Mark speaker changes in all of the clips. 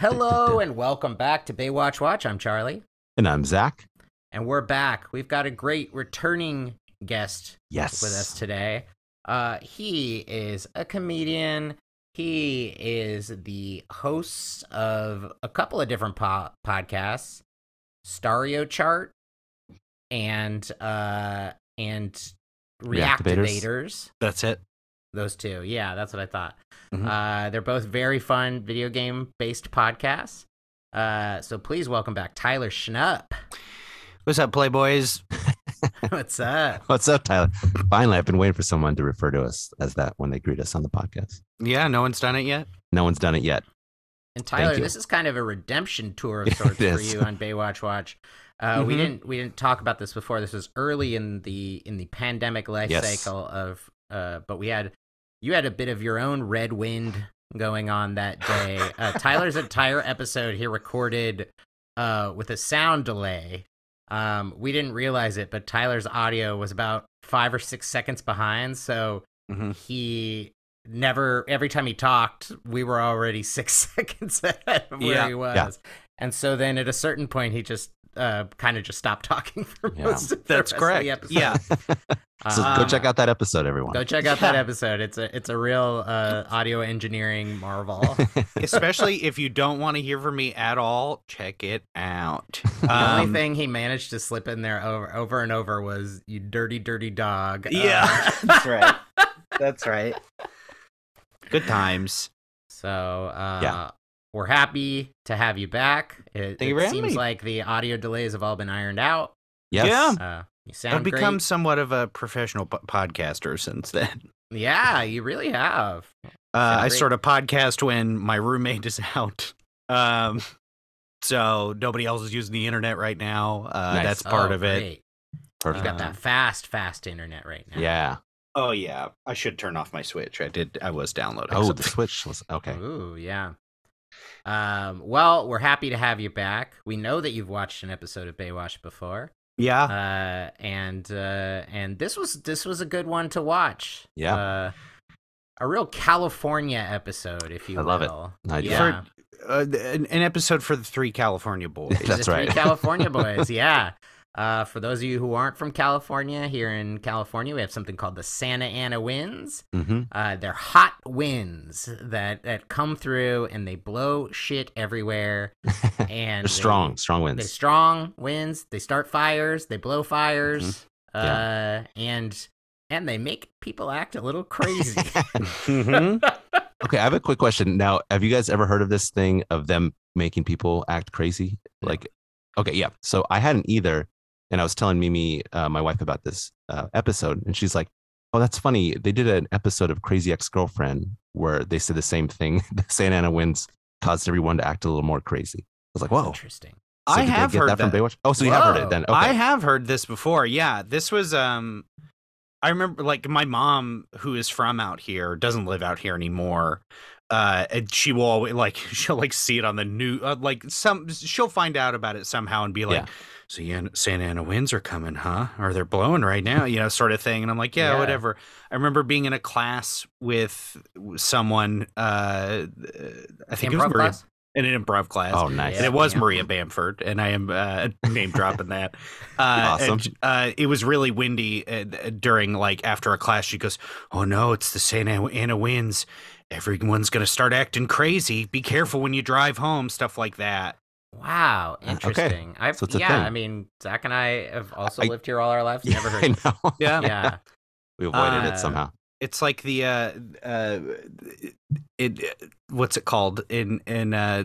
Speaker 1: Hello and welcome back to Baywatch Watch. I'm Charlie,
Speaker 2: And I'm Zach.
Speaker 1: and we're back. We've got a great returning guest
Speaker 2: Yes.
Speaker 1: with us today. Uh, he is a comedian. He is the host of a couple of different po- podcasts, Stario Chart and uh, and
Speaker 2: Reactivators.
Speaker 1: Reactivators.
Speaker 3: That's it.
Speaker 1: Those two. Yeah, that's what I thought.
Speaker 3: Mhm.
Speaker 1: Uh, they're both very fun video game based podcasts. Uh, so please welcome back Tyler Schnupp.
Speaker 3: What's up, Playboys?
Speaker 1: What's up?
Speaker 2: What's up, Tyler? Finally, I've been waiting for someone to refer to us as that when they greet us on the podcast.
Speaker 3: Yeah, no one's done it yet.
Speaker 2: No one's done it yet.
Speaker 1: And Tyler,
Speaker 2: you.
Speaker 1: this is kind of a redemption tour of sorts
Speaker 2: It
Speaker 1: for
Speaker 2: is. Mm-hmm.
Speaker 1: you on Baywatch Watch. Uh, We
Speaker 3: Mhm.
Speaker 1: didn't we didn't talk about this before. This was early in the in the pandemic life
Speaker 2: Yes.
Speaker 1: cycle of. Uh, but we had you had a bit of your own red wind going on that day. Uh, Tyler's entire episode he recorded uh, with a sound delay. Um, we didn't realize it, but Tyler's audio was about five or six seconds behind. So
Speaker 2: Mm-hmm.
Speaker 3: Mhm.
Speaker 1: he never, every time he talked, we were already six seconds ahead of where
Speaker 3: Yeah.
Speaker 1: he was. And so then at a certain point, he just uh, kind of just stopped talking for
Speaker 2: Yeah.
Speaker 1: most of the rest
Speaker 3: That's
Speaker 1: of
Speaker 3: correct.
Speaker 1: the episode.
Speaker 3: Yeah.
Speaker 2: So go
Speaker 3: Ah.
Speaker 1: Um,
Speaker 2: check out that episode, everyone.
Speaker 1: Go check out that
Speaker 3: Yeah.
Speaker 1: episode. It's a it's a real uh, audio engineering marvel.
Speaker 3: Especially if you don't want to hear from me at all, check it out.
Speaker 1: The only
Speaker 3: Um,
Speaker 1: thing he managed to slip in there over, over and over was "you dirty, dirty dog." Uh,
Speaker 3: Yeah, that's right. That's right. Good times.
Speaker 1: so uh,
Speaker 2: Yeah.
Speaker 1: we're happy to have you back. It,
Speaker 3: Thank you
Speaker 1: it
Speaker 3: for having
Speaker 1: seems
Speaker 3: me.
Speaker 1: like the audio delays have all been ironed out.
Speaker 2: Yes.
Speaker 3: Yeah.
Speaker 1: Uh, you sound
Speaker 3: I've become
Speaker 1: great.
Speaker 3: somewhat of a professional po- podcaster since then.
Speaker 1: Yeah, you really have.
Speaker 3: Uh, I
Speaker 1: great.
Speaker 3: sort of podcast when my roommate is out. Um, so nobody else is using the internet right now. Uh,
Speaker 2: Nice.
Speaker 3: That's part
Speaker 1: Oh,
Speaker 3: of it.
Speaker 1: great. You
Speaker 2: Perfect.
Speaker 1: got that fast, fast internet right now.
Speaker 2: Uh-huh. yeah.
Speaker 3: Oh yeah, I should turn off my switch. I did. I was downloading.
Speaker 2: Oh, the
Speaker 3: something.
Speaker 2: switch was okay.
Speaker 1: Ooh, yeah. Um, well, we're happy to have you back. We know that you've watched an episode of Baywatch before.
Speaker 3: yeah.
Speaker 1: uh, and uh, and this was this was a good one to watch.
Speaker 2: Yeah.
Speaker 1: uh, a real California episode, if you
Speaker 2: I love it.
Speaker 1: will.
Speaker 2: I do.
Speaker 1: yeah.
Speaker 3: uh, th- an, an episode for the three California boys.
Speaker 2: That's
Speaker 1: The three
Speaker 2: right.
Speaker 1: California boys. Yeah. Uh, for those of you who aren't from California, here in California, we have something called the Santa Ana winds.
Speaker 2: hmm
Speaker 1: Uh, they're hot winds that, that come through and they blow shit everywhere. And
Speaker 2: They're strong, strong
Speaker 1: They
Speaker 2: winds.
Speaker 1: strong winds. They start fires. They blow fires.
Speaker 2: Mm-hmm.
Speaker 1: Uh, and and they make people act a little crazy.
Speaker 3: Mhm.
Speaker 2: okay, I have a quick question. Now, have you guys ever heard of this thing of them making people act crazy? Like, okay, yeah. So I hadn't either. And I was telling Mimi, uh, my wife, about this uh, episode. And she's like, oh, that's funny. They did an episode of Crazy Ex Girlfriend where they said the same thing. the Santa Ana winds caused everyone to act a little more crazy. I was like, whoa. So
Speaker 1: Interesting.
Speaker 3: I
Speaker 2: did they
Speaker 3: have
Speaker 2: get
Speaker 3: heard
Speaker 2: that from
Speaker 3: that.
Speaker 2: Baywatch. Oh, so you have heard
Speaker 1: Whoa.
Speaker 2: it then. Okay.
Speaker 3: I have heard this before. Yeah, this was. Um, I remember like my mom, who is from out here, doesn't live out here anymore. Uh, and she will always like she'll like see it on the new uh, like some she'll find out about it somehow and be like,
Speaker 2: Yeah.
Speaker 3: "So yeah, Santa Ana winds are coming, huh? Or they're blowing right now, you know, sort of thing." And I'm like, "Yeah,
Speaker 1: Yeah.
Speaker 3: whatever." I remember being in a class with someone. Uh, I think it was
Speaker 1: Improv
Speaker 3: Maria,
Speaker 1: class?
Speaker 3: in an improv class,
Speaker 2: Oh, nice.
Speaker 3: and
Speaker 1: Yeah.
Speaker 3: it was Maria Bamford, and I am uh, name dropping that. Uh,
Speaker 2: Awesome.
Speaker 3: and, uh, it was really windy uh, during like after a class. She goes, "Oh no, it's the Santa Ana winds. Everyone's gonna start acting crazy. Be careful when you drive home. Stuff like that."
Speaker 1: Wow,
Speaker 2: Uh, okay.
Speaker 1: interesting. I've
Speaker 2: So it's a
Speaker 1: yeah,
Speaker 2: thing.
Speaker 1: I mean Zach and I have also
Speaker 2: I-
Speaker 1: lived here all our lives.
Speaker 2: Yeah,
Speaker 1: Never heard.
Speaker 2: I
Speaker 1: of
Speaker 2: know.
Speaker 3: Yeah,
Speaker 1: it. Yeah,
Speaker 2: We avoided
Speaker 1: Uh,
Speaker 2: it somehow.
Speaker 3: it's like the uh, uh, it, what's it called in in uh,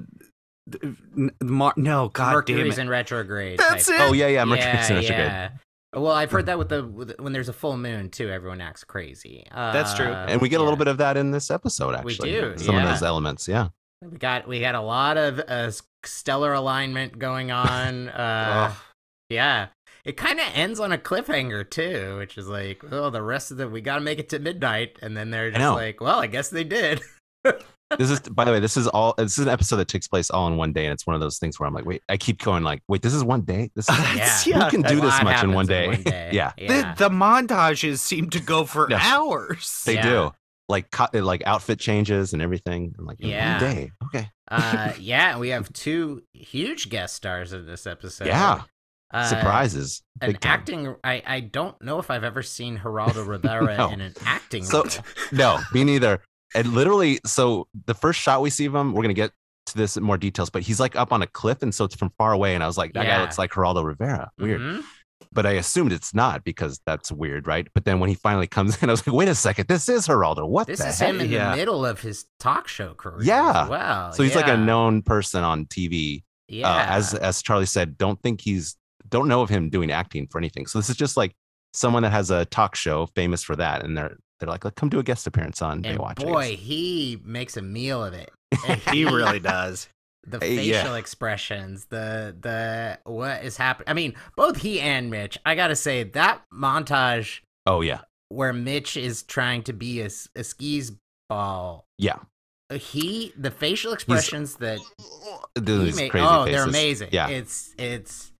Speaker 3: n- Mar- no god damn
Speaker 1: Mercury's
Speaker 3: it.
Speaker 1: in retrograde.
Speaker 3: That's
Speaker 1: type.
Speaker 3: it.
Speaker 2: Oh, yeah, yeah. Mercury's in retrograde.
Speaker 1: yeah. Well, I've heard that with the with, when there's a full moon too, everyone acts crazy. Uh,
Speaker 3: That's true.
Speaker 2: And we get a
Speaker 1: yeah.
Speaker 2: little bit of that in this episode,
Speaker 1: We
Speaker 2: actually.
Speaker 1: do,
Speaker 2: Some
Speaker 1: yeah.
Speaker 2: of those elements. Yeah.
Speaker 1: We got we got a lot of uh, stellar alignment going on. Uh,
Speaker 3: Ugh.
Speaker 1: yeah, it kind of ends on a cliffhanger too, which is like, oh, the rest of the we got to make it to midnight, and then they're just
Speaker 2: know.
Speaker 1: like, well, I guess they did.
Speaker 2: this is by the way this is all this is an episode that takes place all in one day and it's one of those things where i'm like wait i keep going like wait this is one day this is
Speaker 3: That's-
Speaker 2: Who can
Speaker 1: a
Speaker 2: do this
Speaker 1: lot
Speaker 2: much in
Speaker 1: happens
Speaker 2: one day? Yeah.
Speaker 1: yeah.
Speaker 3: The, the montages seem to go for
Speaker 2: No.
Speaker 3: hours.
Speaker 2: they
Speaker 1: Yeah.
Speaker 2: do like co- like outfit changes and everything. I'm like,
Speaker 1: Yeah.
Speaker 2: yeah, day. okay,
Speaker 1: Uh, yeah, we have two huge guest stars in this episode.
Speaker 2: yeah,
Speaker 1: Uh,
Speaker 2: surprises.
Speaker 1: An
Speaker 2: big time.
Speaker 1: acting. I, I don't know if I've ever seen Geraldo Rivera
Speaker 2: No.
Speaker 1: in an acting
Speaker 2: So-
Speaker 1: role.
Speaker 2: No, me neither. And literally, so the first shot we see of him, we're gonna get to this in more details, but he's like up on a cliff, and so it's from far away. And I was like, that
Speaker 1: Yeah.
Speaker 2: guy looks like Geraldo Rivera. Weird.
Speaker 1: Mhm.
Speaker 2: But I assumed it's not because that's weird, right? But then when he finally comes in, I was like, wait a second, this is Geraldo. What
Speaker 1: This
Speaker 2: the
Speaker 1: is
Speaker 2: heck?
Speaker 1: him in
Speaker 3: Yeah.
Speaker 1: the middle of his talk show career.
Speaker 2: Yeah.
Speaker 1: As well.
Speaker 2: So he's like
Speaker 1: Yeah.
Speaker 2: a known person on TV.
Speaker 1: Yeah.
Speaker 2: Uh, as as Charlie said, don't think he's don't know of him doing acting for anything. So this is just like someone that has a talk show famous for that, and they're they're like, come do a guest appearance on
Speaker 1: and
Speaker 2: Baywatch. I guess.
Speaker 1: boy, he makes a meal of it.
Speaker 3: he really does.
Speaker 1: the
Speaker 2: Uh, yeah.
Speaker 1: facial expressions, the the what is happening. I mean, both he and Mitch. I gotta say that montage
Speaker 2: Oh yeah,
Speaker 1: where Mitch is trying to be a, s- a skis ball. uh,
Speaker 2: Yeah.
Speaker 1: He the facial expressions that he
Speaker 2: these
Speaker 1: made.
Speaker 2: crazy
Speaker 1: Oh,
Speaker 2: faces.
Speaker 1: they're amazing.
Speaker 2: Yeah.
Speaker 1: It's it's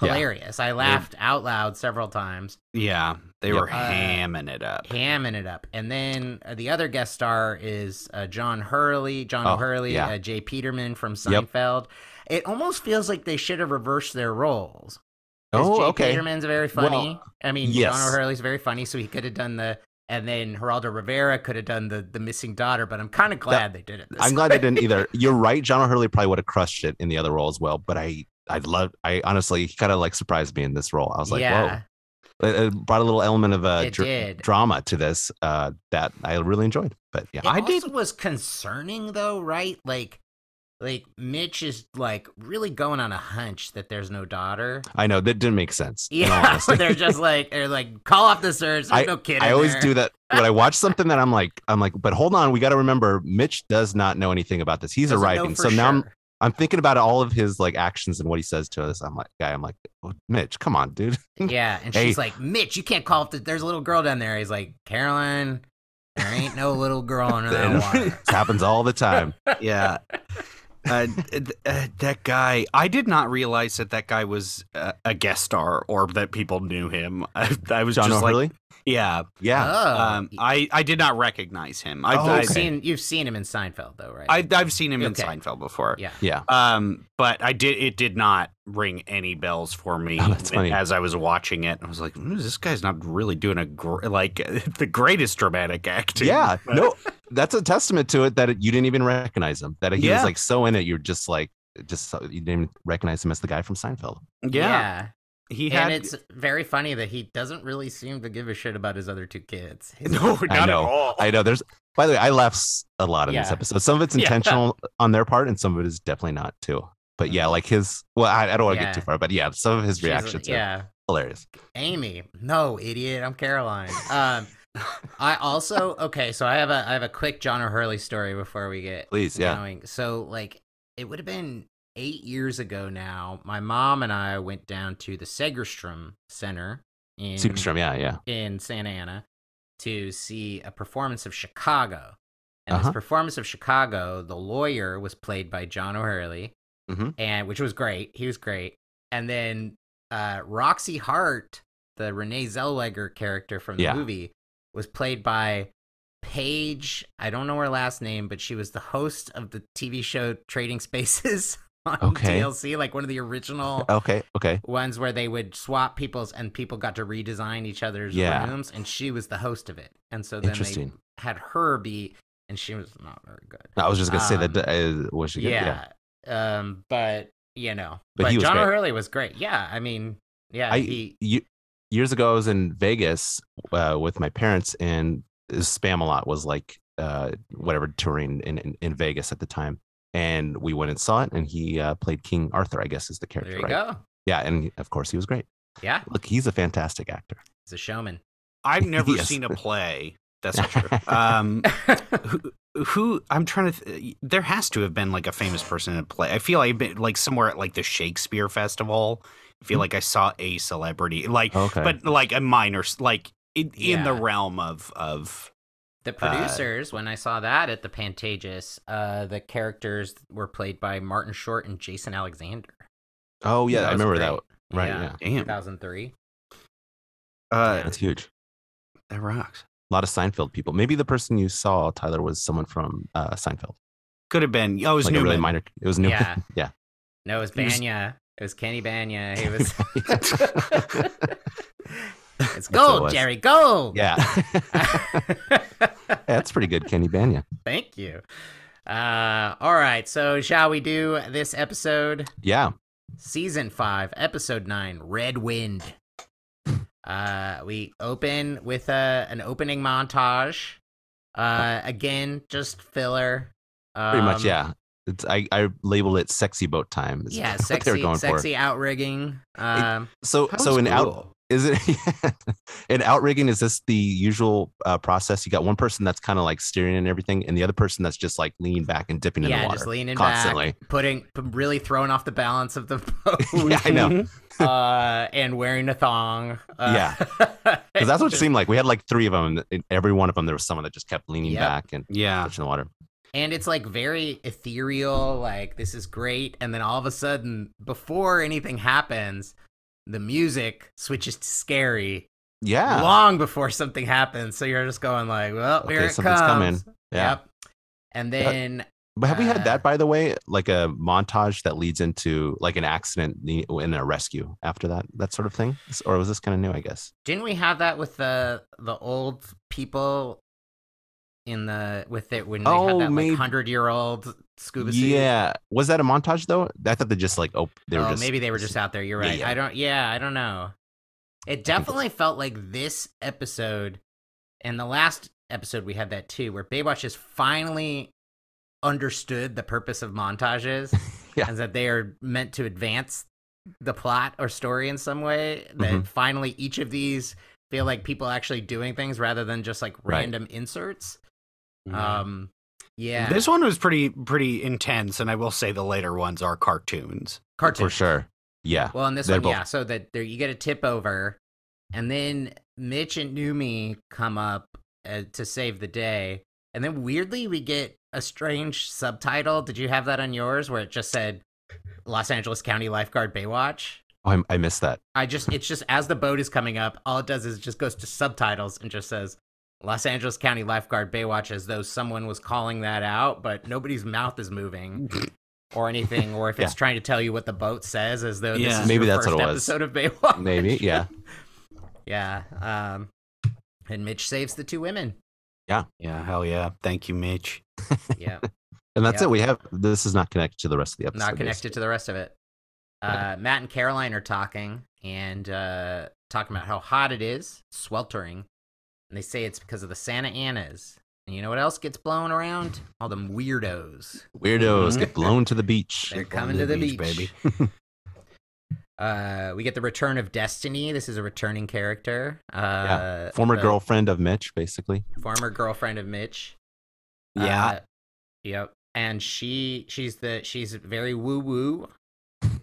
Speaker 2: Yeah.
Speaker 1: hilarious. I laughed out loud several times.
Speaker 3: Yeah, they
Speaker 2: Yep.
Speaker 3: were
Speaker 1: Uh,
Speaker 3: hamming it up.
Speaker 1: hamming it up. And then uh, the other guest star is uh, John Hurley, John
Speaker 2: Oh,
Speaker 1: O'Hurley,
Speaker 2: yeah.
Speaker 1: uh, Jay Peterman from
Speaker 2: Yep.
Speaker 1: Seinfeld. It almost feels like they should have reversed their roles. 'Cause
Speaker 2: Oh,
Speaker 1: Jay
Speaker 2: okay.
Speaker 1: Peterman's very funny. I mean,
Speaker 2: yes.
Speaker 1: John O'Hurley's very funny, so he could have done the. And then Geraldo Rivera could have done the the missing daughter, but I'm kind of glad they did it. This
Speaker 2: I'm glad I didn't either. You're right. John O'Hurley probably would have crushed it in the other role as well. But I, I love. I honestly, he kind of like surprised me in this role. I was like,
Speaker 1: yeah,
Speaker 2: whoa. It, it brought a little element of uh,
Speaker 1: it
Speaker 2: dr-
Speaker 1: did.
Speaker 2: drama to this uh, that I really enjoyed. But yeah,
Speaker 1: It
Speaker 3: I
Speaker 1: also
Speaker 3: did-
Speaker 1: was concerning though, right? Like, like Mitch is like really going on a hunch that there's no daughter.
Speaker 2: I know that didn't make sense. in all
Speaker 1: Yeah,
Speaker 2: honesty.
Speaker 1: they're just like they're like call off the search. There's no kid.
Speaker 2: I
Speaker 1: in
Speaker 2: always
Speaker 1: there.
Speaker 2: do that when I watch something that I'm like, I'm like, but hold on, we got to remember, Mitch does not know anything about this. He's
Speaker 1: Doesn't know
Speaker 2: arriving,
Speaker 1: for
Speaker 2: so now I'm
Speaker 1: sure.
Speaker 2: I'm thinking about all of his like actions and what he says to us. I'm like, guy, I'm like, oh, Mitch, come on, dude.
Speaker 1: yeah, and
Speaker 2: Hey.
Speaker 1: she's like, Mitch, you can't call off. The, there's a little girl down there. He's like, Caroline, there ain't no little girl under that
Speaker 2: this
Speaker 1: water.
Speaker 2: happens all the time.
Speaker 3: yeah. Uh, th- uh, that guy, I did not realize that that guy was uh, a guest star or that people knew him. I, I was
Speaker 2: John
Speaker 3: just
Speaker 2: O'Hurley.
Speaker 3: like, yeah.
Speaker 2: yeah.
Speaker 1: Oh,
Speaker 3: Um, I, I did not recognize him. I,
Speaker 2: Oh,
Speaker 1: you've
Speaker 3: I,
Speaker 2: okay.
Speaker 1: seen you've seen him in Seinfeld though, right?
Speaker 3: I, I've seen him in
Speaker 1: Okay.
Speaker 3: Seinfeld before.
Speaker 1: yeah.
Speaker 2: yeah.
Speaker 3: Um, but I did. It did not ring any bells for me
Speaker 2: Oh, that's funny.
Speaker 3: as I was watching it. I was like, "Ooh, "This guy's not really doing a gr- like the greatest dramatic acting."
Speaker 2: Yeah.
Speaker 3: But-
Speaker 2: No, that's a testament to it that you didn't even recognize him. That he
Speaker 3: Yeah.
Speaker 2: was like so in it, you're just like, just so, you didn't even recognize him as the guy from Seinfeld.
Speaker 3: yeah, He had.
Speaker 1: and it's very funny that he doesn't really seem to give a shit about his other two kids. His-
Speaker 3: no, not at
Speaker 2: know.
Speaker 3: all.
Speaker 2: I know there's. By the way, I laugh s- a lot in this
Speaker 1: Yeah.
Speaker 2: episode. Some of it's
Speaker 3: Yeah.
Speaker 2: intentional on their part, and some of it is definitely not too. But yeah, like his. Well, I, I don't want to
Speaker 1: Mm-hmm. Yeah.
Speaker 2: get too far, but yeah, some of his
Speaker 1: she's-
Speaker 2: reactions are
Speaker 1: Yeah,
Speaker 2: hilarious.
Speaker 1: Amy. No, idiot. I'm Caroline. Um, I also okay. So I have a I have a quick John O'Hurley story before we get
Speaker 2: Please, yeah.
Speaker 1: going. So like it would have been eight years ago now. My mom and I went down to the Segerstrom Center in
Speaker 2: Superstrom, yeah, yeah.
Speaker 1: in Santa Ana to see a performance of Chicago. And this
Speaker 2: Uh-huh.
Speaker 1: performance of Chicago, the lawyer was played by John O'Hurley,
Speaker 2: Mhm.
Speaker 1: and which was great. He was great. And then uh, Roxy Hart, the Renee Zellweger character from the
Speaker 2: Yeah.
Speaker 1: movie, was played by Paige. I don't know her last name, but she was the host of the TV show Trading Spaces on
Speaker 2: Okay.
Speaker 1: TLC, like one of the original
Speaker 2: Okay, okay.
Speaker 1: ones where they would swap people's and people got to redesign each other's
Speaker 2: Yeah.
Speaker 1: rooms and she was the host of it and so then they
Speaker 2: Interesting.
Speaker 1: had her be and she was not very good
Speaker 2: I was just gonna say that.
Speaker 1: Um,
Speaker 2: Uh, was she? good?
Speaker 1: yeah, um but you know
Speaker 2: But he was
Speaker 1: john
Speaker 2: great.
Speaker 1: o'hurley was great yeah i mean yeah
Speaker 2: I
Speaker 1: he
Speaker 2: you, years ago I was in Vegas uh, with my parents and Spam a lot was like uh, whatever touring in, in in Vegas at the time, and we went and saw it, and he uh, played King Arthur, I guess is the character,
Speaker 1: there you
Speaker 2: right?
Speaker 1: go
Speaker 2: Yeah, and of course he was great.
Speaker 1: yeah
Speaker 2: Look, he's a fantastic actor.
Speaker 1: he's a showman
Speaker 3: I've never
Speaker 2: Yes.
Speaker 3: seen a play. That's not true. Um, who, who? I'm trying to. Th- there has to have been like a famous person in a play. I feel like I've been, like somewhere at like the Shakespeare Festival. I feel like I saw a celebrity, like,
Speaker 2: Hmm. Okay,
Speaker 3: but like a minor, s- like in, in the
Speaker 1: Yeah.
Speaker 3: realm of of.
Speaker 1: the
Speaker 2: Uh,
Speaker 1: producers when i saw that at the pantages uh the characters were played by martin short and jason alexander
Speaker 2: oh yeah,
Speaker 1: That
Speaker 2: I
Speaker 1: was
Speaker 2: remember
Speaker 1: great.
Speaker 2: that. Right, yeah,
Speaker 3: Damn,
Speaker 1: 2003
Speaker 3: uh,
Speaker 2: that's huge.
Speaker 3: that rocks.
Speaker 2: A lot of Seinfeld people. Maybe the person you saw, Tyler, was someone from uh, Seinfeld.
Speaker 3: Could have been. Oh, it was
Speaker 2: like
Speaker 3: Newman.
Speaker 2: a really minor. It was new.
Speaker 1: Yeah.
Speaker 2: yeah.
Speaker 1: No, it was
Speaker 3: He was-
Speaker 1: Banya. It was Kenny Banya. He was. it's
Speaker 2: what it
Speaker 1: gold,
Speaker 2: was.
Speaker 1: Jerry, gold.
Speaker 2: yeah. That's pretty good, Kenny Banya.
Speaker 1: Thank you. Uh, all right. So, shall we do this episode?
Speaker 2: Yeah.
Speaker 1: Season 5, Episode 9, Red Wind. Uh, we open with a, an opening montage. Uh, again, just filler.
Speaker 2: Pretty much.
Speaker 1: Um,
Speaker 2: Yeah. It's I, I labeled it sexy boat time. is
Speaker 1: Yeah,
Speaker 2: what they were
Speaker 1: sexy, sexy outrigging. Um,
Speaker 2: So so an out is it in outrigging is this the usual uh, process you got one person that's kind of like steering and everything and the other person that's just like leaning back and dipping in the
Speaker 1: yeah,
Speaker 2: water
Speaker 1: just leaning
Speaker 2: constantly
Speaker 1: back, putting, p- really throwing off the balance of the boat.
Speaker 2: yeah i know
Speaker 3: Mm-hmm.
Speaker 1: uh, and wearing a thong. Uh, yeah,
Speaker 2: because that's what it seemed like we had like three of them and in every one of them there was someone that just kept leaning
Speaker 1: Yep.
Speaker 2: back and
Speaker 3: Yeah.
Speaker 2: touching the water
Speaker 1: And it's like very ethereal, like this is great. And then all of a sudden, before anything happens, the music switches to scary
Speaker 2: yeah
Speaker 1: long before something happens. So you're just going like, well,
Speaker 2: Okay,
Speaker 1: here it
Speaker 2: something's
Speaker 1: comes.
Speaker 2: coming. yeah
Speaker 1: Yep. And then
Speaker 2: but have we
Speaker 1: Uh,
Speaker 2: had that by the way like a montage that leads into like an accident in a rescue after that that sort of thing or was this kind of new i guess
Speaker 1: didn't we have that with the the old people in the with it when they
Speaker 2: Oh,
Speaker 1: had that
Speaker 2: maybe-
Speaker 1: like hundred year old scuba suit?
Speaker 2: yeah was that a montage though i thought they just like oh they were
Speaker 1: oh,
Speaker 2: just
Speaker 1: maybe they were just out there. You're
Speaker 2: Yeah,
Speaker 1: right.
Speaker 2: yeah.
Speaker 1: I don't. Yeah, I don't know. It
Speaker 2: that's-
Speaker 1: definitely felt like this episode, and the last episode we had that too, where Baywatch has finally understood the purpose of montages,
Speaker 2: Yeah.
Speaker 1: and that they are meant to advance the plot or story in some way. That
Speaker 2: Mhm.
Speaker 1: finally each of these feel like people actually doing things rather than just like
Speaker 2: Right. Mm-hmm.
Speaker 1: random inserts. Um, yeah,
Speaker 3: This one was pretty pretty intense, and I will say the later ones are cartoons.
Speaker 1: cartoon
Speaker 2: for sure yeah
Speaker 1: Well, in this
Speaker 2: They're
Speaker 1: one,
Speaker 2: both-
Speaker 1: yeah. So that there, you get a tip over, and then Mitch and Numi come up uh, to save the day, and then weirdly we get a strange subtitle. Did you have that on yours where it just said Los Angeles County Lifeguard Baywatch?
Speaker 2: Oh, I, I missed that.
Speaker 1: I just it's just as the boat is coming up, all it does is just goes to subtitles and just says Los Angeles County Lifeguard Baywatch as though someone was calling that out, but nobody's mouth is moving or anything, or if it's trying to tell you what the boat says as though this
Speaker 3: Yeah.
Speaker 1: is
Speaker 2: Maybe
Speaker 1: your
Speaker 2: that's
Speaker 1: first
Speaker 2: what it was.
Speaker 1: episode of Baywatch.
Speaker 2: Maybe, yeah.
Speaker 1: yeah. Um and Mitch saves the two women.
Speaker 3: Yeah, hell yeah. Thank you, Mitch.
Speaker 1: Yeah.
Speaker 2: And that's
Speaker 1: Yeah.
Speaker 2: it. We have this is not connected to the rest of the episode.
Speaker 1: not connected to the rest of it. Uh, Matt and Caroline are talking and uh, talking about how hot it is, sweltering, and they say it's because of the Santa Anas. And you know what else gets blown around? All them weirdos.
Speaker 2: basically. Weirdos
Speaker 3: Mhm.
Speaker 2: get blown to the beach.
Speaker 1: Mm-hmm. They're
Speaker 3: Blown
Speaker 1: coming to the beach, Uh, we get the return of Destiny. This is a returning character. Uh,
Speaker 2: Former
Speaker 1: the
Speaker 2: girlfriend of Mitch, basically.
Speaker 1: former girlfriend of Mitch.
Speaker 3: Yeah.
Speaker 1: Uh, yep. And she she's the she's very woo woo,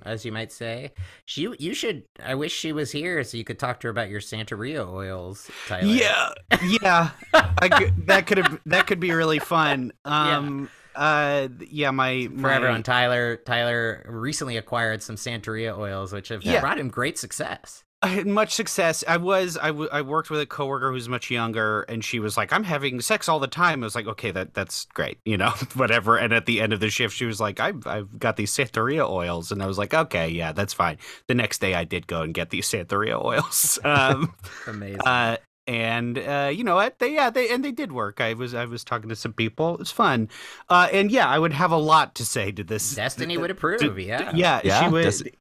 Speaker 1: as you might say. She you should I wish she was here so you could talk to her about your Santeria oils, Tyler.
Speaker 3: yeah. Yeah. I could, that could have that could be really fun. Um uh yeah, my,
Speaker 1: For
Speaker 3: my
Speaker 1: everyone, Tyler Tyler recently acquired some Santeria oils, which have
Speaker 3: Yeah.
Speaker 1: brought him great success.
Speaker 3: I had much success. I was I, w- I worked with a coworker who's much younger, and she was like, "I'm having sex all the time." I was like, "Okay, that that's great, you know, whatever." And at the end of the shift, she was like, "I've I've got these Santeria oils," and I was like, "Okay, yeah, that's fine." The next day, I did go and get these Santeria oils, um,
Speaker 1: Amazing.
Speaker 3: uh, and uh, you know what? They yeah they and they did work. I was I was talking to some people. It was fun, uh, and yeah, I would have a lot to say to this.
Speaker 1: Destiny would approve, yeah.
Speaker 3: Yeah,
Speaker 2: Yeah,
Speaker 3: she would.
Speaker 2: Desti-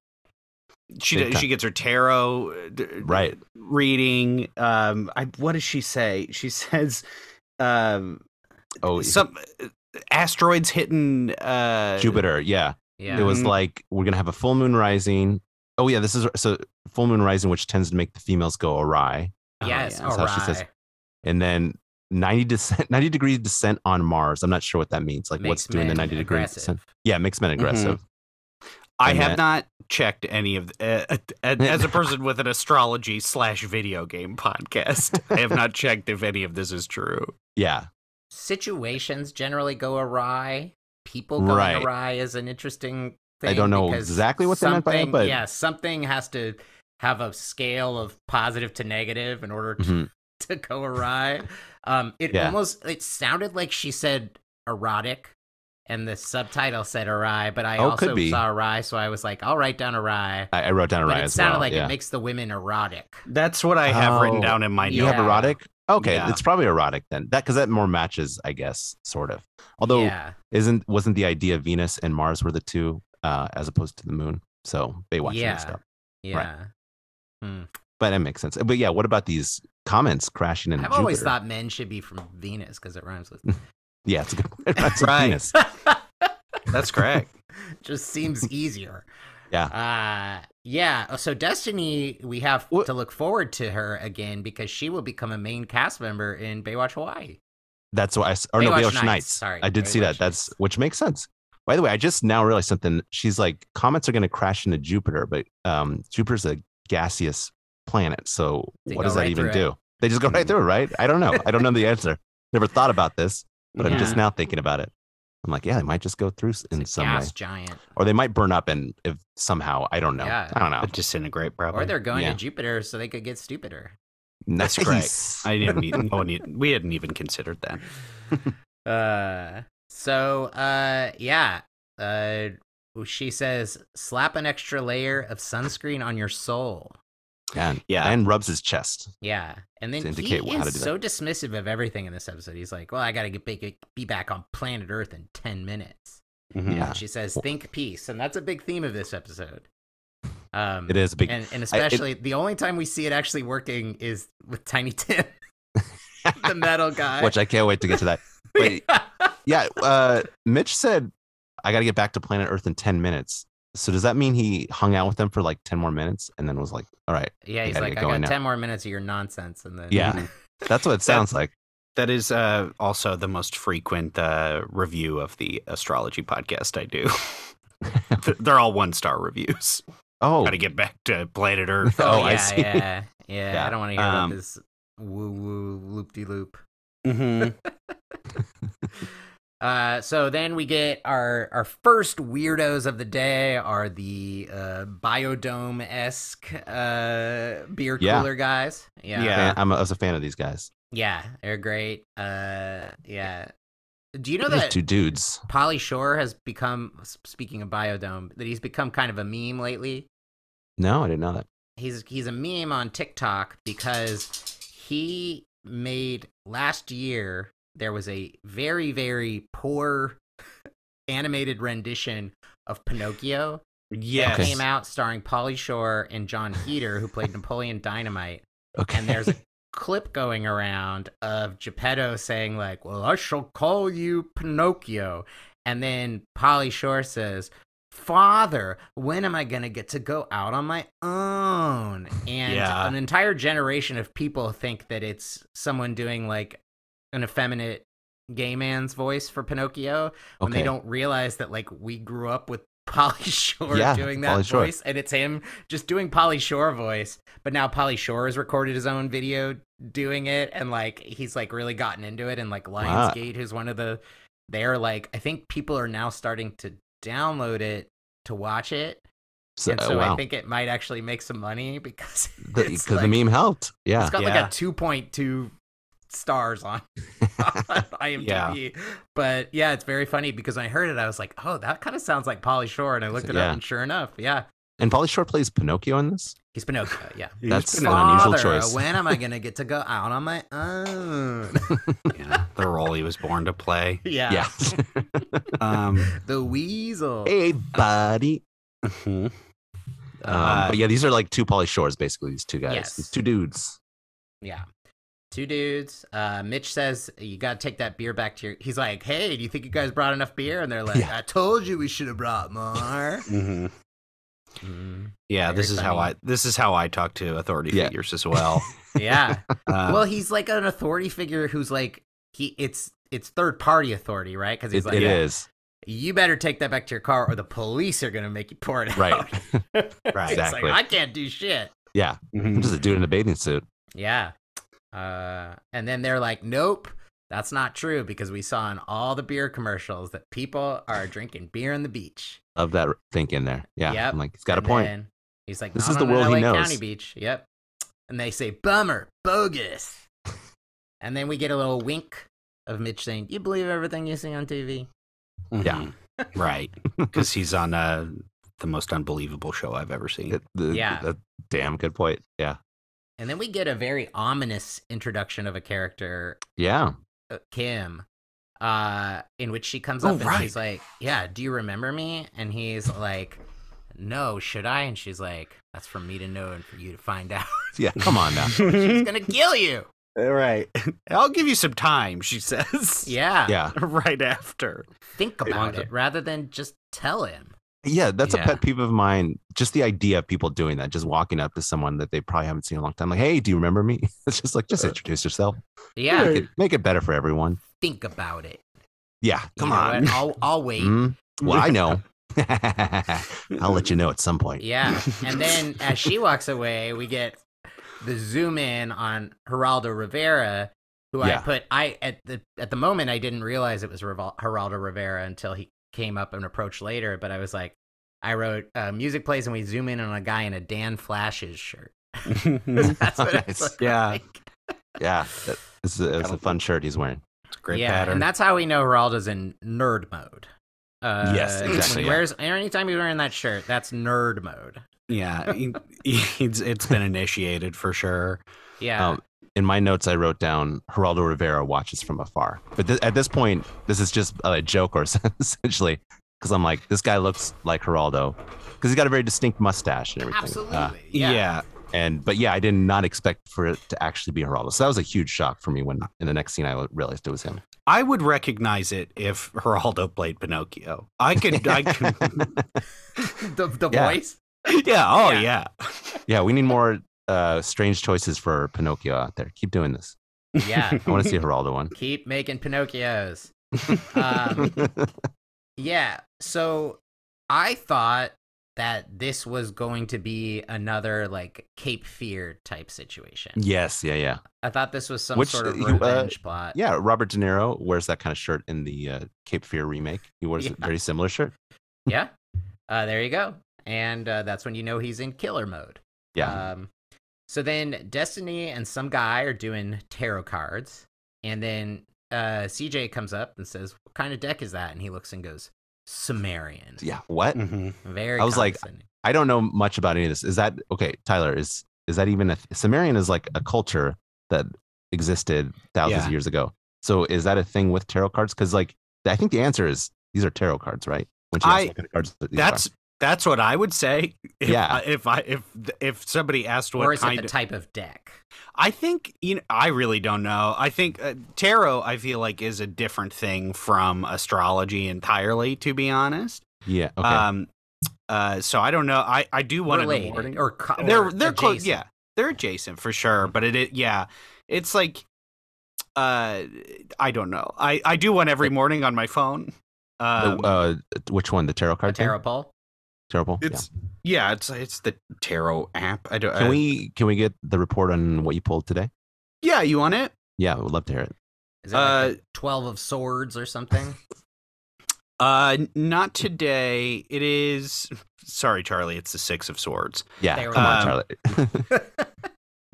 Speaker 3: she
Speaker 2: Big
Speaker 3: d-
Speaker 2: time.
Speaker 3: she gets her tarot uh, d-
Speaker 2: Right.
Speaker 3: reading. Um, I what does she say? She says, um,
Speaker 2: Oh,
Speaker 3: some uh, asteroids hitting uh
Speaker 2: Jupiter. Yeah.
Speaker 1: Yeah. Mm-hmm.
Speaker 2: It was
Speaker 3: Mhm.
Speaker 2: like we're gonna have a full moon rising. Oh yeah, this is so full moon rising, which tends to make the females go awry,
Speaker 3: Oh,
Speaker 1: yes,
Speaker 3: yeah.
Speaker 2: uh, That's how she says-
Speaker 1: awry.
Speaker 2: and then. 90 descent 90 degree descent on mars i'm not sure what that means like what's
Speaker 1: Makes
Speaker 2: doing the
Speaker 1: men
Speaker 2: 90 degree
Speaker 1: aggressive.
Speaker 2: descent yeah makes men aggressive
Speaker 3: I
Speaker 2: and
Speaker 3: have
Speaker 2: that-
Speaker 3: not checked any of the, uh, uh, as a person with an astrology slash video game podcast. I have not checked if any of this is true.
Speaker 2: yeah
Speaker 1: Situations generally go awry. People going
Speaker 2: Right.
Speaker 1: awry is an interesting thing.
Speaker 2: I don't know
Speaker 1: because
Speaker 2: exactly what they meant by that,
Speaker 1: something-
Speaker 2: but-
Speaker 1: yeah, something has to have a scale of positive to negative in order to
Speaker 2: Mhm.
Speaker 1: to go awry. Um, it
Speaker 2: Yeah.
Speaker 1: almost it sounded like she said erotic, and the subtitle said awry, but I
Speaker 2: Oh, could
Speaker 1: also
Speaker 2: be.
Speaker 1: saw awry, so I was like, I'll write down awry.
Speaker 2: I, I wrote down
Speaker 1: But
Speaker 2: awry
Speaker 1: it
Speaker 2: as
Speaker 1: sounded
Speaker 2: well.
Speaker 1: like
Speaker 2: yeah.
Speaker 1: it makes the women erotic.
Speaker 3: That's what I have written
Speaker 2: Oh.
Speaker 3: down in my
Speaker 1: You
Speaker 2: you have
Speaker 1: Yeah.
Speaker 2: erotic. Okay,
Speaker 3: Yeah.
Speaker 2: it's probably erotic then. That because that more matches, I guess, sort of. Although
Speaker 1: yeah,
Speaker 2: isn't wasn't the idea Venus and Mars were the two uh, as opposed to the moon? So they watched
Speaker 1: Yeah.
Speaker 2: messed up.
Speaker 1: yeah.
Speaker 2: But that makes sense. But yeah, what about these comments crashing in
Speaker 1: I've
Speaker 2: Jupiter?
Speaker 1: always thought men should be from Venus because it rhymes with.
Speaker 2: Yeah, it's a good. it rhymes with
Speaker 3: Right.
Speaker 2: Venus.
Speaker 3: That's correct.
Speaker 1: Just seems easier.
Speaker 2: Yeah.
Speaker 1: Uh, yeah. So Destiny, we have
Speaker 2: What-
Speaker 1: to look forward to her again because she will become a main cast member in Baywatch Hawaii.
Speaker 2: That's why I s- or no,
Speaker 1: Baywatch
Speaker 2: Baywatch
Speaker 1: Oh, Nights,
Speaker 2: Nights.
Speaker 1: sorry,
Speaker 2: I did see
Speaker 1: Baywatch
Speaker 2: that. That's
Speaker 1: Nights.
Speaker 2: which makes sense. By the way, I just now realized something. She's like comments are going to crash into Jupiter, but um, Jupiter's a gaseous planet. So
Speaker 1: They
Speaker 2: what
Speaker 1: go
Speaker 2: does
Speaker 1: right
Speaker 2: that even
Speaker 1: through
Speaker 2: do? They just go right
Speaker 3: Mm.
Speaker 2: through, it, right? I don't know. I don't know the answer. Never thought about this, but I'm
Speaker 1: Yeah.
Speaker 2: just now thinking about it. I'm like, yeah, they might just go through s- in
Speaker 1: It's a
Speaker 2: some
Speaker 1: gas
Speaker 2: way,
Speaker 1: giant.
Speaker 2: or they might burn up, and if somehow I don't know.
Speaker 1: Yeah.
Speaker 2: I don't know.
Speaker 3: disintegrate, probably.
Speaker 1: Or they're going
Speaker 2: Yeah.
Speaker 1: to Jupiter so they could get stupider.
Speaker 3: That's correct.
Speaker 2: nice.
Speaker 3: I didn't. Even, no one even- we hadn't even considered that.
Speaker 1: uh, so uh, yeah. Uh, she says, slap an extra layer of sunscreen on your soul.
Speaker 2: And,
Speaker 3: Yeah.
Speaker 2: and rubs his chest.
Speaker 1: Yeah, and then
Speaker 2: to indicate
Speaker 1: he
Speaker 2: wh- how to
Speaker 1: is
Speaker 2: do that.
Speaker 1: so dismissive of everything in this episode. He's like, "Well, I gotta get big, be back on planet Earth in ten minutes."
Speaker 3: Mhm.
Speaker 2: Yeah.
Speaker 1: And she says, "Think peace," and that's a big theme of this episode. Um,
Speaker 2: It is a big.
Speaker 1: and, and especially the only time we see it actually working is with Tiny Tim, the metal guy.
Speaker 2: which I can't wait to get to that. Wait, yeah uh mitch said i gotta get back to planet earth in 10 minutes so does that mean he hung out with them for like 10 more minutes and then was like all right
Speaker 1: yeah,
Speaker 2: I
Speaker 1: he's
Speaker 2: gotta
Speaker 1: like,
Speaker 2: get
Speaker 1: "I
Speaker 2: going
Speaker 1: got
Speaker 2: now."
Speaker 1: ten more minutes of your nonsense," and then
Speaker 2: Yeah. that's what it sounds like
Speaker 3: That is uh, also the most frequent uh, review of the astrology podcast I do. Th- They're all one star reviews.
Speaker 2: oh
Speaker 3: Got to get back to planet Earth.
Speaker 1: Oh,
Speaker 2: Oh, I
Speaker 1: yeah,
Speaker 2: see.
Speaker 1: yeah, yeah, I
Speaker 2: Yeah.
Speaker 1: don't want to hear
Speaker 3: Um,
Speaker 1: about this woo woo loop de loop.
Speaker 3: Mhm.
Speaker 1: Uh, so then we get our our first weirdos of the day are the uh, biodome esque uh, beer
Speaker 2: Yeah.
Speaker 1: cooler guys. Yeah,
Speaker 3: Yeah.
Speaker 2: fan- I'm a, i was a fan of these guys
Speaker 1: Yeah, they're great. Uh, yeah. Do you know
Speaker 2: Those
Speaker 1: that
Speaker 2: two dudes
Speaker 1: Polly Shore has become s- speaking of biodome that he's become kind of a meme lately?
Speaker 2: no i didn't know that
Speaker 1: he's he's a meme on TikTok because he made last year there was a very very poor animated rendition of Pinocchio
Speaker 3: Yes.
Speaker 1: that came out starring Polly Shore and John Heater who played Napoleon Dynamite
Speaker 2: okay
Speaker 1: and there's a clip going around of Geppetto saying like, "Well, I shall call you Pinocchio," and then Polly Shore says, "Father, when am I gonna get to go out on my own?" And
Speaker 3: Yeah.
Speaker 1: an entire generation of people think that it's someone doing like an effeminate gay man's voice for Pinocchio when
Speaker 2: okay
Speaker 1: they don't realize that like we grew up with Polly Shore
Speaker 2: Yeah,
Speaker 1: doing
Speaker 2: Pauly
Speaker 1: that
Speaker 2: Shore.
Speaker 1: voice, and it's him just doing Polly Shore voice. But now Polly Shore has recorded his own video doing it, and like he's like really gotten into it. And like
Speaker 2: Wow.
Speaker 1: Lionsgate, who's one of the, they're like I think people are now starting to download it to watch it,
Speaker 2: so,
Speaker 1: and
Speaker 2: uh,
Speaker 1: so
Speaker 2: wow
Speaker 1: I think it might actually make some money because
Speaker 2: because
Speaker 1: it's
Speaker 2: the
Speaker 1: like-
Speaker 2: meme helped
Speaker 1: it's
Speaker 2: yeah
Speaker 1: got
Speaker 3: Yeah.
Speaker 1: like a two point two stars on, on IMDb. But yeah, it's very funny because when I heard it, I was like, "Oh, that kind of sounds like Polly Shore," and I looked it
Speaker 2: Yeah.
Speaker 1: up, and sure enough, yeah,
Speaker 2: and polly shore plays pinocchio in this
Speaker 1: he's Pinocchio. Yeah.
Speaker 3: He's
Speaker 2: that's
Speaker 3: been
Speaker 2: an
Speaker 3: on-
Speaker 2: unusual
Speaker 1: Father,
Speaker 2: choice
Speaker 1: when am I gonna get to go out on my own?
Speaker 3: yeah, the role he was born to play.
Speaker 1: yeah.
Speaker 2: yeah
Speaker 3: Um,
Speaker 1: The weasel.
Speaker 2: hey buddy
Speaker 3: mhm.
Speaker 2: Mm-hmm. um,
Speaker 3: Uh,
Speaker 2: but yeah these are like two polly shores basically these two guys
Speaker 1: Yes.
Speaker 2: these two dudes
Speaker 1: Yeah. Two dudes. Uh, Mitch says you gotta take that beer back to your. He's like, "Hey, do you think you guys brought enough beer?" And they're like,
Speaker 2: Yeah.
Speaker 1: "I told you we should have brought more."
Speaker 3: Mhm.
Speaker 1: Mm.
Speaker 3: Yeah, this
Speaker 1: Very
Speaker 3: is how
Speaker 1: funny.
Speaker 3: I this is how I talk to authority
Speaker 2: Yeah.
Speaker 3: figures as well.
Speaker 1: Yeah.
Speaker 3: Um,
Speaker 2: Uh,
Speaker 1: well, he's like an authority figure who's like he it's it's third party authority, right? Because he's
Speaker 2: it,
Speaker 1: like,
Speaker 2: it
Speaker 1: "Yeah,
Speaker 2: is
Speaker 1: you better take that back to your car, or the police are gonna make you pour it
Speaker 2: right
Speaker 1: out.
Speaker 3: right.
Speaker 1: It's like,
Speaker 2: exactly.
Speaker 1: I can't do shit.
Speaker 2: yeah i'm
Speaker 3: Mhm.
Speaker 2: just a dude in a bathing suit
Speaker 1: Yeah. Uh, and then they're like, nope, that's not true because we saw in all the beer commercials that people are drinking beer on the beach.
Speaker 2: of that think in there. Yeah.
Speaker 1: Yep.
Speaker 2: I'm like, he's got a
Speaker 1: And
Speaker 2: point.
Speaker 1: then He's like,
Speaker 2: This
Speaker 1: "Not
Speaker 2: is the
Speaker 1: on an
Speaker 2: world he
Speaker 1: LA
Speaker 2: knows."
Speaker 1: County beach. Yep. And they say, bummer, bogus. And then we get a little wink of Mitch saying, "You believe everything you see on TV?"
Speaker 2: Yeah.
Speaker 3: Mhm. right. Because he's on uh, the most unbelievable show I've ever seen.
Speaker 2: It- the-
Speaker 1: Yeah.
Speaker 2: the- damn good point. Yeah.
Speaker 1: And then we get a very ominous introduction of a character
Speaker 2: Yeah.
Speaker 1: uh, Kim, uh, in which she comes
Speaker 3: Oh,
Speaker 1: up and
Speaker 3: right.
Speaker 1: she's like, "Yeah, do you remember me?" And he's like, "No, should I?" And she's like, "That's for me to know and for you to find out.
Speaker 2: Yeah. Come on now.
Speaker 1: She's gonna kill you."
Speaker 3: right. I'll give you some time, she says.
Speaker 1: Yeah,
Speaker 2: Yeah.
Speaker 3: right after.
Speaker 1: think about
Speaker 2: Lonzo.
Speaker 1: it rather than just tell him.
Speaker 2: Yeah. That's
Speaker 3: Yeah.
Speaker 2: a pet peeve of mine. Just the idea of people doing that, just walking up to someone that they probably haven't seen in a long time. Like, hey, do you remember me? It's just like,
Speaker 1: Uh,
Speaker 2: just introduce yourself.
Speaker 1: Yeah,
Speaker 2: Make it, make it better for everyone.
Speaker 1: think about it.
Speaker 2: Yeah.
Speaker 1: You
Speaker 2: Come
Speaker 1: know
Speaker 2: on.
Speaker 1: what? I'll I'll wait.
Speaker 2: Mm, well, I know. I'll let you know at some point.
Speaker 1: Yeah, and then as she walks away, we get the zoom in on Geraldo Rivera, who I
Speaker 2: Yeah.
Speaker 1: put I at the at the moment I didn't realize it was Revol- Geraldo Rivera until he came up and approached later. But I was like, I wrote uh, music plays and we zoom in on a guy in a Dan Flash's shirt. That's what
Speaker 2: Nice.
Speaker 1: it's like.
Speaker 3: Yeah.
Speaker 2: Yeah. That, this is a, it's a fun shirt he's wearing.
Speaker 3: Great
Speaker 1: yeah,
Speaker 3: pattern.
Speaker 1: and that's how we know Geraldo's in nerd mode. Uh,
Speaker 2: Yes,
Speaker 1: when
Speaker 2: exactly,
Speaker 1: He
Speaker 2: yeah.
Speaker 1: wears anytime he's wearing that shirt, that's nerd mode.
Speaker 3: yeah. he- he- it's, it's been initiated for sure.
Speaker 1: Yeah,
Speaker 2: Um, in my notes, I wrote down Geraldo Rivera watches from afar. But th- at this point, this is just a joke, or essentially, because I'm like, this guy looks like Geraldo, because he's got a very distinct mustache and everything. Uh,
Speaker 1: absolutely.
Speaker 3: yeah.
Speaker 2: and but yeah, I did not expect for it to actually be Geraldo. So that was a huge shock for me when in the next scene I realized it was him.
Speaker 3: I would recognize it if Geraldo played Pinocchio. I could, I could,
Speaker 1: the the
Speaker 2: Yeah.
Speaker 1: voice.
Speaker 3: yeah, oh
Speaker 1: Yeah.
Speaker 3: yeah.
Speaker 2: Yeah, we need more uh, strange choices for Pinocchio out there. Keep doing this.
Speaker 1: Yeah.
Speaker 2: I want to see a Geraldo one.
Speaker 1: Keep making Pinocchios. Um, yeah. So I thought that this was going to be another like Cape Fear type situation.
Speaker 2: yes, yeah, yeah,
Speaker 1: I thought this was some
Speaker 2: Which,
Speaker 1: sort of
Speaker 2: uh, you, uh,
Speaker 1: revenge plot.
Speaker 2: yeah. Robert De Niro wears that kind of shirt in the uh, Cape Fear remake. He wears
Speaker 1: Yeah.
Speaker 2: a very similar shirt.
Speaker 1: Yeah. Uh, there you go. And uh, that's when you know he's in killer mode.
Speaker 2: Yeah.
Speaker 3: Uh,
Speaker 1: Um, so then Destiny and some guy are doing tarot cards. And then uh, CJ comes up and says, What kind of deck is that? And he looks and goes, Sumerian.
Speaker 2: yeah. What?
Speaker 3: Mm.
Speaker 1: Very
Speaker 2: I was like,
Speaker 1: condescending.
Speaker 2: I don't know much about any of this. Is that okay, Tyler? Is is that even a Sumerian is like a culture that existed thousands
Speaker 3: Yeah.
Speaker 2: of years ago? So is that a thing with tarot cards? Because like I think the answer is these are tarot cards, right? When she asks
Speaker 3: I-
Speaker 2: what kind of cards these
Speaker 3: That's that's what I would say. If,
Speaker 2: Yeah.
Speaker 3: If I if if somebody asked what
Speaker 1: or is it
Speaker 3: kind
Speaker 1: the
Speaker 3: of,
Speaker 1: type of deck?
Speaker 3: I think you know, I really don't know. I think uh, tarot I feel like is a different thing from astrology entirely to be honest.
Speaker 2: are. yeah, okay,
Speaker 3: Um uh so I don't know. I I do want an
Speaker 1: Related,
Speaker 3: award.
Speaker 1: or, co- or
Speaker 3: They're they're close.
Speaker 1: adjacent.
Speaker 3: Yeah. They're adjacent for sure, but it, it yeah. It's like uh I don't know. I I do one every morning on my phone. Um,
Speaker 2: The- uh, which one? The tarot
Speaker 1: A
Speaker 2: card? thing?
Speaker 1: tarot pole.
Speaker 2: Tarot pole?
Speaker 3: It's uh, yeah. it's it's the tarot app. I don't.
Speaker 2: yeah. Can
Speaker 3: I-
Speaker 2: we can we get the report on what you pulled today?
Speaker 3: Yeah, you want it?
Speaker 2: Yeah, I would love to hear it.
Speaker 1: Is it like
Speaker 2: Uh,
Speaker 1: a twelve of swords or something?
Speaker 3: Uh, n- not today. It is. Sorry, Charlie. It's the six of swords.
Speaker 2: Yeah,
Speaker 1: They were-
Speaker 2: come on,
Speaker 3: Um,
Speaker 2: Charlie.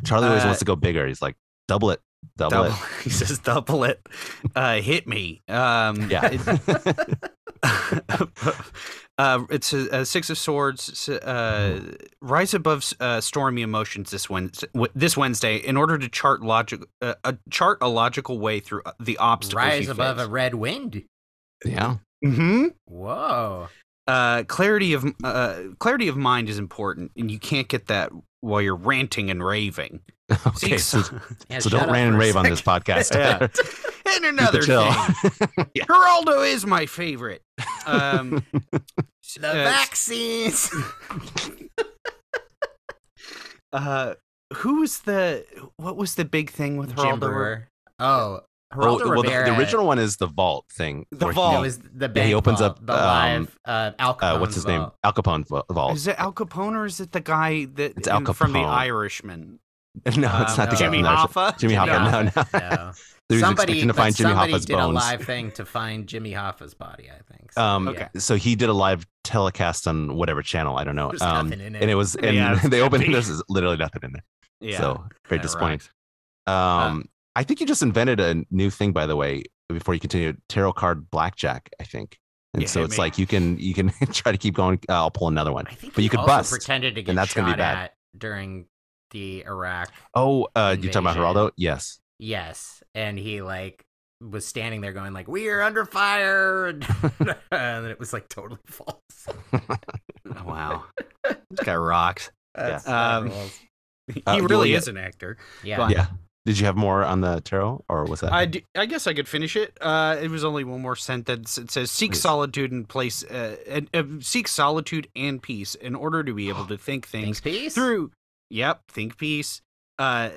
Speaker 2: Charlie always
Speaker 3: uh,
Speaker 2: wants to go bigger. He's like, double it, double,
Speaker 3: Double. He says double it. Uh, hit me. Um,
Speaker 2: it. Yeah.
Speaker 3: uh, it's a, a six of swords. s- Uh, rise above uh, stormy emotions this Wednesday, this Wednesday, in order to chart logic, uh, uh, chart a logical way through uh, the obstacles.
Speaker 1: Rise
Speaker 3: you
Speaker 1: above
Speaker 3: face.
Speaker 1: a red wind.
Speaker 2: yeah. Mm-hmm.
Speaker 3: hmm
Speaker 1: Whoa.
Speaker 3: uh, clarity of uh, clarity of mind is important, and you can't get that while you're ranting and raving.
Speaker 2: Okay.
Speaker 3: Seek
Speaker 2: So,
Speaker 3: some-
Speaker 1: Yeah,
Speaker 2: so
Speaker 1: shut
Speaker 2: don't
Speaker 1: up
Speaker 2: rant
Speaker 1: for
Speaker 2: and
Speaker 1: a
Speaker 2: rave on
Speaker 1: sec.
Speaker 2: this podcast.
Speaker 3: Yeah. and another
Speaker 2: chill.
Speaker 3: thing, Geraldo is my favorite. Um,
Speaker 1: The
Speaker 3: uh,
Speaker 1: vaccines.
Speaker 3: uh, who was the what was the big thing with
Speaker 1: Jim
Speaker 3: Geraldo?
Speaker 1: Brewer. Oh,
Speaker 2: Oh,
Speaker 1: Geraldo
Speaker 2: well, the,
Speaker 1: Rivera.
Speaker 2: the original one is the vault thing.
Speaker 3: The
Speaker 2: where Oh. he-
Speaker 3: vault.
Speaker 1: That was the bank
Speaker 2: opens
Speaker 1: vault,
Speaker 2: up,
Speaker 1: the
Speaker 2: um,
Speaker 1: live uh, Al
Speaker 2: uh,
Speaker 1: Capone's
Speaker 2: what's his name?
Speaker 1: vault.
Speaker 2: Al Capone va- vault.
Speaker 3: Is it Al Capone or is it the guy that
Speaker 2: It's Al
Speaker 3: from The
Speaker 2: Capone.
Speaker 3: Irishman?
Speaker 2: no, it's
Speaker 1: Um,
Speaker 2: not the guy
Speaker 3: Jimmy
Speaker 2: from the Irishman.
Speaker 3: Hoffa.
Speaker 2: Jimmy Hoffa. No,
Speaker 1: Jimmy
Speaker 2: no.
Speaker 1: No.
Speaker 2: He was
Speaker 1: somebody
Speaker 2: expecting to
Speaker 1: but
Speaker 2: find Jimmy
Speaker 1: somebody
Speaker 2: Hoffa's
Speaker 1: did a
Speaker 2: bones.
Speaker 1: live thing to find Jimmy Hoffa's body. I think. So,
Speaker 2: Um,
Speaker 1: yeah.
Speaker 2: So he did a live telecast on whatever channel. I don't know.
Speaker 1: There's
Speaker 2: Um,
Speaker 1: nothing in it.
Speaker 2: and it was, and
Speaker 3: Yeah, it's
Speaker 2: they opened
Speaker 3: empty.
Speaker 2: it. There's literally nothing in there.
Speaker 3: Yeah.
Speaker 2: So very
Speaker 3: Yeah,
Speaker 2: disappointing.
Speaker 3: right.
Speaker 2: Um, I I think you just invented a new thing, by the way. Before you continue, tarot card blackjack, I think. And
Speaker 3: Yeah,
Speaker 2: so
Speaker 3: hit
Speaker 2: it's
Speaker 3: me.
Speaker 2: like you can you can try to keep going. Uh, I'll pull another one.
Speaker 1: I think
Speaker 2: But
Speaker 1: he
Speaker 2: you could
Speaker 1: also
Speaker 2: bust,
Speaker 1: pretended to get
Speaker 2: and that's
Speaker 1: shot
Speaker 2: gonna be bad.
Speaker 1: at during the Iraq.
Speaker 2: Oh, uh, you talking about
Speaker 1: Invasion.
Speaker 2: Geraldo? Yes.
Speaker 1: Yes, and he like was standing there going like, "We are under fire," and then it was like totally false.
Speaker 3: Oh, Wow. this guy rocks.
Speaker 1: That's
Speaker 3: Um,
Speaker 1: that rules.
Speaker 3: He
Speaker 2: Uh,
Speaker 3: really
Speaker 2: Julia-
Speaker 3: is an actor.
Speaker 1: Yeah.
Speaker 3: go on.
Speaker 2: Yeah. Did you have more on the tarot, or was that?
Speaker 3: I, d- I guess I could finish it. Uh, it was only one more sentence. It says, "Seek
Speaker 2: Please.
Speaker 3: solitude and place, uh, and, uh, seek solitude and peace in order to be able to think
Speaker 1: Thanks,
Speaker 3: things
Speaker 1: peace.
Speaker 3: through." Yep, think peace. Uh,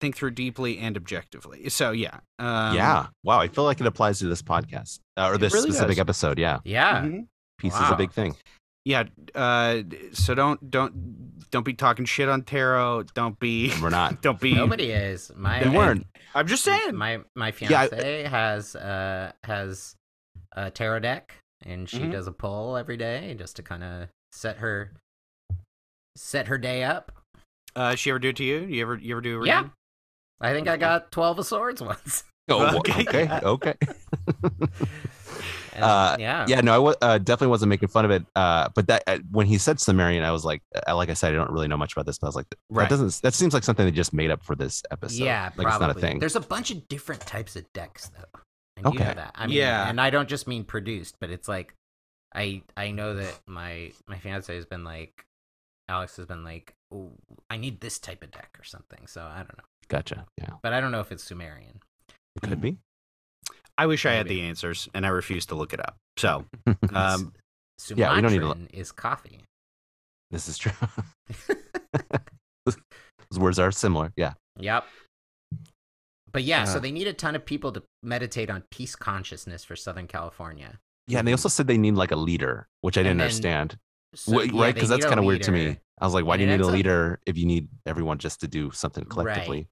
Speaker 3: think through deeply and objectively. So yeah, um,
Speaker 2: yeah. Wow. I feel like it applies to this podcast uh, or
Speaker 3: It
Speaker 2: this
Speaker 3: really
Speaker 2: specific
Speaker 3: does.
Speaker 2: episode. Yeah.
Speaker 1: Yeah.
Speaker 3: mhm.
Speaker 2: Peace is
Speaker 1: Wow.
Speaker 2: a big thing.
Speaker 3: yeah uh so don't don't don't be talking shit on tarot don't be
Speaker 2: And We're not.
Speaker 3: don't be
Speaker 1: Nobody is. My
Speaker 2: They weren't.
Speaker 3: i'm just saying
Speaker 1: My my
Speaker 2: Yeah, I-
Speaker 1: fiance has uh has a tarot deck, and she
Speaker 2: Mm-hmm.
Speaker 3: Mhm.
Speaker 1: does a poll every day just to kind of set her set her day up.
Speaker 3: uh she ever do it to you you ever you ever do a
Speaker 1: Yeah.
Speaker 3: reading?
Speaker 1: I think I got twelve of swords once.
Speaker 2: Oh, well,
Speaker 3: Okay.
Speaker 2: okay. Okay.
Speaker 1: And,
Speaker 2: Uh,
Speaker 1: yeah.
Speaker 2: Yeah. No, I wa- uh, definitely wasn't making fun of it. Uh, but that uh, when he said Sumerian, I was like, uh, like I said, I don't really know much about this, but I was like, that
Speaker 3: Right.
Speaker 2: doesn't. That seems like something they just made up for this episode.
Speaker 1: yeah,
Speaker 2: Like
Speaker 1: probably.
Speaker 2: it's not a thing.
Speaker 1: There's a bunch of different types of decks though. And you know
Speaker 2: Okay.
Speaker 1: that. I mean,
Speaker 3: Yeah.
Speaker 1: and I don't just mean produced, but it's like I I know that my my fiance has been like Alex has been like "Ooh, I need this type of deck or something. So I don't know.
Speaker 2: Gotcha. Yeah.
Speaker 1: But I don't know if it's Sumerian.
Speaker 2: It could be.
Speaker 3: i wish i had
Speaker 1: Maybe.
Speaker 3: the answers and i refuse to look it up so um
Speaker 1: Sumatran
Speaker 2: Yeah, we don't need to-
Speaker 1: is coffee.
Speaker 2: This is true. Those words are similar. Yeah.
Speaker 1: Yep. But yeah, so
Speaker 2: Uh.
Speaker 1: they need a ton of people to meditate on peace consciousness for Southern California.
Speaker 2: Yeah. And they also said they need like a leader, which I
Speaker 1: And
Speaker 2: didn't
Speaker 1: then-
Speaker 2: understand.
Speaker 1: So,
Speaker 2: Wh-
Speaker 1: yeah,
Speaker 2: right.
Speaker 1: they
Speaker 2: Because that's
Speaker 1: need a
Speaker 2: kind of weird to
Speaker 1: leader.
Speaker 2: me. I was like, why
Speaker 1: And
Speaker 2: do you
Speaker 1: it
Speaker 2: need a
Speaker 1: ends up-
Speaker 2: leader if you need everyone just to do something
Speaker 1: Right.
Speaker 2: collectively?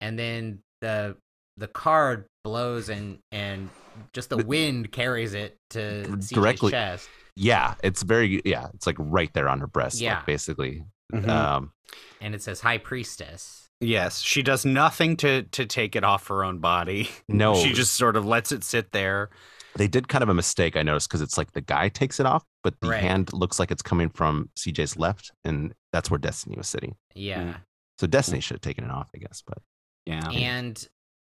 Speaker 1: and then the the card blows and and just the
Speaker 2: But-
Speaker 1: wind carries it to
Speaker 2: Dr-
Speaker 1: CJ's
Speaker 2: directly-
Speaker 1: chest.
Speaker 2: Yeah. It's very, yeah. It's like right there on her breast. like,
Speaker 1: Yeah.
Speaker 2: basically.
Speaker 3: mhm.
Speaker 2: Um,
Speaker 1: and it says High Priestess.
Speaker 3: yes she does nothing to to take it off her own body
Speaker 2: no,
Speaker 3: she just sort of lets it sit there
Speaker 2: they did kind of a mistake I noticed because it's like the guy takes it off, but the
Speaker 1: Right.
Speaker 2: hand looks like it's coming from CJ's left, and that's where Destiny was sitting. Mm,
Speaker 1: Yeah.
Speaker 2: So Destiny should have taken it off, I guess. But
Speaker 3: yeah
Speaker 1: And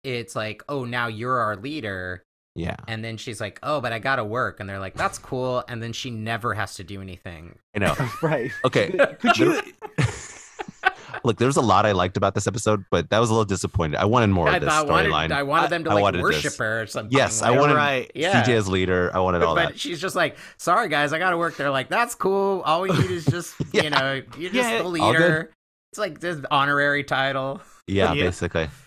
Speaker 1: it's like, oh, now you're our leader.
Speaker 2: yeah,
Speaker 1: And then she's like, oh, but I got to work. And they're like, that's cool. And then she never has to do anything.
Speaker 2: I know.
Speaker 3: right
Speaker 2: Okay,
Speaker 3: could you
Speaker 2: look, there's a lot I liked about this episode, but that was a little disappointed. I wanted more
Speaker 1: I,
Speaker 2: of this
Speaker 1: I wanted, I
Speaker 2: storyline.
Speaker 1: wanted them to
Speaker 2: I
Speaker 1: like
Speaker 2: wanted
Speaker 1: worship
Speaker 2: this.
Speaker 1: her or something.
Speaker 2: Yes, I
Speaker 1: like-
Speaker 2: wanted
Speaker 3: right
Speaker 1: Yeah.
Speaker 2: CJ as leader. I wanted all
Speaker 1: but
Speaker 2: that.
Speaker 1: she's just like, sorry guys, I gotta work. They're like, that's cool. All we need is just
Speaker 2: Yeah.
Speaker 1: you know, you're just
Speaker 3: Yeah,
Speaker 1: the
Speaker 2: all good.
Speaker 1: leader. It's like this honorary title.
Speaker 2: Yeah,
Speaker 3: Yeah.
Speaker 2: basically.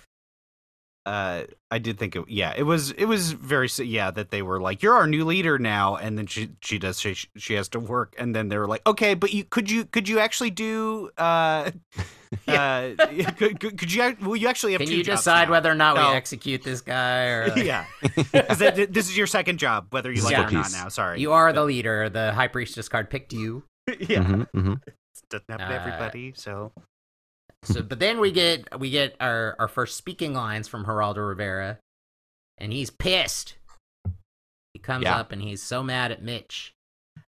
Speaker 3: uh i did think it yeah it was it was very s- yeah that they were like you're our new leader now and then she she does she she has to work and then they were like okay but you could you could you actually do uh uh could, could, could you act- will you actually have
Speaker 1: Can
Speaker 3: two
Speaker 1: you
Speaker 3: jobs
Speaker 1: decide
Speaker 3: now?
Speaker 1: whether or not
Speaker 3: No.
Speaker 1: we execute this guy or like-
Speaker 3: yeah 'Cause that- th- this is your second job whether you
Speaker 2: This
Speaker 1: is
Speaker 3: like it
Speaker 1: for
Speaker 3: or not
Speaker 2: peace.
Speaker 3: now sorry
Speaker 1: you are the leader, the high priestess card picked you.
Speaker 3: yeah
Speaker 1: Mm-hmm.
Speaker 2: Mhm, mhm.
Speaker 3: doesn't happen to
Speaker 1: Uh,
Speaker 3: everybody so
Speaker 1: So but then we get we get our, our first speaking lines from Geraldo Rivera and he's pissed. He comes
Speaker 2: Yeah.
Speaker 1: up and he's so mad at Mitch.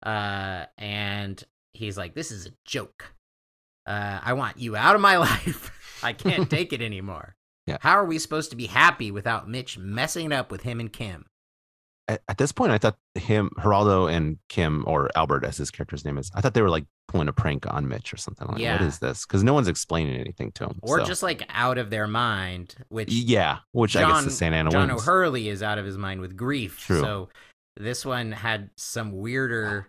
Speaker 1: Uh and he's like, This is a joke. Uh, I want you out of my life. I can't take it anymore.
Speaker 2: Yeah.
Speaker 1: How are we supposed to be happy without Mitch messing it up with him and Kim?
Speaker 2: At, at this point, I thought him, Geraldo, and Kim, or Albert, as his character's name is, I thought they were like pulling a prank on Mitch or something. Like,
Speaker 1: Yeah.
Speaker 2: what is this? Because no one's explaining anything to him.
Speaker 1: Or
Speaker 2: so-
Speaker 1: just like out of their mind, which
Speaker 2: yeah, which I guess
Speaker 1: John-
Speaker 2: the Santa Ana
Speaker 1: John
Speaker 2: wins.
Speaker 1: O'Hurley is out of his mind with grief.
Speaker 2: True.
Speaker 1: So this one had some weirder.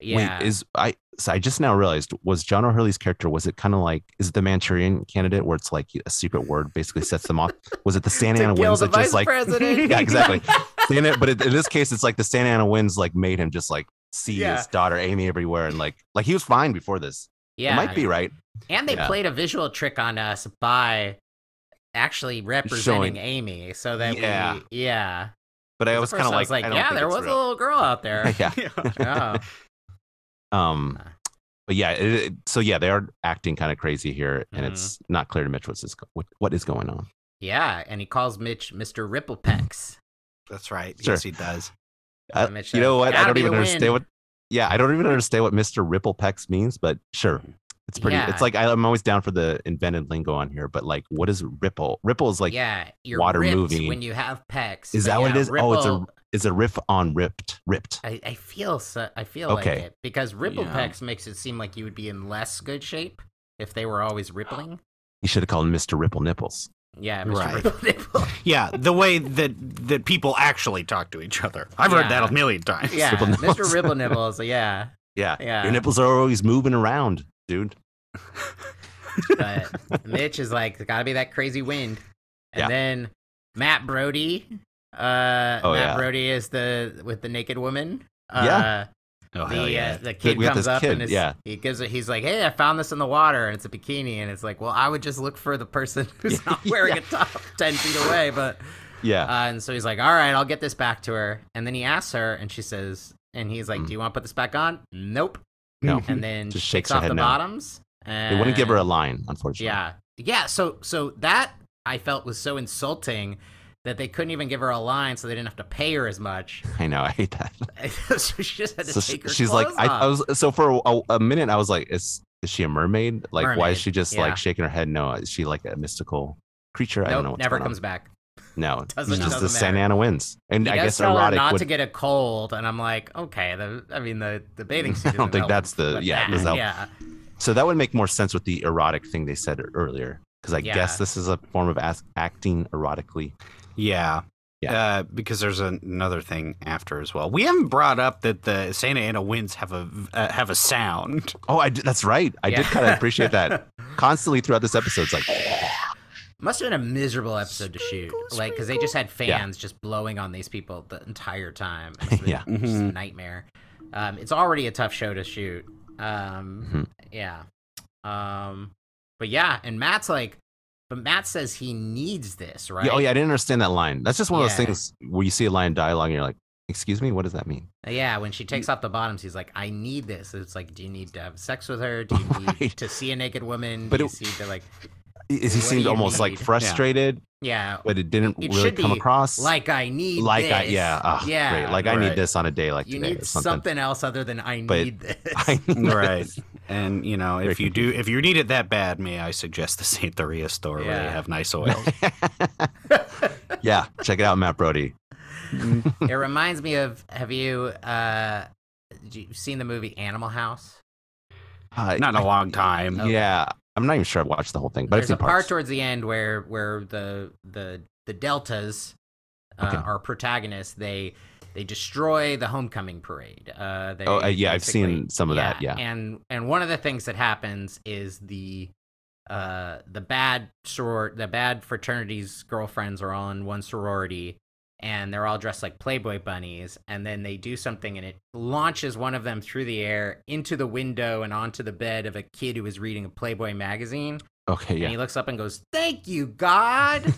Speaker 1: Yeah.
Speaker 2: Wait, is I so I just now realized was John O'Hurley's character was it kind of like is it the Manchurian Candidate where it's like a secret word basically sets them off? Was it the Santa
Speaker 1: To
Speaker 2: Ana
Speaker 1: kill
Speaker 2: winds
Speaker 1: the
Speaker 2: that just
Speaker 1: vice
Speaker 2: like
Speaker 1: president.
Speaker 2: yeah exactly Santa, but it, in this case it's like the Santa Ana winds like made him just like see
Speaker 1: Yeah.
Speaker 2: his daughter Amy everywhere and like like he was fine before this.
Speaker 1: yeah.
Speaker 2: It might be right.
Speaker 1: And they
Speaker 2: Yeah.
Speaker 1: played a visual trick on us by actually representing Amy, so that
Speaker 2: Yeah.
Speaker 1: we, yeah.
Speaker 2: But I
Speaker 1: At
Speaker 2: was
Speaker 1: first
Speaker 2: kind of like, I don't
Speaker 1: yeah,
Speaker 2: think
Speaker 1: there
Speaker 2: it's
Speaker 1: was a
Speaker 2: real.
Speaker 1: little girl out there.
Speaker 2: yeah.
Speaker 1: oh,
Speaker 2: Um,
Speaker 1: Uh.
Speaker 2: but yeah, it, it- so yeah, they are acting kind of crazy here, and
Speaker 1: Mhm.
Speaker 2: it's not clear to Mitch what's this, what, what is going on.
Speaker 1: Yeah, and he calls Mitch Mr. Ripplepex.
Speaker 3: That's right.
Speaker 2: Sure.
Speaker 3: Yes, he does.
Speaker 2: I-
Speaker 1: And Mitch
Speaker 2: you know
Speaker 1: says,
Speaker 2: what? I
Speaker 1: "Gotta
Speaker 2: don't
Speaker 1: be a
Speaker 2: even
Speaker 1: win."
Speaker 2: understand what. Yeah, I don't even understand what Mr. Ripple Pex means, but sure, it's pretty.
Speaker 1: Mm-hmm. Yeah.
Speaker 2: It's like I, I'm always down for the invented lingo on here, but like, what is ripple? Ripple is like
Speaker 1: yeah, you're
Speaker 2: water
Speaker 1: ripped
Speaker 2: movie.
Speaker 1: when you have pecs.
Speaker 2: Is
Speaker 1: but
Speaker 2: that what it
Speaker 1: yeah,
Speaker 2: is? Oh, it's a-
Speaker 1: ripple-
Speaker 2: is a riff on ripped, ripped.
Speaker 1: I, I feel so, I feel like
Speaker 2: Okay.
Speaker 1: it because ripple
Speaker 3: Yeah.
Speaker 1: pecs makes it seem like you would be in less good shape if they were always rippling.
Speaker 2: You should have called him Mr. Ripple Nipples.
Speaker 1: Yeah, Mr.
Speaker 3: Right.
Speaker 1: Ripple Nipple.
Speaker 3: Yeah, the way that that people actually talk to each other. I've heard that
Speaker 1: Yeah.
Speaker 3: a million times.
Speaker 1: yeah,
Speaker 2: Ripple
Speaker 1: Mr.
Speaker 2: Nipples.
Speaker 1: Ripple Nipples. Yeah,
Speaker 2: Yeah.
Speaker 1: yeah.
Speaker 2: Your nipples are always moving around, dude.
Speaker 1: but Mitch is like, gotta be that crazy wind. And
Speaker 2: Yeah.
Speaker 1: then Matt Brody, uh,
Speaker 2: Oh,
Speaker 1: Matt
Speaker 2: yeah.
Speaker 1: Brody is the with the naked woman.
Speaker 2: Yeah.
Speaker 3: Oh,
Speaker 1: Uh, the, uh, the
Speaker 2: Good,
Speaker 1: kid
Speaker 2: we got
Speaker 1: comes
Speaker 2: this
Speaker 1: up
Speaker 2: kid,
Speaker 1: and is,
Speaker 2: yeah.
Speaker 1: he gives it. He's like, "Hey, I found this in the water, and it's a bikini." And it's like, "Well, I would just look for the person who's not wearing a top ten feet away." But
Speaker 2: Yeah.
Speaker 1: uh, and so he's like, "All right, I'll get this back to her." And then he asks her, and she says, "And he's like,
Speaker 2: Mm.
Speaker 1: do you want to put this back on?" Nope.
Speaker 2: No.
Speaker 1: And then
Speaker 2: Just
Speaker 1: takes
Speaker 2: shakes her
Speaker 1: off
Speaker 2: head
Speaker 1: the
Speaker 2: no.
Speaker 1: bottoms.
Speaker 2: they
Speaker 1: And
Speaker 2: wouldn't give her a line, unfortunately.
Speaker 1: yeah. Yeah. So so that I felt was so insulting that they couldn't even give her a line, so they didn't have to pay her as much.
Speaker 2: I know. I hate that.
Speaker 1: so she just had to
Speaker 2: So
Speaker 1: take
Speaker 2: sh-
Speaker 1: her
Speaker 2: she's like,
Speaker 1: clothes
Speaker 2: I,
Speaker 1: off.
Speaker 2: I was. So for a, a minute, I was like, is is she a mermaid? Like, why
Speaker 1: Mermaid,
Speaker 2: is she just
Speaker 1: yeah.
Speaker 2: like shaking her head? No, is she like a mystical creature? I
Speaker 1: nope,
Speaker 2: don't know. What's
Speaker 1: never
Speaker 2: going on.
Speaker 1: comes back.
Speaker 2: No,
Speaker 1: Doesn't-
Speaker 2: it's just
Speaker 1: doesn't
Speaker 2: the Santa
Speaker 1: matter.
Speaker 2: Ana winds, and
Speaker 1: He
Speaker 2: I
Speaker 1: does
Speaker 2: guess
Speaker 1: tell her
Speaker 2: erotic.
Speaker 1: not
Speaker 2: would-
Speaker 1: to get a cold, and I'm like, okay. The, I mean, the, the bathing suit.
Speaker 2: I don't
Speaker 1: isn't
Speaker 2: think
Speaker 1: helping
Speaker 2: that's the-
Speaker 1: with
Speaker 2: yeah, it
Speaker 1: that.
Speaker 2: doesn't help.
Speaker 1: yeah.
Speaker 2: so that would make more sense with the erotic thing they said earlier, because I
Speaker 1: Yeah.
Speaker 2: guess this is a form of as- acting erotically.
Speaker 3: Yeah.
Speaker 2: Yeah.
Speaker 3: Uh, because there's an- another thing after as well. We haven't brought up that the Santa Ana winds have a uh, have a sound.
Speaker 2: Oh, I did, that's right. I
Speaker 1: Yeah.
Speaker 2: did kind of appreciate that. Constantly throughout this episode, it's like,
Speaker 1: Must have been a miserable episode to shoot,
Speaker 3: Sprinkle,
Speaker 1: like because they just had
Speaker 2: Yeah.
Speaker 1: fans just blowing on these people the entire time. It must have
Speaker 2: Yeah.
Speaker 1: been just a
Speaker 3: Mhm.
Speaker 1: nightmare. Um, it's already a tough show to shoot. Um,
Speaker 2: Mhm.
Speaker 1: Yeah, um, but yeah, and Matt's like, but Matt says he needs this, right?
Speaker 2: yeah, oh yeah, I didn't understand that line. That's just one of
Speaker 1: Yeah.
Speaker 2: those things where you see a line in dialogue and you're like, excuse me, what does that mean?
Speaker 1: Yeah, when she
Speaker 2: Mm.
Speaker 1: takes off the bottoms, he's like, "I need this." It's like, do you need to have sex with her? Do you need
Speaker 2: Right.
Speaker 1: to see a naked woman?
Speaker 2: But
Speaker 1: do you
Speaker 2: it-
Speaker 1: see to like,
Speaker 2: I- Is he
Speaker 1: What do
Speaker 2: seemed
Speaker 1: you
Speaker 2: almost like
Speaker 1: need? Yeah.
Speaker 2: frustrated,
Speaker 1: yeah,
Speaker 2: but it didn't
Speaker 1: It
Speaker 2: really
Speaker 1: should
Speaker 2: come
Speaker 1: be
Speaker 2: across
Speaker 1: like I need,
Speaker 2: like
Speaker 1: this.
Speaker 2: I yeah, ah,
Speaker 1: yeah,
Speaker 2: great. like I
Speaker 3: right.
Speaker 2: need this on a day like
Speaker 1: you
Speaker 2: today or
Speaker 1: need something.
Speaker 2: something.
Speaker 1: else other than I
Speaker 2: But-
Speaker 1: need this.
Speaker 2: I need
Speaker 3: Right.
Speaker 2: this.
Speaker 3: And you know,
Speaker 2: Very
Speaker 3: if you do, if you need it that bad, may I suggest the Saint Thoria store where
Speaker 1: Yeah.
Speaker 3: they have nice oil?
Speaker 2: yeah, check it out, Matt Brody.
Speaker 1: it reminds me of Have you uh, d- you seen the movie Animal House?
Speaker 2: Uh,
Speaker 3: Not in a long time.
Speaker 1: Okay.
Speaker 2: Yeah, I'm not even sure I've watched the whole thing, but
Speaker 1: There's
Speaker 2: it's in
Speaker 1: a part
Speaker 2: parts.
Speaker 1: towards the end where where the the the deltas uh,
Speaker 2: Okay.
Speaker 1: our protagonists they they destroy the homecoming parade. Uh, they
Speaker 2: Oh, uh, yeah, I've
Speaker 1: basically-
Speaker 2: seen some of that, yeah.
Speaker 1: and and one of the things that happens is the uh the bad soror the bad fraternities girlfriends are all in one sorority and they're all dressed like playboy bunnies and then they do something and it launches one of them through the air into the window and onto the bed of a kid who is reading a playboy magazine
Speaker 2: Okay,
Speaker 1: and
Speaker 2: yeah,
Speaker 1: he looks up and goes thank you god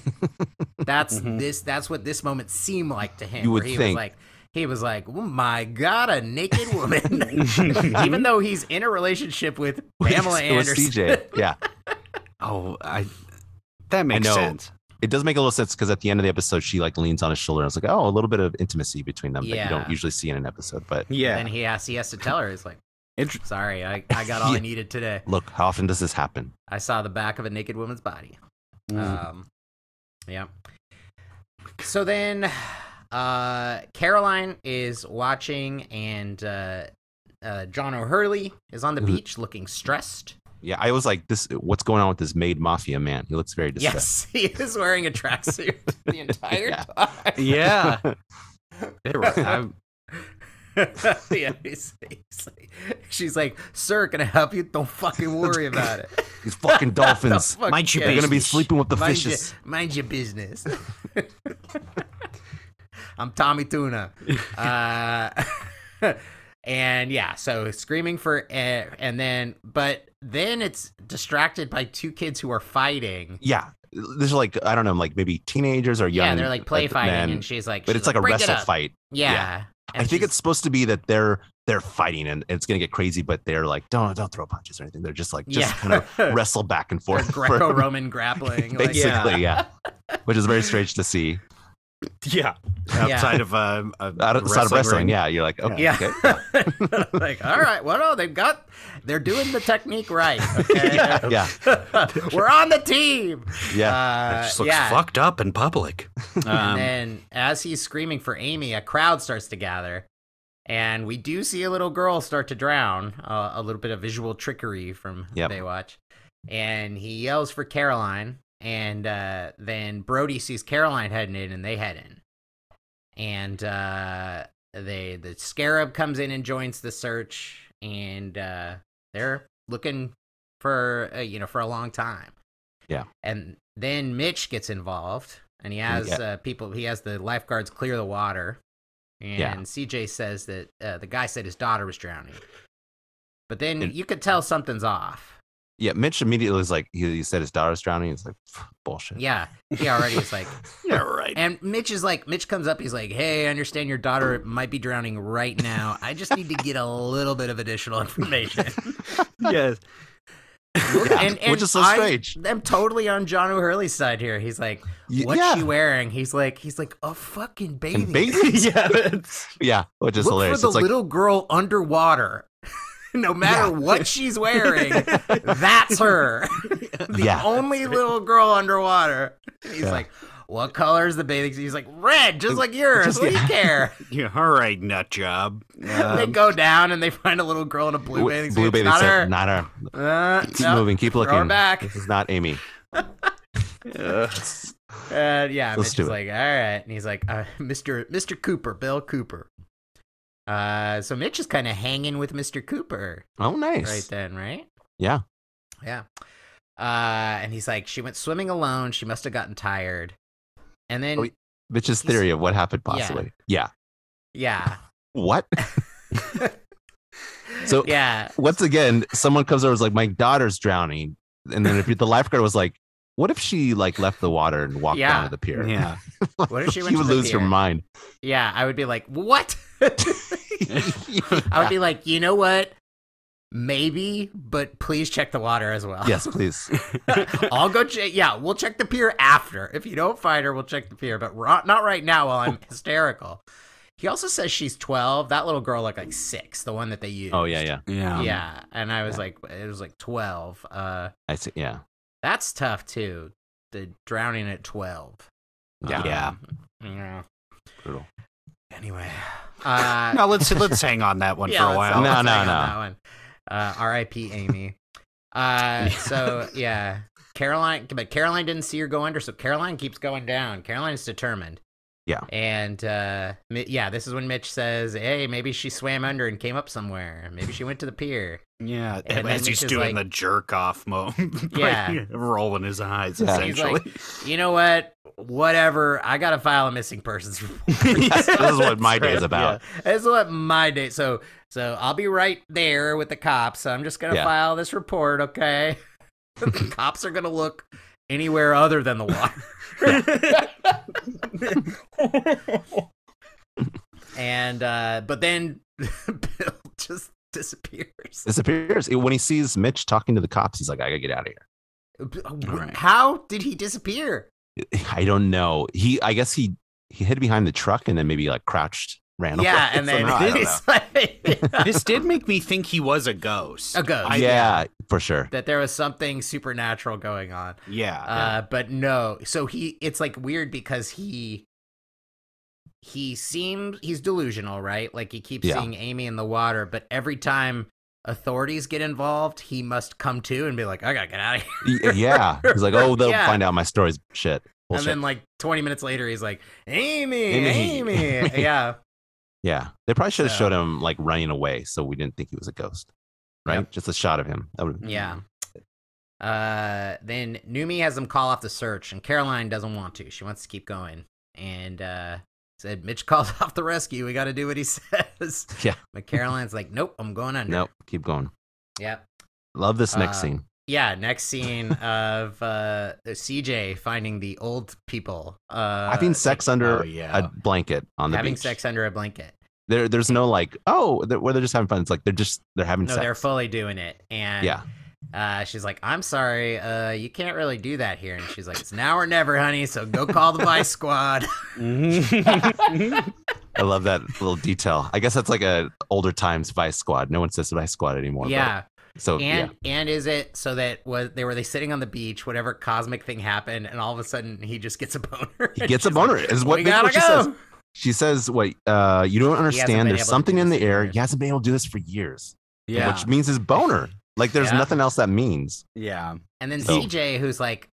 Speaker 1: that's
Speaker 3: Mhm.
Speaker 1: this that's what this moment seemed like to him
Speaker 2: You
Speaker 1: where
Speaker 2: would
Speaker 1: he was
Speaker 2: think.
Speaker 1: like he was like oh my god a naked woman even though he's in a relationship with Pamela
Speaker 2: it was
Speaker 1: Anderson
Speaker 2: CJ. Yeah,
Speaker 3: oh, I. That makes
Speaker 2: know.
Speaker 3: sense.
Speaker 2: it does make a little sense because at the end of the episode, she like leans on his shoulder. and it's like, oh, a little bit of intimacy between them that you
Speaker 1: Yeah.
Speaker 2: don't usually see in an episode. But
Speaker 1: And
Speaker 3: Yeah.
Speaker 1: he has, he has to tell her, he's like,
Speaker 3: Inter-
Speaker 1: sorry, I, I got all I
Speaker 2: Yeah.
Speaker 1: needed today.
Speaker 2: look, how often does this happen?
Speaker 1: I saw the back of a naked woman's body.
Speaker 2: Mm.
Speaker 1: Um, yeah. So then uh, Caroline is watching, and uh, uh, John O'Hurley is on the
Speaker 2: Mhm.
Speaker 1: beach looking stressed.
Speaker 2: Yeah, I was like, this. What's going on with this maid mafia man? He looks very distressed.
Speaker 1: Yes, he is wearing a tracksuit the entire
Speaker 2: Yeah.
Speaker 1: time.
Speaker 3: yeah. It re- I-
Speaker 1: yeah, he's, he's like, she's like, "Sir, can I help you? Don't fucking worry about it."
Speaker 2: These fucking dolphins.
Speaker 1: The fuck-
Speaker 3: Mind your
Speaker 2: They're gonna be
Speaker 3: business.
Speaker 2: sleeping with the
Speaker 1: mind
Speaker 2: fishes.
Speaker 1: Your, mind your business. I'm Tommy Tuna. Uh, and yeah, so screaming for, uh, and then, but then it's distracted by two kids who are fighting.
Speaker 2: Yeah, this is like I don't know, like maybe teenagers or young.
Speaker 1: yeah, they're like play
Speaker 2: uh,
Speaker 1: fighting,
Speaker 2: men,
Speaker 1: and she's like,
Speaker 2: but
Speaker 1: she's
Speaker 2: it's like, a
Speaker 1: "Break it
Speaker 2: wrestle
Speaker 1: up."
Speaker 2: fight.
Speaker 1: Yeah.
Speaker 2: Yeah.
Speaker 1: And
Speaker 2: I think
Speaker 1: she's-
Speaker 2: it's supposed to be that they're they're fighting and it's gonna get crazy, but they're like, don't don't throw punches or anything. They're just like just kind of wrestle back and
Speaker 1: Or
Speaker 2: forth. for-
Speaker 1: Greco-Roman grappling. like-
Speaker 2: basically, yeah. which is very strange to see
Speaker 3: yeah,
Speaker 1: Yeah.
Speaker 3: outside of um, a,
Speaker 2: out
Speaker 3: a
Speaker 2: of, outside of wrestling.
Speaker 3: ring.
Speaker 2: Yeah, you're like, okay,
Speaker 1: Yeah.
Speaker 2: okay.
Speaker 1: like, all right, well, no, they've got, they're doing the technique right. Okay.
Speaker 2: yeah, yeah,
Speaker 1: We're on the team.
Speaker 2: yeah.
Speaker 1: Uh,
Speaker 3: It just looks
Speaker 1: yeah.
Speaker 3: fucked up in public.
Speaker 1: And
Speaker 3: Um,
Speaker 1: then, as he's screaming for Amy, a crowd starts to gather, and we do see a little girl start to drown. Uh, a little bit of visual trickery from
Speaker 2: Yep.
Speaker 1: Baywatch, and he yells for Caroline, and uh, then Brody sees Caroline heading in, and they head in, and uh, they the Scarab comes in and joins the search, and uh, they're looking for uh, you know for a long time.
Speaker 2: Yeah.
Speaker 1: And then Mitch gets involved, and he has
Speaker 2: Yeah.
Speaker 1: uh, people. He has the lifeguards clear the water, and
Speaker 2: Yeah.
Speaker 1: CJ says that uh, the guy said his daughter was drowning, but then
Speaker 2: And-
Speaker 1: you could tell something's off.
Speaker 2: yeah. Mitch immediately was like, he, he said his daughter's drowning. It's like "Pff, bullshit.
Speaker 1: Yeah, he already was like,
Speaker 3: yeah, right.
Speaker 1: and Mitch is like, Mitch comes up, he's like, "Hey, I understand your daughter might be drowning right now. I just need to get a little bit of additional information."
Speaker 3: yes.
Speaker 2: Yeah,
Speaker 1: And- and
Speaker 2: which is so
Speaker 1: I-
Speaker 2: strange.
Speaker 1: I'm totally on John O'Hurley's side here. He's like,
Speaker 2: Y-
Speaker 1: "What's
Speaker 2: yeah,
Speaker 1: she wearing?" He's like, he's like, "A fucking baby."
Speaker 2: And bathing suits.
Speaker 3: yeah, that's
Speaker 2: yeah, which is
Speaker 1: Look
Speaker 2: hilarious.
Speaker 1: for the
Speaker 2: It's like,
Speaker 1: little girl underwater. no matter what she's wearing, that's her. the
Speaker 2: Yeah.
Speaker 1: only little girl underwater. He's
Speaker 2: Yeah.
Speaker 1: like, what color is the bathing suit? He's like, red, just like yours.
Speaker 2: Just-
Speaker 1: what do you care?
Speaker 3: yeah, all right, nut job.
Speaker 1: they
Speaker 3: Um,
Speaker 1: go down and they find a little girl in a blue bathing
Speaker 2: w-
Speaker 1: suit.
Speaker 2: blue
Speaker 1: It's
Speaker 2: bathing
Speaker 1: not
Speaker 2: suit.
Speaker 1: her.
Speaker 2: Not her.
Speaker 1: Uh,
Speaker 2: Keep
Speaker 1: no.
Speaker 2: moving. Keep
Speaker 1: Throw her
Speaker 2: looking.
Speaker 1: back.
Speaker 2: This is not Amy. Oh,
Speaker 3: uh,
Speaker 1: Uh, yeah,
Speaker 2: Let's
Speaker 1: Mitch
Speaker 2: do
Speaker 1: is
Speaker 2: it.
Speaker 1: like, all right, and he's like, uh, Mister Mister Cooper, Bill Cooper. Uh, so Mitch is kind of hanging with Mister Cooper.
Speaker 2: Oh, nice.
Speaker 1: right then, right?
Speaker 2: Yeah.
Speaker 1: Yeah. Uh, and he's like, she went swimming alone. She must have gotten tired. And then,
Speaker 2: Oh, y- Mitch's
Speaker 1: He's-
Speaker 2: theory of what happened
Speaker 1: Yeah.
Speaker 2: possibly. Yeah.
Speaker 1: yeah.
Speaker 2: What? So-
Speaker 1: yeah.
Speaker 2: Once again, someone comes over and is like, my daughter's drowning. And then if you- the lifeguard was like, what if she like left the water and walked
Speaker 1: Yeah.
Speaker 2: down to the pier?
Speaker 3: yeah.
Speaker 1: What if she went to
Speaker 2: you would
Speaker 1: the
Speaker 2: lose
Speaker 1: pier?
Speaker 2: your mind.
Speaker 1: Yeah. I would be like, what? I would
Speaker 2: Yeah.
Speaker 1: be like, you know what? Maybe, but please check the water as well.
Speaker 2: yes, please.
Speaker 1: I'll go check. Yeah, we'll check the pier after. If you don't find her, we'll check the pier, but ro- not right now while I'm hysterical. He also says she's 12. That little girl looked like six, the one that they used.
Speaker 2: Oh yeah, yeah.
Speaker 3: Yeah.
Speaker 1: yeah. And I was
Speaker 2: yeah.
Speaker 1: like, it was like 12. Uh,
Speaker 2: I see. Yeah,
Speaker 1: that's tough too. The drowning at 12.
Speaker 2: Yeah.
Speaker 3: Yeah.
Speaker 1: Yeah.
Speaker 2: brutal.
Speaker 1: Anyway. Uh,
Speaker 3: No, let's let's hang on that one
Speaker 1: yeah,
Speaker 3: for a
Speaker 1: let's-
Speaker 3: while.
Speaker 2: No,
Speaker 1: let's
Speaker 2: no,
Speaker 1: hang on
Speaker 2: no.
Speaker 1: That one. Uh, R.I.P. Amy. Uh, so yeah, Caroline, but Caroline didn't see her go under, so Caroline keeps going down. Caroline is determined.
Speaker 2: Yeah.
Speaker 1: And uh, Mi- yeah, this is when Mitch says, "Hey, maybe she swam under and came up somewhere. Maybe she went to the pier."
Speaker 3: Yeah,
Speaker 1: And then
Speaker 3: as he's
Speaker 1: Mitch is
Speaker 3: doing
Speaker 1: like-
Speaker 3: the jerk off mo, like,
Speaker 1: Yeah.
Speaker 3: rolling his eyes
Speaker 2: Yeah.
Speaker 1: He's
Speaker 3: essentially.
Speaker 1: like, You know what? Whatever. I gotta file a missing persons report.
Speaker 2: Yes, this is what my
Speaker 3: That's
Speaker 2: day is
Speaker 3: right,
Speaker 2: about.
Speaker 1: That's what my day. So, so I'll be right there with the cops. So I'm just gonna
Speaker 2: Yeah.
Speaker 1: file this report, okay? the cops are gonna look anywhere other than the water. and uh, but then Bill just disappears.
Speaker 2: Disappears It- when he sees Mitch talking to the cops. He's like, I gotta get out of here.
Speaker 3: right.
Speaker 1: How did he disappear?
Speaker 2: I don't know. He, I guess he he hid behind the truck and then maybe like crouched, ran.
Speaker 1: yeah,
Speaker 2: away
Speaker 1: and then
Speaker 2: somehow. I don't know.
Speaker 1: it's like
Speaker 3: this did make me think he was a ghost.
Speaker 1: A ghost.
Speaker 3: I-
Speaker 2: yeah, for sure.
Speaker 1: that there was something supernatural going on.
Speaker 3: yeah.
Speaker 1: Uh, but no. So he it's like weird because he he seems he's delusional, right? Like he keeps
Speaker 2: Yeah.
Speaker 1: seeing Amy in the water, but every time authorities get involved, he must come to and be like, I gotta get out of here.
Speaker 2: Y- eh, yeah, he's like, oh, they'll
Speaker 1: Yeah.
Speaker 2: find out my story's shit.
Speaker 1: And
Speaker 2: Bullshit.
Speaker 1: then like twenty minutes later he's like, Amy, Amy.
Speaker 2: Amy.
Speaker 1: yeah.
Speaker 2: yeah, they probably should have
Speaker 1: So-
Speaker 2: showed him like running away, so we didn't think he was a ghost. Right,
Speaker 1: Yep.
Speaker 2: just a shot of him. That would've-
Speaker 1: Yeah. Uh, then Numi has them call off the search, and Caroline doesn't want to. She wants to keep going. And uh, said, Mitch calls off the rescue. We got to do what he says.
Speaker 2: Yeah.
Speaker 1: But Caroline's like, nope, I'm going under.
Speaker 2: Mm, Nope. Keep going.
Speaker 1: Yep.
Speaker 2: Love this next
Speaker 1: Uh,
Speaker 2: scene.
Speaker 1: Yeah. Next scene of uh, CJ finding the old people. Uh,
Speaker 2: Having sex under
Speaker 3: oh,
Speaker 2: a
Speaker 3: yeah.
Speaker 2: blanket on the
Speaker 1: having
Speaker 2: beach.
Speaker 1: sex under a blanket.
Speaker 2: There, there's no like, oh, they're, where they're just having fun. It's like they're just they're having
Speaker 1: No,
Speaker 2: sex.
Speaker 1: they're fully doing it. And
Speaker 2: yeah,
Speaker 1: Uh, she's like, I'm sorry, uh, you can't really do that here. And she's like, It's now or never, honey. So go call the vice squad.
Speaker 3: Mm-hmm.
Speaker 2: I love that little detail. I guess that's like a older times Vice Squad. No one says Vice Squad anymore. but-
Speaker 1: yeah.
Speaker 2: so
Speaker 1: And and is it so that was they were they sitting on the beach, whatever cosmic thing happened, and all of a sudden he just gets a boner.
Speaker 2: yeah, he
Speaker 1: And
Speaker 2: gets a
Speaker 1: she's
Speaker 2: boner.
Speaker 1: Like,
Speaker 2: is what,
Speaker 1: we
Speaker 2: that's
Speaker 1: gotta
Speaker 2: what she says.
Speaker 1: go.
Speaker 2: She says, "What uh, you don't
Speaker 1: hasn't been
Speaker 2: understand?
Speaker 1: able
Speaker 2: There's
Speaker 1: to
Speaker 2: something
Speaker 1: do
Speaker 2: in
Speaker 1: this
Speaker 2: the
Speaker 1: in
Speaker 2: air.
Speaker 1: years."
Speaker 2: He hasn't been able to do this for years,
Speaker 3: yeah.
Speaker 2: which means his boner. Like there's
Speaker 1: Yeah.
Speaker 2: nothing else that means.
Speaker 3: yeah.
Speaker 1: And then
Speaker 2: So-
Speaker 1: CJ, who's like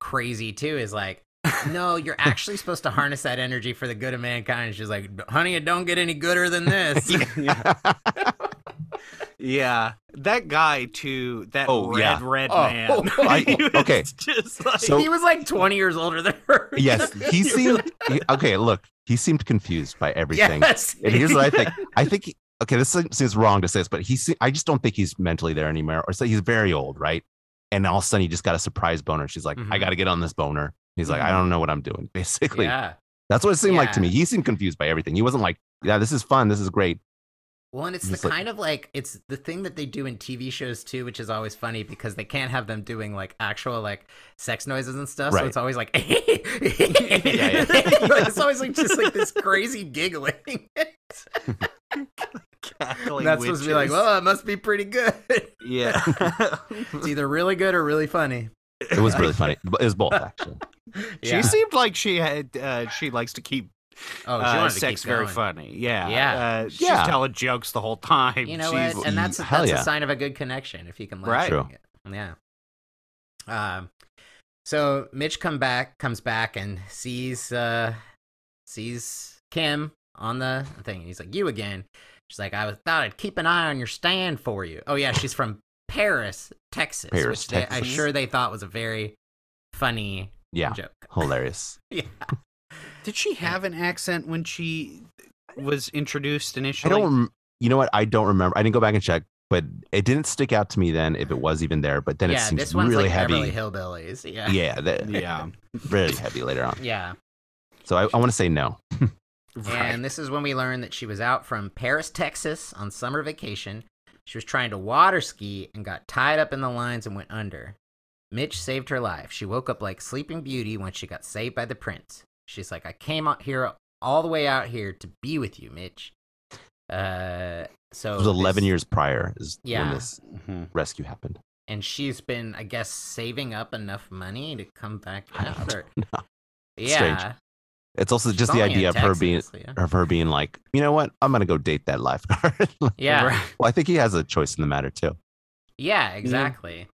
Speaker 1: crazy too, is like, no, you're actually supposed to harness that energy for the good of mankind. And she's like, honey, it don't get any gooder than this.
Speaker 3: yeah. Yeah. That guy too, that
Speaker 2: Oh,
Speaker 3: red
Speaker 2: yeah.
Speaker 3: red
Speaker 1: Oh.
Speaker 3: man.
Speaker 2: I-
Speaker 3: He was
Speaker 2: okay.
Speaker 3: Just like,
Speaker 2: So-
Speaker 1: he was like 20 years older than her.
Speaker 2: yes, he seemed he- okay. Look, he seemed confused by everything.
Speaker 1: Yes.
Speaker 2: And here's what I think. I think he- okay, this se- seems wrong to say this, but he se- I just don't think he's mentally there anymore. Or so he's very old, right? And all of a sudden, he just got a surprise boner. She's like, I
Speaker 1: Mhm.
Speaker 2: got to get on this boner. He's like, I don't know what I'm doing. Basically,
Speaker 1: Mm-hmm. Yeah.
Speaker 2: that's what it seemed like to
Speaker 1: Yeah.
Speaker 2: me. He seemed confused by everything. He wasn't like, yeah, this is fun. This is great.
Speaker 1: Well, and it's
Speaker 2: Just
Speaker 1: the
Speaker 2: like-
Speaker 1: kind of like it's the thing that they do in TV shows too, which is always funny because they can't have them doing like actual like sex noises and stuff.
Speaker 2: Right.
Speaker 1: So it's always like
Speaker 2: yeah.
Speaker 1: it's always like just like this crazy giggling.
Speaker 3: cackling
Speaker 1: That's supposed to be like,
Speaker 3: witches.
Speaker 1: well, it must be pretty good. it's
Speaker 3: yeah.
Speaker 1: either really good or really funny.
Speaker 2: It was really funny. But It was both actually.
Speaker 1: Yeah.
Speaker 3: She seemed like she had uh, she likes to keep
Speaker 1: oh, she
Speaker 3: uh,
Speaker 1: wanted to
Speaker 3: sex
Speaker 1: keep
Speaker 3: very
Speaker 1: going.
Speaker 3: funny. Yeah.
Speaker 1: Yeah.
Speaker 3: Uh, she's
Speaker 2: Yeah.
Speaker 3: telling jokes the whole time.
Speaker 1: You know
Speaker 3: she's,
Speaker 1: what? And that's
Speaker 2: Hell
Speaker 1: that's
Speaker 2: yeah.
Speaker 1: a sign of a good connection if you can learn
Speaker 3: Right.
Speaker 2: True.
Speaker 1: it. Yeah. Um so Mitch come back comes back and sees uh sees Kim on the thing and he's like, You again. She's like, I was, thought I'd keep an eye on your stand for you. Oh yeah, she's from Paris, Texas.
Speaker 2: Paris,
Speaker 1: which they, I'm
Speaker 2: Texas.
Speaker 1: sure they thought was a very funny
Speaker 2: Yeah,
Speaker 1: joke.
Speaker 2: hilarious.
Speaker 1: Yeah.
Speaker 3: Did she have an accent when she was introduced
Speaker 2: I
Speaker 3: initially?
Speaker 2: don't. Rem- you know what? I don't remember. I didn't go back and check, but it didn't stick out to me then if it was even there. But then it
Speaker 1: yeah,
Speaker 2: seems
Speaker 1: this one's
Speaker 2: really
Speaker 1: like
Speaker 2: heavy.
Speaker 1: Beverly Hillbillies. Yeah.
Speaker 2: Yeah, that,
Speaker 3: Yeah.
Speaker 2: really heavy later on.
Speaker 1: Yeah.
Speaker 2: So I, I want to say no.
Speaker 3: Right.
Speaker 1: And this is when we learned that she was out from Paris, Texas on summer vacation. She was trying to water ski and got tied up in the lines and went under. Mitch saved her life. She woke up like Sleeping Beauty when she got saved by the prince. She's like, I came out here all the way out here to be with you, Mitch. Uh, so
Speaker 2: It was 11
Speaker 1: this-
Speaker 2: years prior is
Speaker 1: Yeah.
Speaker 2: when this
Speaker 3: Mm-hmm.
Speaker 2: rescue happened.
Speaker 1: and she's been, I guess, saving up enough money to come back
Speaker 2: I
Speaker 1: out.
Speaker 2: don't
Speaker 1: Or,
Speaker 2: know.
Speaker 1: yeah,
Speaker 2: It's also
Speaker 1: She's
Speaker 2: just the
Speaker 1: only in
Speaker 2: idea of her being
Speaker 1: Texas, yeah.
Speaker 2: of her being like, you know what, I'm gonna go date that lifeguard. Like,
Speaker 1: Yeah.
Speaker 2: Well, I think he has a choice in the matter too.
Speaker 1: Yeah, exactly.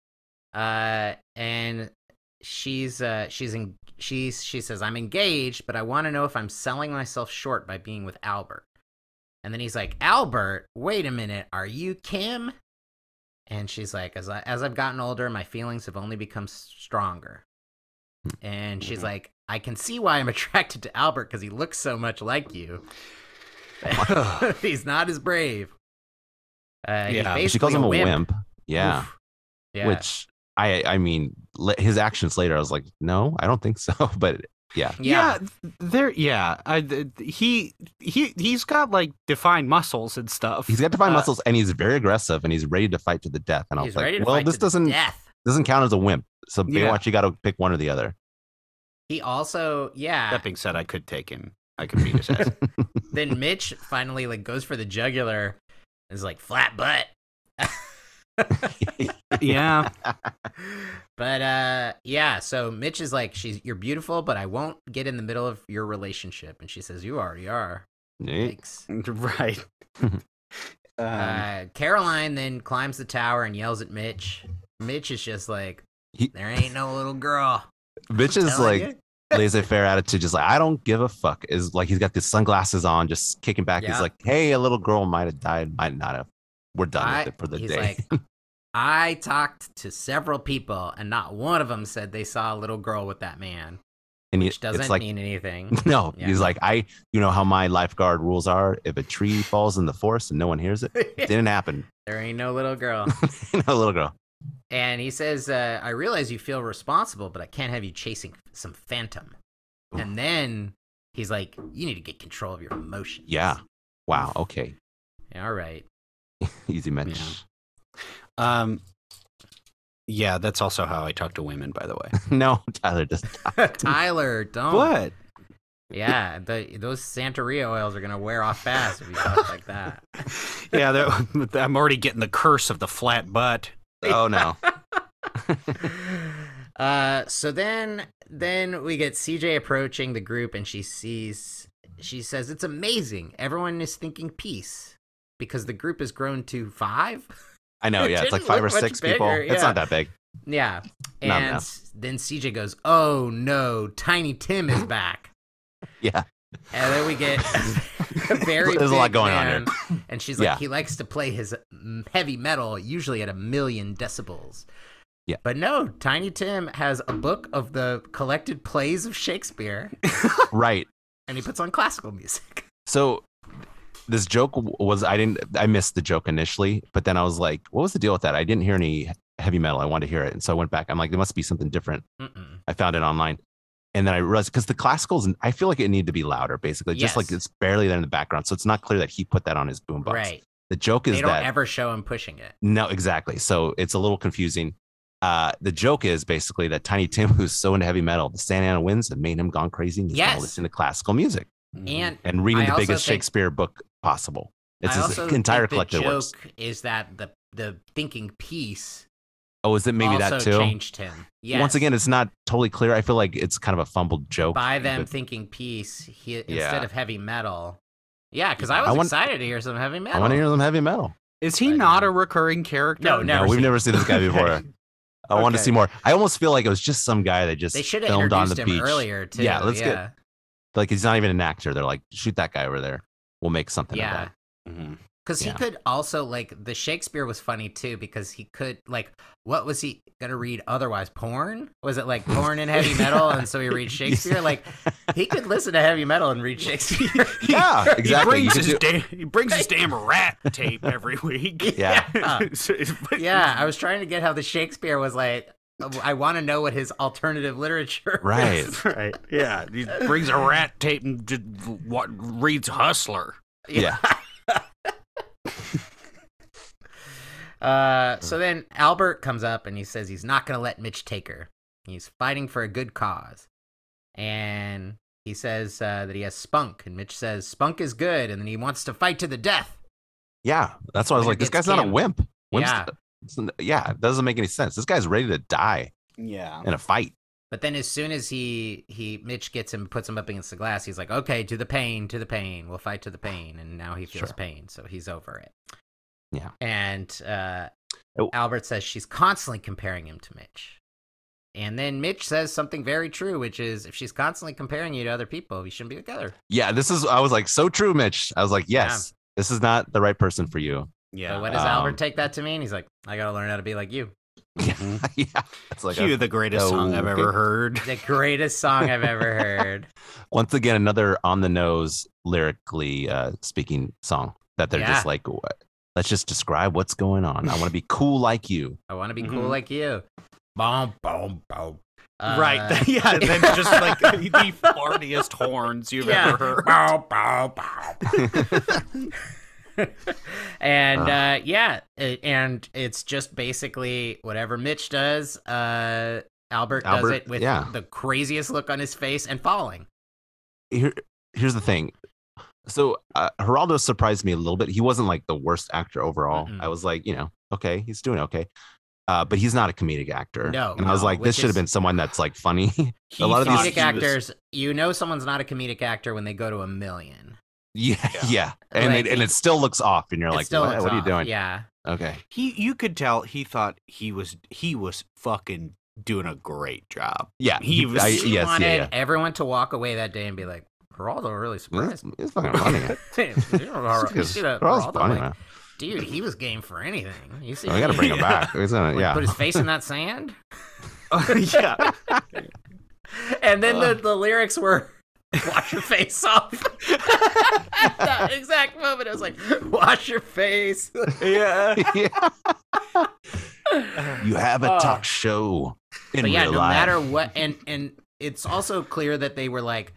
Speaker 1: Uh, and she's uh, she's in she's she says I'm engaged, but I want to know if I'm selling myself short by being with Albert. And then he's like, Albert, wait a minute, are you Kim? And she's like, as I as I've gotten older, my feelings have only become s- stronger. And she's
Speaker 2: Mm-hmm.
Speaker 3: Mhm.
Speaker 1: like, I can see why I'm attracted to Albert because he looks so much like you. he's not as brave. Uh, he's
Speaker 3: Yeah.
Speaker 2: She calls
Speaker 1: basically
Speaker 2: him a
Speaker 1: wimp.
Speaker 2: wimp. Yeah.
Speaker 1: Oof. Yeah.
Speaker 2: Which I I mean le- his actions later, I was like, no, I don't think so. But
Speaker 1: yeah.
Speaker 3: Yeah. th- there. Yeah, I, th- th- he he he's got like defined muscles and stuff.
Speaker 2: he's got defined
Speaker 3: Uh,
Speaker 2: muscles and he's very aggressive and he's ready to fight to the death. And I was
Speaker 1: He's
Speaker 2: like,
Speaker 1: ready to
Speaker 2: well,
Speaker 1: fight
Speaker 2: this
Speaker 1: to the
Speaker 2: doesn't
Speaker 1: death.
Speaker 2: doesn't count as a wimp. So
Speaker 3: Yeah.
Speaker 2: Baywatch, you got to pick one or the other.
Speaker 1: He also, yeah.
Speaker 3: That being said, I could take him. I could beat his ass.
Speaker 1: then Mitch finally like goes for the jugular. and Is like flat butt.
Speaker 3: yeah.
Speaker 1: but uh yeah, so Mitch is like, she's you're beautiful, but I won't get in the middle of your relationship. And she says, you already are.
Speaker 2: Yeah.
Speaker 1: Thanks.
Speaker 3: Right. um,
Speaker 1: Uh, Caroline then climbs the tower and yells at Mitch. Mitch is just like,
Speaker 2: He-
Speaker 1: there ain't no little girl.
Speaker 2: Bitch is
Speaker 1: Telling
Speaker 2: like
Speaker 1: you.
Speaker 2: laissez faire attitude, just like I don't give a fuck. Is like he's got these sunglasses on, just kicking back.
Speaker 1: Yeah.
Speaker 2: He's like, hey, a little girl might have died, might not have. We're done
Speaker 1: I-
Speaker 2: with it for the
Speaker 1: he's
Speaker 2: day.
Speaker 1: like, I talked to several people, and not one of them said they saw a little girl with that man,
Speaker 2: and he-
Speaker 1: which doesn't
Speaker 2: it's like,
Speaker 1: mean anything.
Speaker 2: no,
Speaker 1: Yeah.
Speaker 2: he's like, I, you know how my lifeguard rules are. If a tree falls in the forest and no one hears it, it didn't happen.
Speaker 1: there ain't no little girl.
Speaker 2: you know, little girl.
Speaker 1: and he says, uh, I realize you feel responsible, but I can't have you chasing some phantom. And then he's like, You need to get control of your emotions.
Speaker 2: Yeah. Wow. Okay.
Speaker 1: All right.
Speaker 2: Easy mensch.
Speaker 3: Um, Yeah, that's also how I talk to women, by the way.
Speaker 2: no, Tyler doesn't.
Speaker 1: Tyler, don't.
Speaker 3: What?
Speaker 1: Yeah, the, those Santeria oils are gonna wear off fast if you talk like that.
Speaker 3: Yeah, that, I'm already getting the curse of the flat butt.
Speaker 2: Oh no.
Speaker 1: uh, so then, then we get CJ approaching the group, and she sees. She says, "It's amazing. Everyone is thinking peace because the group has grown to five.
Speaker 2: I know.
Speaker 1: It
Speaker 2: Yeah, it's like
Speaker 1: didn't
Speaker 2: five or
Speaker 1: look much
Speaker 2: six people.
Speaker 1: bigger,
Speaker 2: It's
Speaker 1: yeah.
Speaker 2: not that big.
Speaker 1: Yeah.
Speaker 2: No,
Speaker 1: And
Speaker 2: no.
Speaker 1: s- then CJ goes, "Oh no, Tiny Tim is back."
Speaker 2: Yeah.
Speaker 1: And then we get a very
Speaker 2: There's a lot
Speaker 1: big
Speaker 2: going on here.
Speaker 1: man, And she's like,
Speaker 2: Yeah.
Speaker 1: he likes to play his mm, heavy metal usually at a million decibels.
Speaker 2: Yeah.
Speaker 1: But no, Tiny Tim has a book of the collected plays of Shakespeare,
Speaker 2: Right.
Speaker 1: and he puts on classical music.
Speaker 2: So this joke w- was I didn't I missed the joke initially, but then I was like, what was the deal with that? I didn't hear any heavy metal. I wanted to hear it, and so I went back. I'm like, there must be something different.
Speaker 1: Mm-mm.
Speaker 2: I found it online. And then I realized because the classicals, I feel like it needed to be louder, basically, just like
Speaker 1: Yes.
Speaker 2: it's barely there in the background. So it's not clear that he put that on his boombox.
Speaker 1: Right.
Speaker 2: The joke is
Speaker 1: They don't
Speaker 2: that
Speaker 1: ever show him pushing it.
Speaker 2: No, exactly. So it's a little confusing. Uh, the joke is basically that Tiny Tim, who's so into heavy metal, the Santa Ana winds have made him gone crazy. And he's
Speaker 1: Yes.
Speaker 2: now listening to classical music
Speaker 1: And
Speaker 2: and reading
Speaker 1: I
Speaker 2: the
Speaker 1: also
Speaker 2: biggest
Speaker 1: think-
Speaker 2: Shakespeare book possible. It's
Speaker 1: I
Speaker 2: his
Speaker 1: also
Speaker 2: entire
Speaker 1: think the
Speaker 2: collected works.
Speaker 1: joke is that the, the thinking piece
Speaker 2: Oh, is it maybe
Speaker 1: also
Speaker 2: that too?
Speaker 1: changed him. Yes.
Speaker 2: Once again, it's not totally clear. I feel like it's kind of a fumbled joke.
Speaker 1: by them
Speaker 2: but-
Speaker 1: thinking peace he,
Speaker 2: Yeah.
Speaker 1: instead of heavy metal. Yeah, because I was
Speaker 2: I want-
Speaker 1: excited to hear some heavy metal.
Speaker 2: I want to hear them heavy metal.
Speaker 3: Is he
Speaker 1: Right.
Speaker 3: not a recurring character?
Speaker 1: No, never
Speaker 2: no, we've
Speaker 1: seen
Speaker 2: never seen this guy before.
Speaker 3: Okay.
Speaker 2: I want to
Speaker 3: Okay.
Speaker 2: see more. I almost feel like it was just some guy that just
Speaker 1: They should have
Speaker 2: filmed on
Speaker 1: introduced
Speaker 2: the
Speaker 1: him
Speaker 2: beach.
Speaker 1: earlier too.
Speaker 2: Yeah, let's get-
Speaker 1: yeah.
Speaker 2: Like he's not even an actor. They're like, shoot that guy over there. We'll make something of
Speaker 1: yeah.
Speaker 2: that.
Speaker 3: Mhm.
Speaker 1: Because
Speaker 2: Yeah.
Speaker 1: he could also like the Shakespeare was funny too because he could like what was he gonna read otherwise? Porn? Was it like porn and heavy metal? And so he reads Shakespeare. Like he could listen to heavy metal and read Shakespeare.
Speaker 2: Yeah, exactly.
Speaker 3: He
Speaker 2: You
Speaker 3: brings,
Speaker 2: could do-
Speaker 3: his da- he brings his damn rat tape every week.
Speaker 2: Yeah.
Speaker 3: So it's-
Speaker 1: yeah, I was trying to get how the Shakespeare was like. I want to know what his alternative literature. is.
Speaker 2: Right.
Speaker 3: right. Yeah, he brings a rat tape and just what reads Hustler.
Speaker 2: Yeah.
Speaker 1: Uh, so then Albert comes up and he says he's not going to let Mitch take her. He's fighting for a good cause. And he says uh, that he has spunk. And Mitch says, Spunk is good. And then he wants to fight to the death.
Speaker 2: Yeah, that's why I was
Speaker 1: Winner
Speaker 2: like, this
Speaker 1: gets
Speaker 2: guy's not a
Speaker 1: Kim.
Speaker 2: wimp. Wimp's-
Speaker 1: Yeah.
Speaker 2: it's n- yeah, it doesn't make any sense. This guy's ready to die
Speaker 3: Yeah.
Speaker 2: in a fight.
Speaker 1: But then as soon as he, he Mitch gets him, puts him up against the glass, he's like, okay, to the pain, to the pain. We'll fight to the pain. And now he feels
Speaker 2: Sure.
Speaker 1: pain. So he's over it.
Speaker 2: Yeah.
Speaker 1: And uh,
Speaker 2: Oh.
Speaker 1: Albert says she's constantly comparing him to Mitch. And then Mitch says something very true, which is if she's constantly comparing you to other people, you shouldn't be together.
Speaker 2: Yeah, this is. I was like, so true, Mitch. I was like, yes, this is not the right person for you.
Speaker 1: Yeah.
Speaker 3: Yeah. Uh,
Speaker 1: But what does
Speaker 2: Um,
Speaker 1: Albert take that to mean? He's like, I got to learn how to be like you.
Speaker 3: Mhm.
Speaker 2: yeah, it's like
Speaker 3: Cue
Speaker 2: a-
Speaker 3: the greatest song I've ever
Speaker 2: Okay.
Speaker 3: heard.
Speaker 1: The greatest song I've ever heard.
Speaker 2: once again another on the nose lyrically uh, speaking song that they're just
Speaker 1: Yeah.
Speaker 2: like, what? let's just describe what's going on. I want to be cool like you.
Speaker 1: I want to be
Speaker 2: Mm-hmm.
Speaker 3: Mhm.
Speaker 1: cool like you. Boom, boom, boom.
Speaker 3: Uh,
Speaker 1: Uh,
Speaker 3: right. yeah. Then just like the fartiest horns you've
Speaker 1: Yeah.
Speaker 3: ever heard.
Speaker 1: bow, bow, bow. and uh, yeah, it, and it's just basically whatever Mitch does, uh, Albert, does
Speaker 2: Albert,
Speaker 1: it with
Speaker 2: yeah.
Speaker 1: the craziest look on his face and falling.
Speaker 2: here here's the thing. So uh, Geraldo surprised me a little bit. He wasn't like the worst actor overall.
Speaker 1: Mm-mm.
Speaker 2: I was like, you know, okay, he's doing okay. Uh, but he's not a comedic actor.
Speaker 1: No,
Speaker 2: and I was
Speaker 1: no,
Speaker 2: like,
Speaker 1: which
Speaker 2: this should have
Speaker 1: is-
Speaker 2: been someone that's like funny.
Speaker 3: He
Speaker 2: A lot of these-
Speaker 3: thought
Speaker 1: Comedic
Speaker 3: he was-
Speaker 1: actors, you know, someone's not a comedic actor when they go to a million.
Speaker 2: yeah, yeah, and
Speaker 1: Like,
Speaker 2: it, and it still looks off, and you're
Speaker 1: It
Speaker 2: like,
Speaker 1: still
Speaker 2: what,
Speaker 1: looks
Speaker 2: what are you
Speaker 1: off,
Speaker 2: doing?
Speaker 1: Yeah,
Speaker 2: Okay,
Speaker 3: He, you could tell he thought he was he was fucking doing a great job.
Speaker 2: yeah,
Speaker 3: He was-
Speaker 2: I,
Speaker 3: he
Speaker 2: yes,
Speaker 1: he
Speaker 2: yeah,
Speaker 1: wanted
Speaker 2: yeah.
Speaker 1: everyone to walk away that day and be like, Geraldo really
Speaker 2: It's,
Speaker 1: surprised. me."
Speaker 2: it's fucking funny. man.
Speaker 1: You know,
Speaker 2: It's-
Speaker 1: you know,
Speaker 2: they're all
Speaker 1: Geraldo,
Speaker 2: funny,
Speaker 1: like,
Speaker 2: man.
Speaker 1: dude, he was game for anything. You see,
Speaker 2: We got to bring him
Speaker 3: Yeah.
Speaker 2: back. It's gonna-
Speaker 1: Like,
Speaker 2: yeah,
Speaker 1: put his face in that sand.
Speaker 3: yeah.
Speaker 1: And then the, the lyrics were wash your face off. At that exact moment, I was like, wash your face.
Speaker 3: Yeah.
Speaker 2: Yeah. You have a
Speaker 1: Oh.
Speaker 2: talk show in
Speaker 1: but yeah,
Speaker 2: real
Speaker 1: no
Speaker 2: life.
Speaker 1: matter what, and and it's also clear that they were like,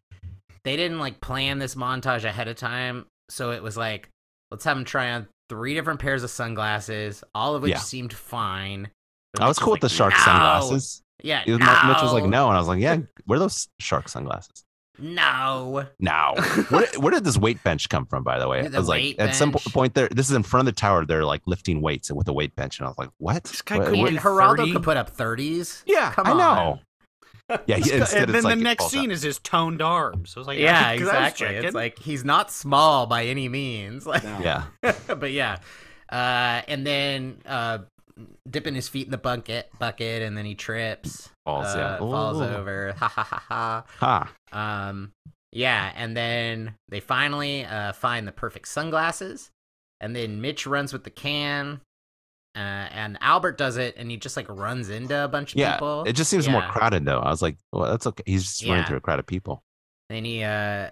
Speaker 1: they didn't like plan this montage ahead of time, so it was like, let's have him try on three different pairs of sunglasses, all of which
Speaker 2: Yeah.
Speaker 1: seemed fine.
Speaker 2: I was cool with the shark
Speaker 1: "No."
Speaker 2: sunglasses.
Speaker 1: Yeah,
Speaker 2: It was,
Speaker 1: no,
Speaker 2: Mitch was like, no. And I was like, yeah, where are those shark sunglasses?
Speaker 1: no.
Speaker 2: No. Where, where did this weight bench come from, by the way?
Speaker 1: The
Speaker 2: I was like,
Speaker 1: weight
Speaker 2: at some po-
Speaker 1: bench.
Speaker 2: point there, this is in front of the tower. They're like lifting weights with a weight bench. And I was like, what?
Speaker 3: This guy
Speaker 2: What-
Speaker 3: couldn't
Speaker 2: what-
Speaker 1: And
Speaker 3: do
Speaker 1: Geraldo
Speaker 3: 30?
Speaker 1: could put up thirties.
Speaker 2: Yeah,
Speaker 1: Come
Speaker 2: I
Speaker 1: on.
Speaker 2: know. Oh. Yeah, he-
Speaker 3: and
Speaker 2: instead
Speaker 3: then
Speaker 2: it's like
Speaker 3: the
Speaker 2: it
Speaker 3: next
Speaker 2: falls out.
Speaker 3: scene is his toned arms. I was like,
Speaker 1: Yeah,
Speaker 3: 'cause I was
Speaker 1: exactly. It's
Speaker 3: checking.
Speaker 1: like he's not small by any means. Like,
Speaker 2: Yeah,
Speaker 1: but yeah, uh, and then uh, dipping his feet in the bucket, bucket, and then he trips,
Speaker 2: falls. yeah,
Speaker 1: uh, falls
Speaker 2: Ooh.
Speaker 1: over. Ha ha ha ha.
Speaker 2: Ha.
Speaker 1: Um, yeah, and then they finally uh, find the perfect sunglasses, and then Mitch runs with the can, uh, and Albert does it, and he just like runs into a bunch of
Speaker 2: Yeah,
Speaker 1: people.
Speaker 2: It just seems more
Speaker 1: Yeah.
Speaker 2: crowded though. I was like, well, that's okay. He's just running
Speaker 1: Yeah.
Speaker 2: through a crowd of people.
Speaker 1: Then he uh,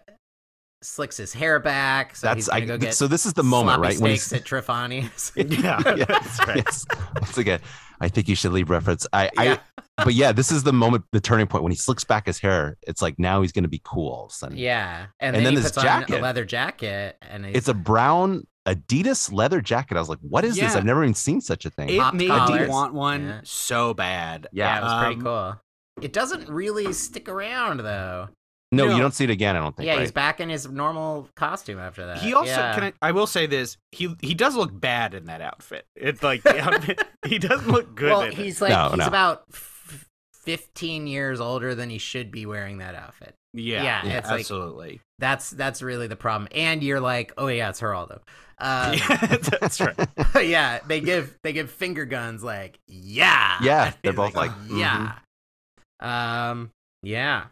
Speaker 1: slicks his hair back. So
Speaker 2: that's
Speaker 1: he's gonna
Speaker 2: I,
Speaker 1: go
Speaker 2: th-
Speaker 1: get
Speaker 2: so. This is the moment,
Speaker 1: sloppy
Speaker 2: right? When
Speaker 1: steaks
Speaker 2: he's-
Speaker 1: at Trifani's.
Speaker 3: yeah,
Speaker 2: yeah,
Speaker 3: that's right.
Speaker 2: yes. Once again, I think you should leave reference. I,
Speaker 1: Yeah.
Speaker 2: I, but yeah, this is the moment, the turning point when he slicks back his hair. It's like now he's gonna be cool all of a sudden.
Speaker 1: Yeah, and,
Speaker 2: And
Speaker 1: then,
Speaker 2: then
Speaker 1: he
Speaker 2: this
Speaker 1: puts on
Speaker 2: jacket.
Speaker 1: a leather jacket, and he's
Speaker 2: It's a brown Adidas leather jacket. I was like, what is this?
Speaker 3: Yeah.
Speaker 2: I've never even seen such a thing.
Speaker 3: It
Speaker 1: Pop
Speaker 3: made
Speaker 1: collars.
Speaker 3: me want one
Speaker 1: Yeah.
Speaker 3: so bad.
Speaker 1: yeah, it was pretty
Speaker 3: Um,
Speaker 1: cool. It doesn't really stick around though.
Speaker 2: no,
Speaker 3: no.
Speaker 2: you don't see it again. I don't think.
Speaker 1: Yeah,
Speaker 2: right?
Speaker 1: he's back in his normal costume after that.
Speaker 3: He also
Speaker 1: Yeah.
Speaker 3: can I, I will say this he he does look bad in that outfit. It's like the outfit, he doesn't look good.
Speaker 1: well,
Speaker 3: in it.
Speaker 1: he's like
Speaker 2: No,
Speaker 1: he's
Speaker 2: no.
Speaker 1: about f- fifteen years older than he should be wearing that outfit.
Speaker 3: yeah,
Speaker 1: yeah,
Speaker 2: yeah,
Speaker 1: it's like
Speaker 3: absolutely.
Speaker 1: that's that's really the problem. And you're like, oh yeah, it's Geraldo. Uh,
Speaker 3: yeah, that's right.
Speaker 1: yeah. they give they give finger guns like yeah.
Speaker 2: Yeah, they're
Speaker 1: It's
Speaker 2: both like, "Mm-hmm."
Speaker 1: yeah. Um, yeah.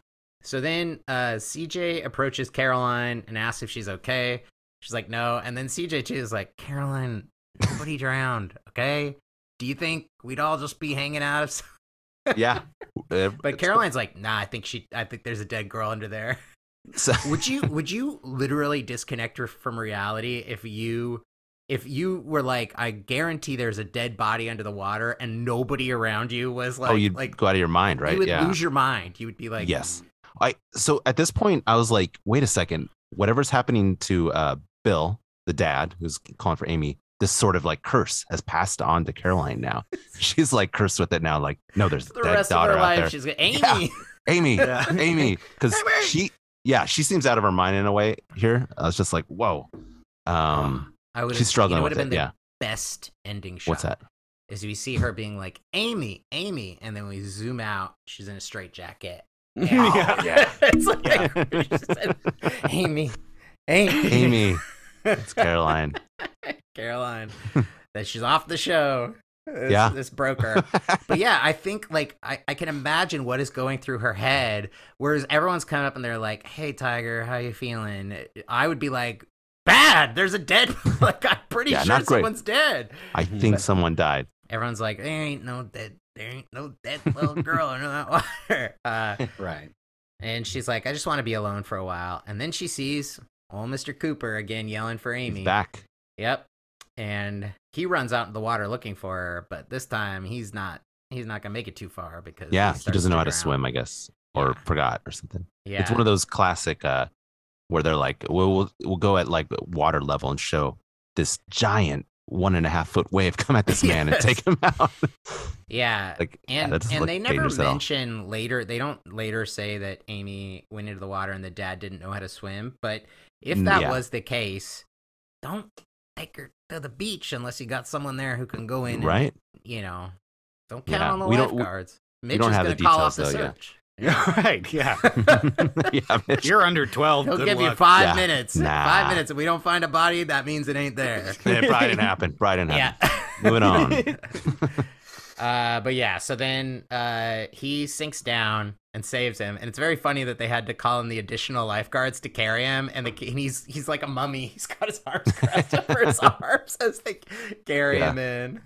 Speaker 1: So then uh, CJ approaches Caroline and asks if she's okay. She's like, no. And then CJ too is like, Caroline, nobody drowned, okay? Do you think we'd all just be hanging out? If...
Speaker 2: mhm. yeah. Uh,
Speaker 1: But Caroline's like, nah, I think she, I think there's a dead girl under there.
Speaker 2: so-
Speaker 1: Would you, would you literally disconnect her from reality if you, if you were like, I guarantee there's a dead body under the water and nobody around you was like,
Speaker 2: oh, you'd
Speaker 1: like
Speaker 2: go out of your mind,
Speaker 1: you
Speaker 2: right?
Speaker 1: would
Speaker 2: Yeah.
Speaker 1: lose your mind. You would be like,
Speaker 2: yes. I so at this point I was like, wait a second, whatever's happening to uh, Bill, the dad who's calling for Amy, this sort of like curse has passed on to Caroline now. She's like cursed with it now. Like, no, there's a
Speaker 1: the
Speaker 2: dead
Speaker 1: rest of
Speaker 2: daughter
Speaker 1: her
Speaker 2: out there.
Speaker 1: life, she's going, Amy.
Speaker 2: Yeah. Amy,
Speaker 3: Yeah.
Speaker 2: Amy, because
Speaker 1: Amy!
Speaker 2: she, yeah, she seems out of her mind in a way here. I was just like, whoa, um,
Speaker 1: I would.
Speaker 2: she's struggling
Speaker 1: You know,
Speaker 2: with
Speaker 1: would have
Speaker 2: it.
Speaker 1: been
Speaker 2: yeah,
Speaker 1: the best ending shot.
Speaker 2: what's that?
Speaker 1: Is we see her being like Amy, Amy, and then we zoom out. She's in a straight jacket.
Speaker 3: Yeah.
Speaker 1: it's like
Speaker 2: Yeah.
Speaker 1: she said, Amy, Amy,
Speaker 2: Amy, it's Caroline.
Speaker 1: Caroline. that she's off the show. This,
Speaker 2: Yeah.
Speaker 1: this broker. but yeah, I think like I, I can imagine what is going through her head. Whereas everyone's coming up and they're like, "Hey, Tiger, how you feeling?" I would be like, "Bad. There's a dead. like I'm pretty
Speaker 2: Yeah,
Speaker 1: sure
Speaker 2: not great.
Speaker 1: someone's dead."
Speaker 2: I think someone died.
Speaker 1: Everyone's like, "There ain't no dead. There ain't no dead little girl under that water." Uh,
Speaker 3: Right.
Speaker 1: and she's like, "I just want to be alone for a while." And then she sees old Mister Cooper again yelling for
Speaker 2: He's
Speaker 1: Amy.
Speaker 2: back.
Speaker 1: Yep. And he runs out in the water looking for her, but this time he's not he's not gonna make it too far because
Speaker 2: Yeah, he
Speaker 1: starts
Speaker 2: doesn't know how to
Speaker 1: drown.
Speaker 2: swim, I guess, or
Speaker 1: Yeah.
Speaker 2: forgot or something.
Speaker 1: Yeah.
Speaker 2: It's one of those classic uh, where they're like, we'll, we'll we'll go at like water level and show this giant one and a half foot wave come at this man
Speaker 1: Yes.
Speaker 2: and take him out.
Speaker 1: yeah.
Speaker 2: like, yeah,
Speaker 1: and
Speaker 2: that doesn't
Speaker 1: and
Speaker 2: look
Speaker 1: they never
Speaker 2: dangerous at all.
Speaker 1: mention later they don't later say that Amy went into the water and the dad didn't know how to swim, but if
Speaker 2: Mm,
Speaker 1: that
Speaker 2: yeah.
Speaker 1: was the case, don't take her to the beach unless you got someone there who can go in and,
Speaker 2: right?
Speaker 1: you know. Don't count
Speaker 2: Yeah,
Speaker 1: on the
Speaker 2: we don't- we-
Speaker 1: lifeguards. Mitch
Speaker 2: don't
Speaker 1: is
Speaker 2: have the
Speaker 1: gonna call off the
Speaker 2: details, though, yeah.
Speaker 1: search.
Speaker 3: right. Yeah.
Speaker 2: yeah,
Speaker 3: If
Speaker 2: Mitch.
Speaker 3: you're under 12,
Speaker 1: He'll
Speaker 3: good
Speaker 1: give you
Speaker 3: luck.
Speaker 1: five
Speaker 2: Yeah.
Speaker 1: minutes.
Speaker 2: Nah.
Speaker 1: Five minutes. If we don't find a body, that means it ain't there.
Speaker 2: Yeah, probably didn't happen. Probably didn't
Speaker 1: yeah.
Speaker 2: happen. Moving on.
Speaker 1: uh, but yeah, so then uh, he sinks down and saves him, and it's very funny that they had to call in the additional lifeguards to carry him, and, the, and he's he's like a mummy. He's got his arms crossed over his arms as they carry
Speaker 2: Yeah.
Speaker 1: him in,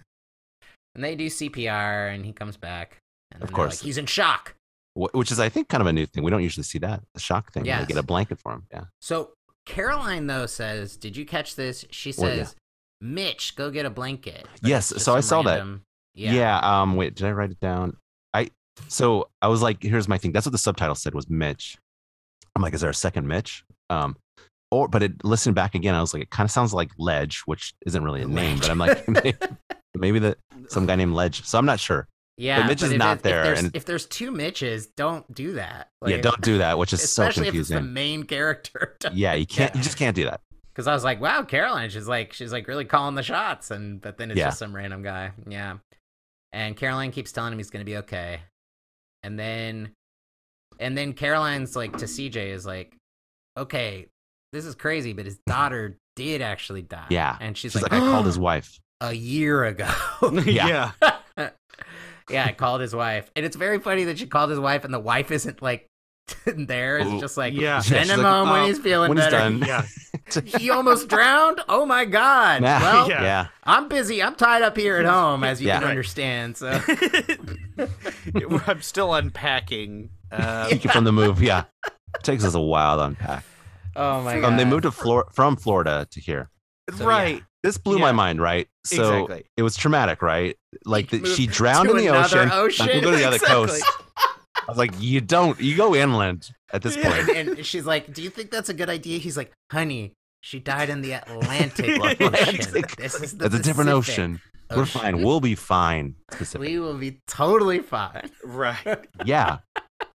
Speaker 1: and they do CPR, and he comes back. And
Speaker 2: Of
Speaker 1: then they're like,
Speaker 2: course.
Speaker 1: he's in shock.
Speaker 2: Wh- Which is, I think, kind of a new thing. We don't usually see that the shock thing. Yeah,
Speaker 1: Yes.
Speaker 2: get a blanket for him. Yeah,
Speaker 1: So Caroline though says, "Did you catch this?" She
Speaker 2: Well, yeah.
Speaker 1: says, "Mitch, go get a blanket."
Speaker 2: Yes,
Speaker 1: it's just
Speaker 2: so I
Speaker 1: some
Speaker 2: saw that.
Speaker 1: Yeah.
Speaker 2: Um. Wait, did I write it down? I. So I was like, here's my thing. That's what the subtitle said was Mitch. I'm like, is there a second Mitch? Um. Or, but it listened back again. I was like, it kind of sounds like Ledge, which isn't really a name, but I'm like, maybe, maybe that some guy named Ledge. So I'm not sure.
Speaker 1: Yeah,
Speaker 2: Mitch is
Speaker 1: if
Speaker 2: not
Speaker 1: it-
Speaker 2: there,
Speaker 1: If there's,
Speaker 2: and-
Speaker 1: if there's two Mitches, don't do that.
Speaker 2: yeah, don't do that, which is so
Speaker 1: especially if it's the
Speaker 2: confusing.
Speaker 1: main character.
Speaker 2: Yeah, you can't.
Speaker 1: Yeah.
Speaker 2: You just can't do that.
Speaker 1: Because I was like, wow, Caroline, she's like, she's like really calling the shots, and but then it's
Speaker 2: Yeah.
Speaker 1: just some random guy. Yeah, and Caroline keeps telling him he's gonna be okay, and then, and then Caroline's like to CJ is like, okay, this is crazy, but his daughter did actually die.
Speaker 2: Mm-hmm. Yeah.
Speaker 1: and she's,
Speaker 2: She's like,
Speaker 1: like,
Speaker 2: I called his wife.
Speaker 1: a year ago.
Speaker 2: Yeah.
Speaker 1: yeah, I called his wife, and it's very funny that she called his wife, and the wife isn't like there. It's
Speaker 2: Ooh.
Speaker 1: just like
Speaker 3: Yeah.
Speaker 1: send
Speaker 2: She's
Speaker 1: him
Speaker 2: like,
Speaker 1: home when
Speaker 3: "Oh,
Speaker 1: he's feeling
Speaker 2: when he's
Speaker 1: better.
Speaker 2: done.
Speaker 3: yeah.
Speaker 1: he almost drowned. Oh my god.
Speaker 2: Nah,
Speaker 1: Well,
Speaker 3: Yeah.
Speaker 2: yeah.
Speaker 1: I'm busy. I'm tied up here at home, as you
Speaker 2: Yeah.
Speaker 1: can
Speaker 3: Right.
Speaker 1: understand. So
Speaker 3: I'm still unpacking. Uh,
Speaker 2: Thank you from the move. Yeah, takes us a while to unpack.
Speaker 1: oh my god.
Speaker 2: Um, they moved to Flor- from Florida to here.
Speaker 1: So,
Speaker 3: right.
Speaker 2: This blew
Speaker 3: Yeah.
Speaker 2: my mind, right? So
Speaker 3: exactly.
Speaker 2: it was traumatic, right? Like
Speaker 1: He
Speaker 2: that she
Speaker 1: moved
Speaker 2: drowned
Speaker 1: to
Speaker 2: in the
Speaker 1: another
Speaker 2: ocean.
Speaker 1: ocean.
Speaker 2: Like, we'll go to the other
Speaker 1: Exactly.
Speaker 2: coast. I was like, you don't. You go inland at this
Speaker 3: Yeah.
Speaker 2: point.
Speaker 1: And, and she's like, "Do you think that's a good idea?" He's like, "Honey, she died in the Atlantic Ocean.
Speaker 2: Atlantic.
Speaker 1: This is the
Speaker 2: That's a
Speaker 1: Pacific
Speaker 2: different ocean. We're fine. We'll be fine. Specific.
Speaker 1: We will be totally fine.
Speaker 3: Right.
Speaker 2: Yeah.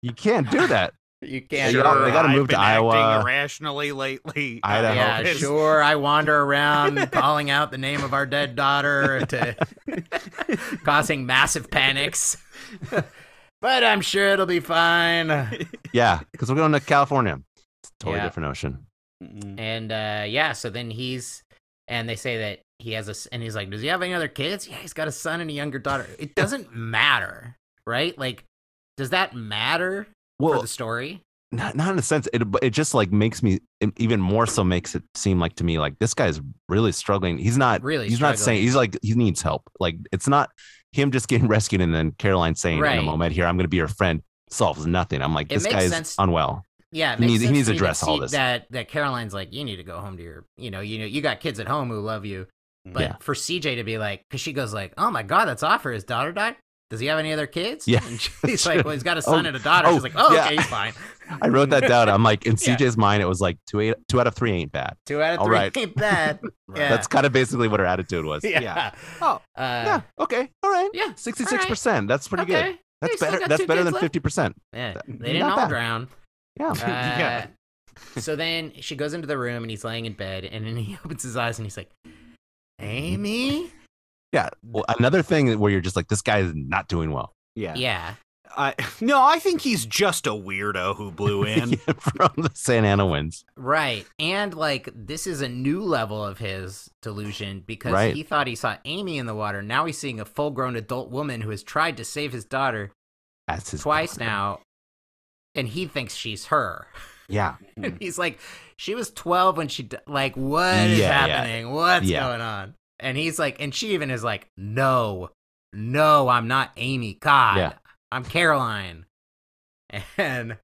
Speaker 2: You can't do that.
Speaker 1: You can't.
Speaker 2: Sure,
Speaker 1: do
Speaker 2: they
Speaker 1: it.
Speaker 2: gotta
Speaker 3: I've
Speaker 2: move to
Speaker 3: been acting
Speaker 2: Iowa.
Speaker 3: irrationally lately.
Speaker 2: Idaho.
Speaker 1: yeah,
Speaker 3: It's-
Speaker 1: sure. I wander around calling out the name of our dead daughter to causing massive panics. but I'm sure it'll be fine.
Speaker 2: Yeah, because we're going to California. It's a totally
Speaker 1: Yeah.
Speaker 2: different ocean. Mm-hmm.
Speaker 3: Mm-mm.
Speaker 1: And uh, yeah, so then he's, and they say that he has a, s- and he's like, does he have any other kids? Yeah, he's got a son and a younger daughter. It doesn't matter, right? Like, does that matter for
Speaker 2: Well,
Speaker 1: the story?
Speaker 2: not not in a sense. It but it just like makes me it even more so makes it seem like to me like this guy's really struggling. He's not
Speaker 1: Really
Speaker 2: He's not saying
Speaker 1: struggling.
Speaker 2: he's like he needs help. Like it's not him just getting rescued and then Caroline saying in a
Speaker 1: Right.
Speaker 2: moment here I'm going to be your friend solves nothing. I'm like
Speaker 1: It
Speaker 2: this
Speaker 1: makes
Speaker 2: guy is
Speaker 1: sense-
Speaker 2: unwell.
Speaker 1: Yeah, it
Speaker 2: He
Speaker 1: makes
Speaker 2: needs- he
Speaker 1: sense
Speaker 2: needs
Speaker 1: to
Speaker 2: to
Speaker 1: me
Speaker 2: address all
Speaker 1: see
Speaker 2: this.
Speaker 1: That that Caroline's like, you need to go home to your, you know, you know, you got kids at home who love you, but
Speaker 2: Mm, Yeah.
Speaker 1: for CJ to be like, because she goes like, oh my god, that's awful. His daughter died. Does he have any other kids?
Speaker 2: Yeah.
Speaker 1: And she's like, well, he's got a son
Speaker 2: Oh,
Speaker 1: and a daughter.
Speaker 2: oh,
Speaker 1: she's like, oh,
Speaker 2: yeah.
Speaker 1: okay, he's fine.
Speaker 2: I wrote that down. I'm like in
Speaker 1: Yeah.
Speaker 2: CJ's mind it was like two eight, two out of three ain't bad.
Speaker 1: Two out of
Speaker 2: All
Speaker 1: three
Speaker 2: right.
Speaker 1: ain't bad. Yeah.
Speaker 2: That's kind of basically what her attitude was.
Speaker 1: yeah.
Speaker 3: yeah.
Speaker 2: Oh,
Speaker 1: Uh,
Speaker 2: yeah. Okay. All right.
Speaker 1: yeah, all right.
Speaker 2: 66%. That's pretty
Speaker 1: okay.
Speaker 2: good. That's
Speaker 1: you still
Speaker 2: better.
Speaker 1: got
Speaker 2: That's
Speaker 1: two
Speaker 2: better
Speaker 1: kids left.
Speaker 2: than 50%.
Speaker 1: Yeah. They
Speaker 2: Not
Speaker 1: didn't all
Speaker 2: bad.
Speaker 1: drown.
Speaker 2: Yeah.
Speaker 1: Uh,
Speaker 3: Yeah.
Speaker 1: so then she goes into the room and he's laying in bed and then he opens his eyes and he's like, Amy.
Speaker 2: Yeah. Well, another thing where you're just like, this guy is not doing well.
Speaker 3: Yeah.
Speaker 1: yeah.
Speaker 3: I, no, I think he's just a weirdo who blew in.
Speaker 2: From the Santa Ana winds.
Speaker 1: Right. And like this is a new level of his delusion because
Speaker 2: Right.
Speaker 1: he thought he saw Amy in the water. Now he's seeing a full grown adult woman who has tried to save his daughter
Speaker 2: That's his
Speaker 1: twice
Speaker 2: daughter.
Speaker 1: now. And he thinks she's her.
Speaker 2: Yeah.
Speaker 1: And he's like, she was 12 when she, di- like, what is
Speaker 2: Yeah, yeah.
Speaker 1: happening? What's
Speaker 2: Yeah.
Speaker 1: going on? And he's like, and she even is like, no, no, I'm not Amy. God,
Speaker 2: Yeah.
Speaker 1: I'm Caroline. And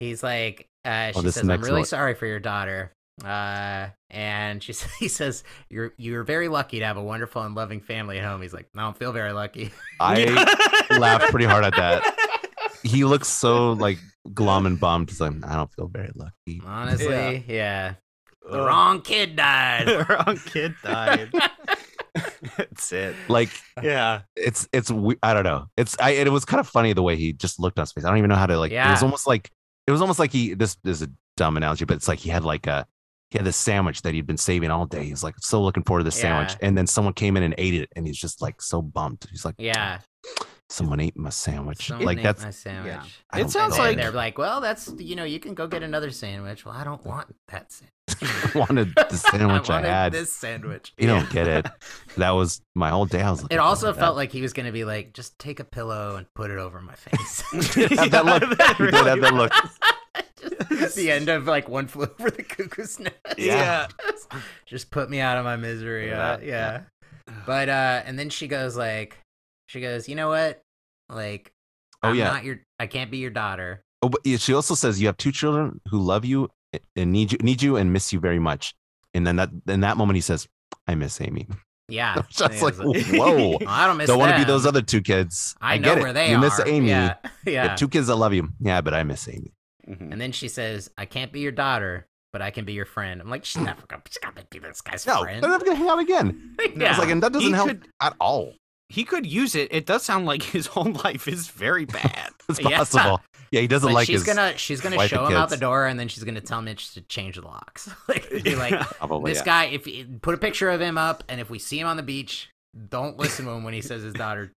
Speaker 1: he's like, uh, she
Speaker 2: Oh, this
Speaker 1: says, I'm
Speaker 2: next
Speaker 1: really
Speaker 2: one-
Speaker 1: sorry for your daughter. Uh, and she, s- he says, you're, you're very lucky to have a wonderful and loving family at home. He's like, I don't feel very lucky.
Speaker 2: I laughed pretty hard at that. He looks so like glum and bummed. He's like, I don't feel very lucky.
Speaker 1: Honestly, yeah. The
Speaker 3: Ugh.
Speaker 1: wrong kid died.
Speaker 3: Wrong kid died. That's it.
Speaker 2: Like
Speaker 3: Yeah.
Speaker 2: it's it's we- I don't know. It's I it was kind of funny the way he just looked on his face. I don't even know how to like. It was
Speaker 1: Yeah.
Speaker 2: almost like it was almost like he. This is a dumb analogy, but it's like he had like a he had this sandwich that he'd been saving all day. He's like so looking forward to this sandwich,
Speaker 1: Yeah.
Speaker 2: and then someone came in and ate it, and he's just like so bummed. He's like,
Speaker 1: yeah.
Speaker 2: someone ate my sandwich.
Speaker 1: Someone
Speaker 2: like
Speaker 1: ate
Speaker 2: that's
Speaker 1: my sandwich.
Speaker 2: I
Speaker 3: It
Speaker 2: don't
Speaker 3: sounds
Speaker 2: know.
Speaker 3: like-
Speaker 1: they're like, well, that's you know, you can go get another sandwich. Well, I don't want that
Speaker 2: I
Speaker 1: sandwich.
Speaker 2: wanted the sandwich
Speaker 1: I
Speaker 2: I,
Speaker 1: wanted
Speaker 2: had.
Speaker 1: this sandwich.
Speaker 2: You don't get it. That was my whole day. I was.
Speaker 1: It also felt like he was gonna be like, just take a pillow and put it over my face.
Speaker 2: have that look. He did have that look.
Speaker 1: Just the end of like one flew over the cuckoo's nest.
Speaker 3: Yeah.
Speaker 1: just put me out of my misery.
Speaker 2: Yeah,
Speaker 1: uh, yeah. But uh, and then she goes like, she goes, you know what? Like,
Speaker 2: Oh,
Speaker 1: I'm
Speaker 2: yeah.
Speaker 1: not your, I can't be your daughter.
Speaker 2: Oh, but yeah, she also says you have two children who love you and need you, need you and miss you very much. And then that in that moment he says, "I miss Amy."
Speaker 1: Yeah.
Speaker 2: Just
Speaker 1: Yeah,
Speaker 2: like,
Speaker 1: it's like-
Speaker 2: whoa,
Speaker 1: Well, Oh, I don't miss.
Speaker 2: don't want to be
Speaker 1: them.
Speaker 2: those other two kids.
Speaker 1: I,
Speaker 2: I,
Speaker 1: know
Speaker 2: get it.
Speaker 1: where they
Speaker 2: you
Speaker 1: are.
Speaker 2: miss Amy.
Speaker 1: Yeah.
Speaker 2: You
Speaker 1: yeah.
Speaker 2: have two kids that love you. Yeah, but I miss Amy.
Speaker 3: Mm-hmm.
Speaker 2: Mm-hmm.
Speaker 1: and then she says, I can't be your daughter, but I can be your friend. I'm like, she's never gonna, she's gonna be this guy's
Speaker 2: No,
Speaker 1: friend.
Speaker 2: they're never gonna hang out again.
Speaker 1: yeah.
Speaker 2: It's like, and that doesn't
Speaker 3: He
Speaker 2: help
Speaker 3: could-
Speaker 2: at all.
Speaker 3: he could use it. It does sound like his home life is very bad.
Speaker 2: It's
Speaker 1: Yeah.
Speaker 2: possible. Yeah, he doesn't
Speaker 1: Like,
Speaker 2: like
Speaker 1: she's
Speaker 2: his
Speaker 1: gonna she's gonna
Speaker 2: wife
Speaker 1: show
Speaker 2: and
Speaker 1: him out the
Speaker 2: kids.
Speaker 1: door and then she's gonna tell Mitch to change the locks. like, be like
Speaker 3: Yeah.
Speaker 2: probably.
Speaker 1: this
Speaker 2: yeah.
Speaker 1: guy, if you- put a picture of him up, and if we see him on the beach, don't listen to him when he says his daughter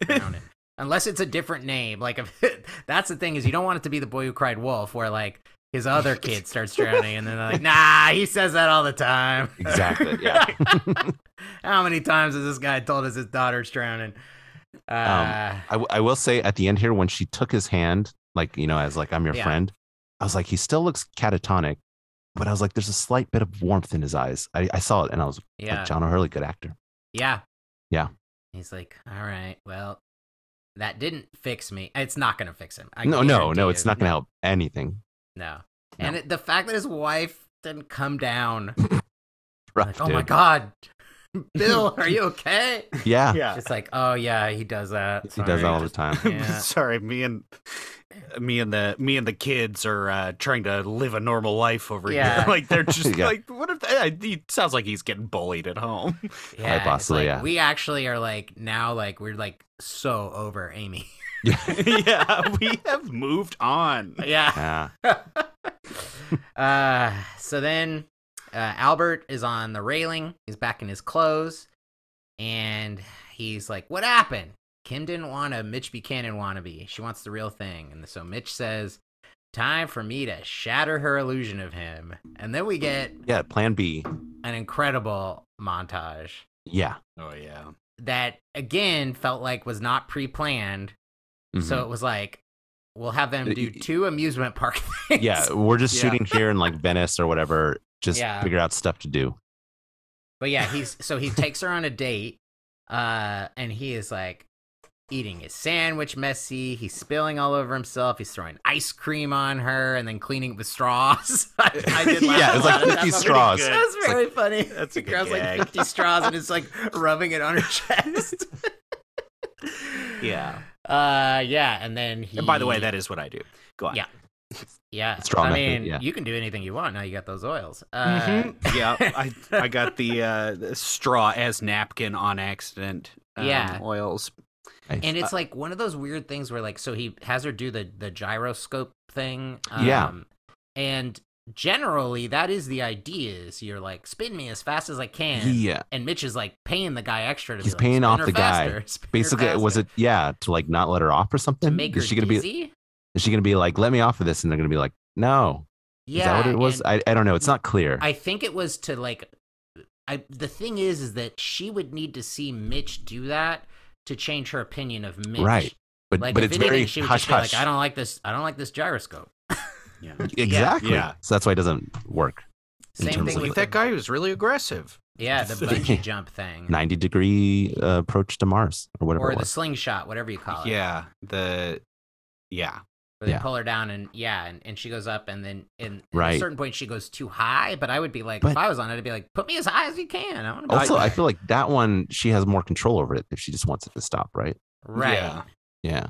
Speaker 1: drowned. Unless it's a different name. Like if, that's the thing is you don't want it to be the boy who cried wolf, where like his other kid starts drowning, and then they're like, nah, he says that all the time.
Speaker 2: Exactly, yeah.
Speaker 1: How many times has this guy told us his daughter's drowning? Uh,
Speaker 2: I, w- I will say at the end here when she took his hand, like you know, as like I'm your
Speaker 1: Yeah.
Speaker 2: friend, I was like he still looks catatonic, but I was like there's a slight bit of warmth in his eyes. I, I saw it and I was
Speaker 1: yeah,
Speaker 2: like John O'Hurley, good actor.
Speaker 1: yeah,
Speaker 2: uh, Yeah.
Speaker 1: He's like, all right, well. That didn't fix me. It's not going to fix him. I
Speaker 2: no, no,
Speaker 1: guarantee
Speaker 2: no,
Speaker 1: you.
Speaker 2: it's not going to help anything.
Speaker 1: No.
Speaker 2: No.
Speaker 1: And it, the fact that his wife didn't come down, like,
Speaker 2: Rough,
Speaker 1: oh my
Speaker 2: dude.
Speaker 1: God, Bill, are you okay?
Speaker 2: Yeah,
Speaker 3: Yeah.
Speaker 1: It's like, oh yeah, he does that.
Speaker 2: he does
Speaker 1: Sorry.
Speaker 2: that all the time.
Speaker 1: Yeah.
Speaker 3: Sorry, me and me and the me and the kids are uh, trying to live a normal life over
Speaker 1: Yeah.
Speaker 3: here. Like they're just
Speaker 2: Yeah.
Speaker 3: like, what if that? He sounds like he's getting bullied at home.
Speaker 1: Yeah, it's
Speaker 2: possibly,
Speaker 1: like,
Speaker 2: yeah.
Speaker 1: We actually are like now, like we're like so over Amy.
Speaker 3: yeah, we have moved on.
Speaker 1: yeah.
Speaker 2: Yeah.
Speaker 1: uh, so then uh, Albert is on the railing. He's back in his clothes, and he's like, "What happened?" Kim didn't want a Mitch Buchanan wannabe. She wants the real thing, and so Mitch says, "Time for me to shatter her illusion of him." And then we get
Speaker 2: Yeah, plan B.
Speaker 1: an incredible montage
Speaker 2: Yeah.
Speaker 3: Oh yeah.
Speaker 1: that again felt like was not pre-planned. So
Speaker 2: Mhm.
Speaker 1: it was like, we'll have them
Speaker 2: Y-
Speaker 1: do
Speaker 2: y-
Speaker 1: two amusement park things.
Speaker 2: yeah, we're just
Speaker 3: Yeah.
Speaker 2: shooting here in like Venice or whatever. Just
Speaker 1: Yeah.
Speaker 2: figure out stuff to do.
Speaker 1: But yeah, he's so he takes her on a date, uh, and he is like eating his sandwich messy. He's spilling all over himself. He's throwing ice cream on her and then cleaning it with straws. I, I did laugh
Speaker 2: Yeah,
Speaker 1: a lot at
Speaker 2: it's like
Speaker 1: that
Speaker 2: 50
Speaker 1: moment.
Speaker 2: straws.
Speaker 3: good.
Speaker 1: That's
Speaker 2: It's
Speaker 1: very funny.
Speaker 3: that's a
Speaker 1: he
Speaker 3: good
Speaker 1: grabs like
Speaker 3: gag.
Speaker 1: 50 straws and is like rubbing it on her chest.
Speaker 3: Yeah.
Speaker 1: Uh, yeah, and then he.
Speaker 3: And by the way, that is what I do. Go on. Uh,
Speaker 1: Yeah. yeah,
Speaker 2: straw
Speaker 1: I
Speaker 2: method,
Speaker 1: mean,
Speaker 2: yeah.
Speaker 1: you can do anything you want now. You got those oils. Uh,
Speaker 3: Mhm. yeah. I I got the uh, the straw as napkin on accident. um,
Speaker 1: Yeah.
Speaker 3: Oils.
Speaker 2: Nice.
Speaker 1: and it's like one of those weird things where like so he has her do the the gyroscope thing um,
Speaker 2: Yeah.
Speaker 1: and generally that is the idea is you're like spin me as fast as i can
Speaker 2: yeah.
Speaker 1: and mitch is like paying the guy extra to
Speaker 2: He's
Speaker 1: be like,
Speaker 2: paying
Speaker 1: "Spin
Speaker 2: off
Speaker 1: her
Speaker 2: the guy.
Speaker 1: faster, spin her
Speaker 2: Basically, was
Speaker 1: faster."
Speaker 2: it yeah to like not let her off or something?
Speaker 1: to make her
Speaker 2: is she gonna be?
Speaker 1: dizzy?
Speaker 2: Is she gonna be like, let me off of this? And they're gonna be like, no.
Speaker 1: yeah
Speaker 2: Is that what it was?
Speaker 1: and
Speaker 2: I, I don't know. It's not clear.
Speaker 1: I think it was to like i the thing is is that she would need to see mitch do that to change her opinion of mitch
Speaker 2: Right. but
Speaker 1: like
Speaker 2: but
Speaker 1: if
Speaker 2: it's
Speaker 1: anything,
Speaker 2: very
Speaker 1: she would
Speaker 2: hush
Speaker 1: just be
Speaker 2: hush.
Speaker 1: like i don't like this i don't like this gyroscope
Speaker 3: Yeah.
Speaker 2: exactly.
Speaker 3: Yeah.
Speaker 2: So that's why it doesn't work. In
Speaker 1: same
Speaker 2: terms
Speaker 1: thing
Speaker 2: of-
Speaker 1: with
Speaker 3: Like
Speaker 1: the
Speaker 3: that guy was really aggressive.
Speaker 1: Yeah, the bungee jump thing.
Speaker 2: Ninety degree uh, approach to Mars or whatever
Speaker 1: Or
Speaker 2: it
Speaker 1: the
Speaker 2: was.
Speaker 1: slingshot, whatever you call it.
Speaker 3: Yeah. The yeah.
Speaker 1: Where they
Speaker 2: yeah.
Speaker 1: pull her down and yeah, and, and she goes up and then and at a
Speaker 2: Right.
Speaker 1: certain point she goes too high, but I would be like if
Speaker 2: But-
Speaker 1: I was on it, I'd be like, put me as high as you can. I wanna be
Speaker 2: Also,
Speaker 1: like,
Speaker 2: I feel like that one she has more control over it if she just wants it to stop, right?
Speaker 1: Right.
Speaker 3: Yeah.
Speaker 2: Yeah.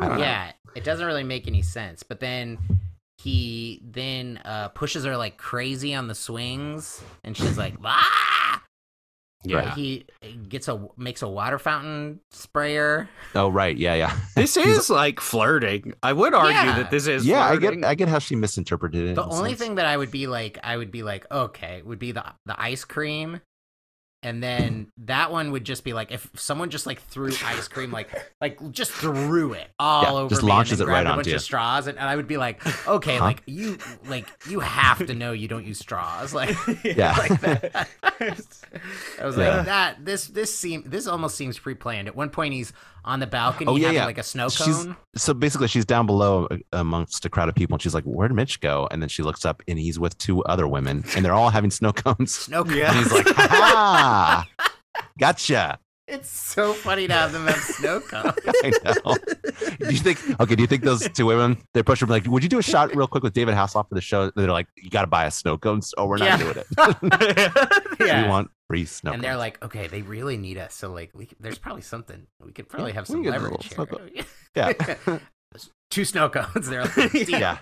Speaker 2: I don't know.
Speaker 1: Yeah. It doesn't really make any sense. But then he then uh, pushes her like crazy on the swings and she's like, ah!
Speaker 2: Yeah.
Speaker 1: He gets a makes a water fountain sprayer.
Speaker 2: Oh right, yeah, yeah,
Speaker 3: This is like flirting. I would argue
Speaker 1: Yeah.
Speaker 3: that this is
Speaker 2: yeah. I
Speaker 3: flirting.
Speaker 2: get, I get how she misinterpreted it.
Speaker 1: The
Speaker 2: in a
Speaker 1: only
Speaker 2: sense.
Speaker 1: thing that I would be like, I would be like, okay, would be the the ice cream, and then that one would just be like, if someone just like threw ice cream, like like just threw it all
Speaker 2: Yeah,
Speaker 1: over,
Speaker 2: just
Speaker 1: me and
Speaker 2: launches
Speaker 1: then
Speaker 2: it right
Speaker 1: grabbed a
Speaker 2: onto
Speaker 1: bunch
Speaker 2: you.
Speaker 1: of straws, and, and I would be like, okay,
Speaker 2: Huh?
Speaker 1: like you like you have to know you don't use straws, like
Speaker 2: Yeah.
Speaker 1: like that. I was
Speaker 2: Yeah.
Speaker 1: like that. This this seem this almost seems pre planned. At one point, he's on the balcony
Speaker 2: Oh, yeah,
Speaker 1: having
Speaker 2: yeah.
Speaker 1: like a snow cone.
Speaker 2: She's- so basically she's down below a- amongst a crowd of people and she's like where'd mitch go and then she looks up and he's with two other women and they're all having snow cones
Speaker 1: Snow cone.
Speaker 2: and
Speaker 3: Yeah.
Speaker 2: he's like ha gotcha
Speaker 1: It's so funny to have them have snow cones.
Speaker 2: i know do you think okay do you think those two women they're pushing like would you do a shot real quick with david hasselhoff for the show And they're like you gotta buy us snow cones oh we're not
Speaker 1: Yeah.
Speaker 2: doing it
Speaker 1: Yeah.
Speaker 2: we want free snow
Speaker 1: and
Speaker 2: cones
Speaker 1: they're like, okay, they really need us. So like, we, c- there's probably something we could probably
Speaker 2: Yeah,
Speaker 1: have
Speaker 2: we
Speaker 1: some
Speaker 2: can get a
Speaker 1: leverage
Speaker 2: little
Speaker 1: here.
Speaker 2: yeah
Speaker 1: Two snow cones. They're like, deal.
Speaker 2: yeah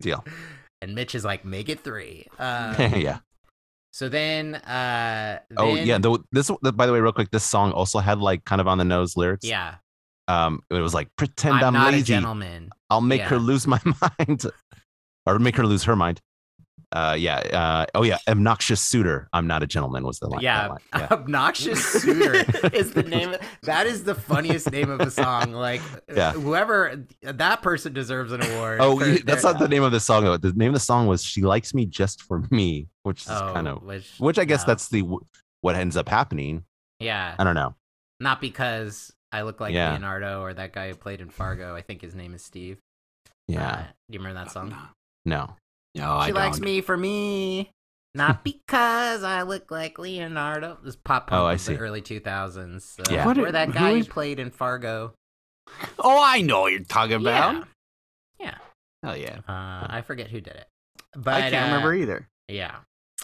Speaker 2: deal
Speaker 1: And Mitch is like, make it three. Uh,
Speaker 2: yeah
Speaker 1: So then, uh,
Speaker 2: Oh
Speaker 1: then-
Speaker 2: yeah, the, this the, by the way, real quick, this song also had like kind of on the nose lyrics.
Speaker 1: yeah.
Speaker 2: Um, it was like pretend
Speaker 1: I'm,
Speaker 2: I'm,
Speaker 1: not a
Speaker 2: lazy.
Speaker 1: gentleman.
Speaker 2: I'll make her
Speaker 1: Yeah.
Speaker 2: lose my mind, or make her lose her mind. Uh, yeah. Uh, oh yeah, obnoxious suitor. I'm not a gentleman was the line. that
Speaker 1: Yeah.
Speaker 2: line. yeah.
Speaker 1: Obnoxious suitor is the name. That is the funniest name of a song. Like uh,
Speaker 2: Yeah.
Speaker 1: whoever that person deserves an award.
Speaker 2: Oh,
Speaker 1: for
Speaker 2: you- that's
Speaker 1: their-
Speaker 2: not the name of the song. Though. The name of the song was "She Likes Me Just for Me," which is
Speaker 1: Oh,
Speaker 2: kind of,
Speaker 1: which,
Speaker 2: which I guess
Speaker 1: no.
Speaker 2: that's the what ends up happening.
Speaker 1: yeah,
Speaker 2: I don't know.
Speaker 1: not because I look like
Speaker 2: Yeah.
Speaker 1: Leonardo or that guy who played in Fargo. I think his name is Steve. Uh,
Speaker 2: Yeah,
Speaker 1: do you remember that song?
Speaker 2: no.
Speaker 3: No, I
Speaker 1: she
Speaker 3: don't.
Speaker 1: likes me for me, not because I look like Leonardo. It was pop punk
Speaker 2: Oh, I
Speaker 1: of
Speaker 2: see.
Speaker 1: the early 2000s. So
Speaker 2: Yeah.
Speaker 3: What
Speaker 1: Or
Speaker 3: a-
Speaker 1: that
Speaker 3: who
Speaker 1: guy who
Speaker 3: is-
Speaker 1: played in Fargo.
Speaker 3: Oh, I know what you're talking about.
Speaker 1: Yeah.
Speaker 3: Hell yeah.
Speaker 1: Uh, I forget who did it. But,
Speaker 3: I can't
Speaker 1: uh,
Speaker 3: remember either.
Speaker 1: Yeah.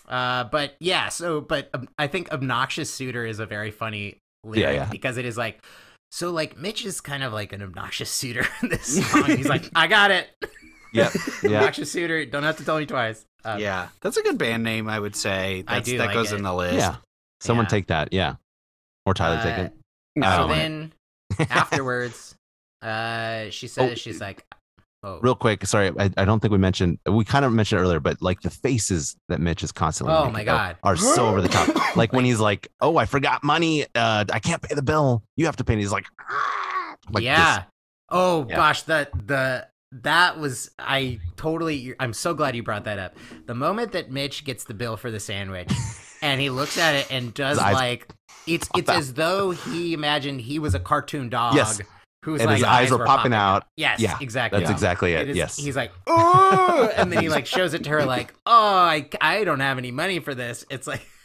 Speaker 1: Uh, but yeah, so, but um, I think Obnoxious Suitor is a very funny lyric
Speaker 2: yeah.
Speaker 1: because it is like, so like Mitch is kind of like an obnoxious suitor in this song. He's like, I got it.
Speaker 2: Yep. Yeah.
Speaker 1: Obnoxious suitor. Don't have to tell me twice. Uh,
Speaker 3: yeah, that's a good band name. I would say
Speaker 1: I
Speaker 3: that's,
Speaker 1: do
Speaker 3: that
Speaker 1: like
Speaker 3: goes
Speaker 1: it.
Speaker 3: in the list.
Speaker 2: yeah. Someone
Speaker 1: Yeah.
Speaker 2: take that. Yeah. Or Tyler
Speaker 1: uh,
Speaker 2: take it. I
Speaker 1: So
Speaker 2: don't want it.
Speaker 1: then afterwards, uh, she says, she's like, oh,
Speaker 2: Real quick, sorry, I, I don't think we mentioned. We kind of mentioned it earlier, but like the faces that Mitch is constantly
Speaker 1: Oh
Speaker 2: making
Speaker 1: my
Speaker 2: are-
Speaker 1: God.
Speaker 2: are, so over the top. Like, when he's like, "Oh, I forgot money. Uh, I can't pay the bill. You have to pay." And he's like, "Ah," like this.
Speaker 1: yeah. Oh
Speaker 2: Yeah.
Speaker 1: gosh, that the that was I totally. I'm so glad you brought that up. The moment that Mitch gets the bill for the sandwich, and he looks at it and does
Speaker 2: His eyes-
Speaker 1: like it's it's as though he imagined he was a cartoon dog.
Speaker 2: Yes.
Speaker 1: Who's
Speaker 2: and
Speaker 1: like
Speaker 2: his eyes were popping out.
Speaker 1: Yes.
Speaker 2: Yeah,
Speaker 1: Exactly.
Speaker 2: That's exactly it.
Speaker 1: It is-
Speaker 2: yes.
Speaker 1: He's like, oh, and then he like shows it to her like, oh, I, I don't have any money for this. It's like.